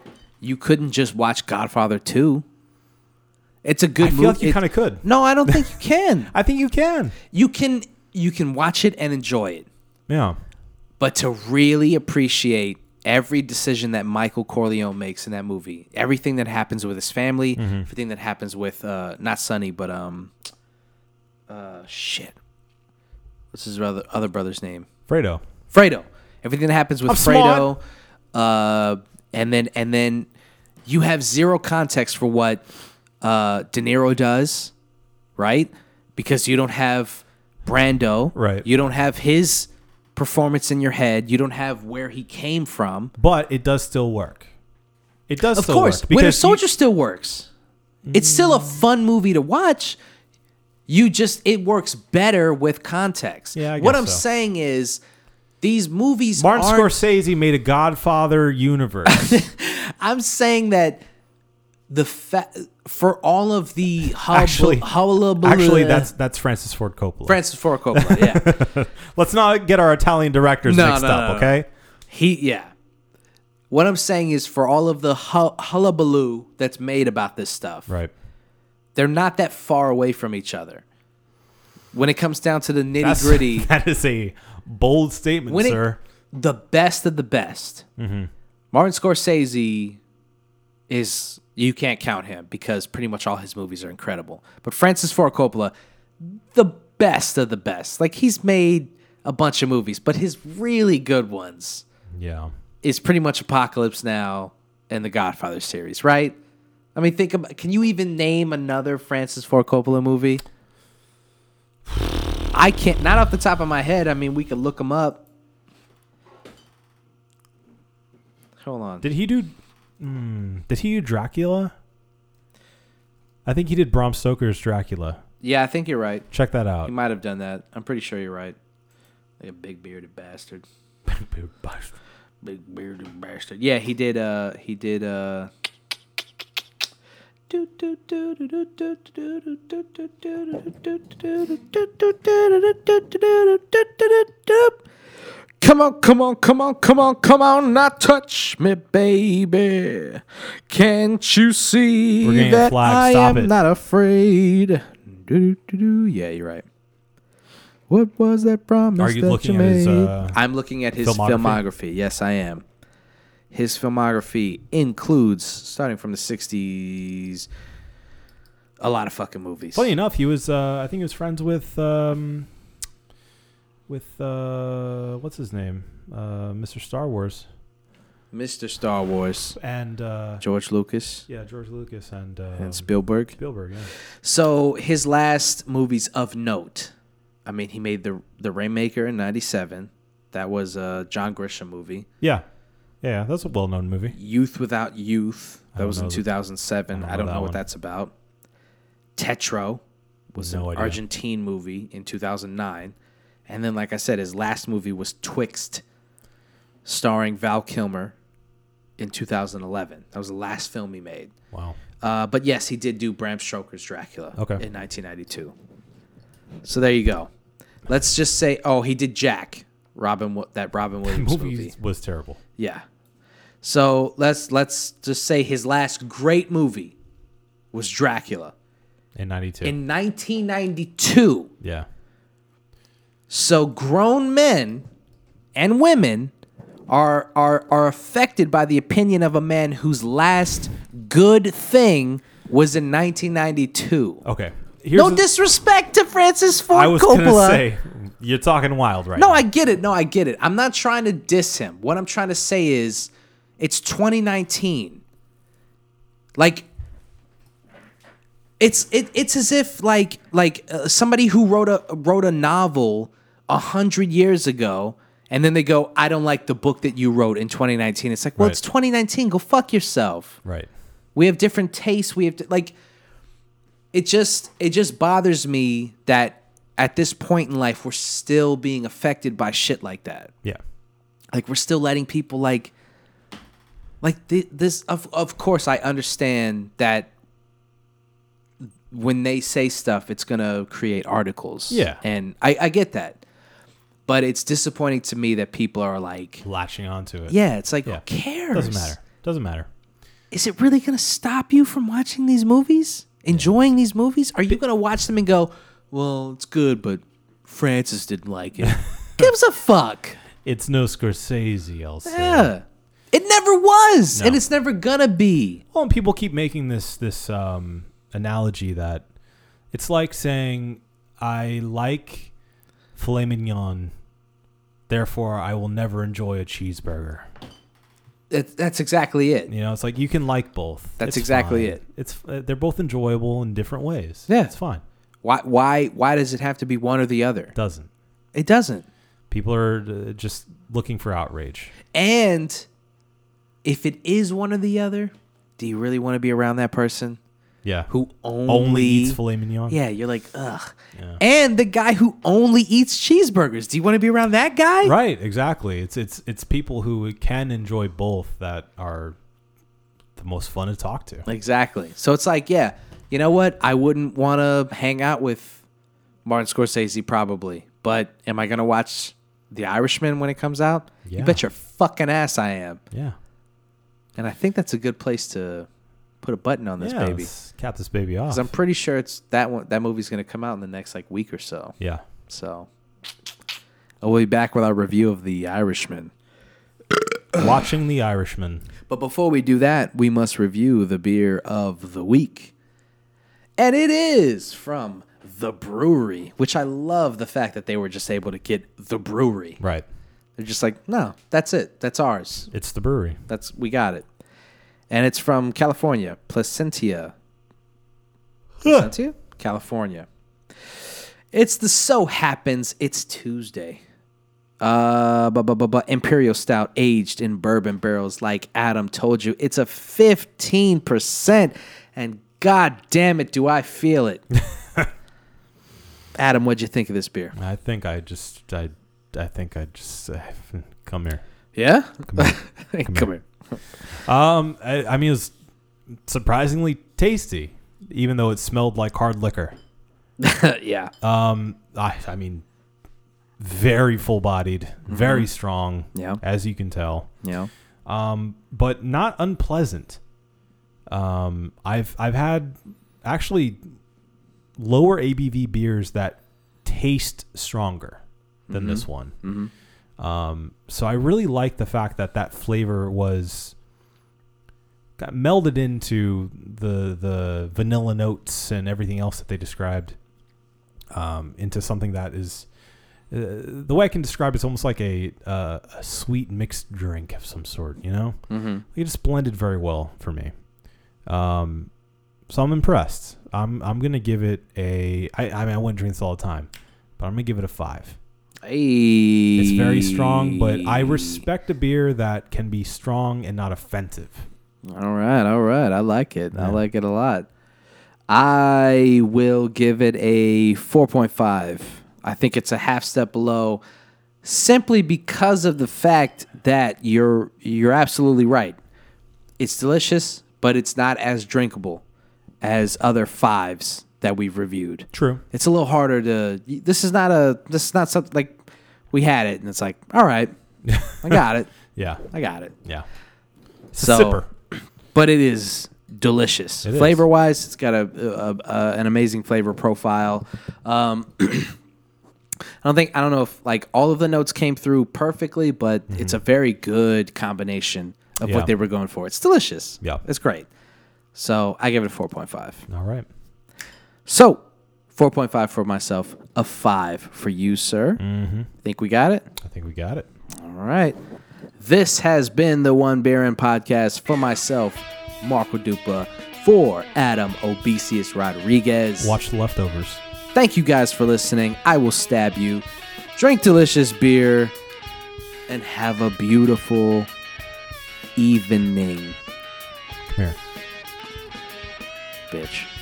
A: you couldn't just watch Godfather 2. It's a good
B: I
A: movie.
B: feel like you
A: It-
B: kinda could.
A: No, I don't think you can.
B: I think you can.
A: you can you can watch it and enjoy it
B: Yeah.
A: but to really appreciate every decision that michael corleone makes in that movie everything that happens with his family everything that happens with uh not sonny but um uh shit what's his other, other brother's name
B: Fredo.
A: fredo everything that happens with
B: I'm
A: fredo uh and then and then you have zero context for what uh de niro does right? Because you don't have Brando.
B: Right.
A: You don't have his performance in your head. You don't have where he came from.
B: But it does still work. It does
A: Of
B: still
A: course,
B: work.
A: Winter
B: because you-
A: Soldier still works. It's still a fun movie to watch. You just it works better with context.
B: Yeah, I
A: what
B: guess
A: I'm
B: so.
A: saying is these movies
B: Martin
A: aren't-
B: Scorsese made a Godfather universe.
A: I'm saying that the fa- for all of the hub-
B: Actually-
A: hullabaloo-
B: Actually, that's that's Francis Ford Coppola.
A: Francis Ford Coppola. Yeah.
B: Let's not get our Italian directors
A: No,
B: mixed
A: no,
B: up,
A: no, no.
B: okay?
A: He, yeah. What I'm saying is, for all of the hu- hullabaloo that's made about this stuff,
B: Right.
A: they're not that far away from each other. When it comes down to the nitty
B: That's,
A: gritty,
B: That is a bold statement,
A: when
B: sir.
A: it, the best of the best, Martin Scorsese is you can't count him because pretty much all his movies are incredible. But Francis Ford Coppola, the best of the best. Like he's made a bunch of movies, but his really good ones
B: yeah.
A: is pretty much Apocalypse Now and the Godfather series, right? I mean, think about. Can you even name another Francis Ford Coppola movie? I can't. Not off the top of my head. I mean, we could look them up. Hold on.
B: Did he do? Hmm, did he do Dracula? I think he did Bram Stoker's Dracula.
A: yeah, I think you're right.
B: Check that out.
A: He might have done that. I'm pretty sure you're right. Like a big bearded bastard. Big bearded bastard. Yeah, he did. Uh, he did. Uh. Come on, come on, come on, come on, come on, not touch me, baby. Can't you see
B: We're getting
A: that
B: flagged.
A: I
B: Stop
A: am
B: it.
A: not afraid? Do-do-do-do. Yeah, you're right. What was that promise
B: Are you
A: that
B: looking
A: you
B: at his?
A: made?
B: Uh,
A: I'm looking at his filmography.
B: Filmography?
A: Yes, I am. His filmography includes, starting from the 60s, a lot of fucking movies.
B: funny enough, he was. Uh, I think he was friends with. Um, with uh, what's his name? Uh, Mr. Star Wars
A: Mr. Star Wars,
B: and uh,
A: George Lucas,
B: yeah, George Lucas and, um,
A: and Spielberg.
B: Spielberg. Yeah.
A: So his last movies of note. I mean, he made the the Rainmaker in '97. That was a John Grisham movie.
B: Yeah. Yeah, that's a well-known movie.
A: Youth Without Youth. That
B: I don't
A: was in
B: know that-
A: 2007.
B: I don't
A: I don't know,
B: know that
A: what
B: one.
A: that's about. Tetro was an
B: No idea.
A: Argentine movie in 2009. And then, like I said, his last movie was Twixt, starring Val Kilmer in 2011. That was the last film he made.
B: Wow.
A: Uh, but yes, he did do Bram Stoker's Dracula
B: Okay.
A: in 1992. So there you go. Let's just say, oh, he did Jack, Robin, Wi- that Robin
B: The
A: Williams
B: movie,
A: movie.
B: was terrible.
A: Yeah. So let's let's just say his last great movie was Dracula
B: In 92.
A: in 1992.
B: yeah.
A: So grown men and women are are are affected by the opinion of a man whose last good thing was in 1992.
B: Okay. Here's
A: no
B: a-
A: disrespect to Francis Ford
B: I was
A: Coppola.
B: gonna say you're talking wild right
A: No,
B: now.
A: I get it. No, I get it. I'm not trying to diss him. What I'm trying to say is it's 2019. Like it's it, it's as if like like uh, somebody who wrote a wrote a novel a hundred years ago and then they go I don't like the book that you wrote in 2019. It's like well
B: Right.
A: it's 2019. Go fuck yourself.
B: Right.
A: We have different tastes. We have di- like it just it just bothers me that at this point in life we're still being affected by shit like that.
B: Yeah.
A: Like we're still letting people like like thi- this of of course I understand that when they say stuff it's going to create articles.
B: Yeah.
A: And I I get that. But it's disappointing to me that people are like
B: Latching onto it.
A: yeah, it's like
B: Yeah.
A: who cares?
B: Doesn't matter. Doesn't matter.
A: is it really going to stop you from watching these movies, enjoying these movies? Are you going to watch them and go, well, it's good, but Francis didn't like it? Gives a fuck.
B: It's no Scorsese, I'll say.
A: Yeah. It never was, and
B: No.
A: it's never going to be.
B: Well, and people keep making this this um, analogy that it's like saying I like filet mignon, therefore I will never enjoy a cheeseburger.
A: That, that's exactly it.
B: You know, it's like you can like both.
A: That's
B: It's
A: exactly
B: fine.
A: it.
B: It's uh, they're both enjoyable in different ways.
A: Yeah.
B: it's fine.
A: Why, why, why does it have to be one or the other?
B: Doesn't
A: It doesn't.
B: people are uh, just looking for outrage?
A: And if it is one or the other, do you really want to be around that person
B: Yeah,
A: who
B: only,
A: only,
B: eats filet mignon?
A: Yeah, you're like, ugh.
B: Yeah.
A: And the guy who only eats cheeseburgers. Do you want to be around that guy?
B: right. Exactly. It's it's it's people who can enjoy both that are the most fun to talk to.
A: Exactly. So it's like, yeah, you know what? I wouldn't want to hang out with Martin Scorsese probably, but am I going to watch The Irishman when it comes out?
B: Yeah.
A: You bet your fucking ass I am.
B: Yeah.
A: And I think that's a good place to put a button on this
B: yeah,
A: baby.
B: let's cap this baby off.
A: Cuz I'm pretty sure it's that one that movie's going to come out in the next like week or so.
B: yeah.
A: So I'll be back with our review of The Irishman.
B: Watching The Irishman.
A: But before we do that, we must review the beer of the week. And it is from The Brewery, which I love the fact that they were just able to get The Brewery.
B: Right.
A: They're just like, no, that's it. That's ours.
B: It's the brewery.
A: That's we got it. And it's from California, Placentia. Placentia? California. It's the so happens it's Tuesday. Uh, bu- bu- bu- bu- Imperial Stout aged in bourbon barrels, like Adam told you. It's a 15%, and god damn it, do I feel it. Adam, what'd you think of this beer?
B: I think I just I I think I just uh, come here.
A: Yeah?
B: Come here.
A: Come, here.
B: Um, I, I mean, it's surprisingly tasty, even though it smelled like hard liquor.
A: yeah.
B: Um, I, I mean, very full bodied, very strong,
A: Yeah.
B: as you can tell.
A: You know?
B: um, but not unpleasant. Um, I've I've had actually lower ABV beers that taste stronger than this one. Um, so I really like the fact that that flavor was got melded into the the vanilla notes and everything else that they described um, into something that is. Uh, the way I can describe it's almost like a uh, a sweet mixed drink of some sort, you know.
A: Mm-hmm.
B: It just blended very well for me. Um, so I'm impressed. I'm I'm gonna give it a. I I mean I wouldn't drink this all the time, but I'm gonna give it a five.
A: Hey.
B: It's very strong, but I respect a beer that can be strong and not offensive.
A: All right, all right. I like it. I like it a lot. I will give it a 4.5. I think it's a half step below simply because of the fact that you're you're absolutely right. It's delicious, but it's not as drinkable as other fives that we've reviewed.
B: True.
A: It's a little harder to this is not a this is not something like we had it and it's like, all right. I got it.
B: Yeah.
A: I got it.
B: Yeah. It's a
A: So,
B: sipper.
A: but it is delicious.
B: is.
A: flavor wise, it's got a, a, a an amazing flavor profile. Um, I don't think I don't know if like all of the notes came through perfectly, but it's a very good combination of
B: Mm-hmm. Yeah.
A: what they were going for. It's delicious.
B: Yeah.
A: it's great. So I give it a four point five.
B: All right.
A: So four point five for myself, a five for you, sir. Mm-hmm. Think we got it?
B: I think we got it.
A: All right. This has been the One Baron podcast for myself, Marco Dupa, for Adam Obesius Rodriguez.
B: Watch the leftovers.
A: Thank you guys for listening. I will stab you. Drink delicious beer and have a beautiful evening,
B: Come here.
A: bitch.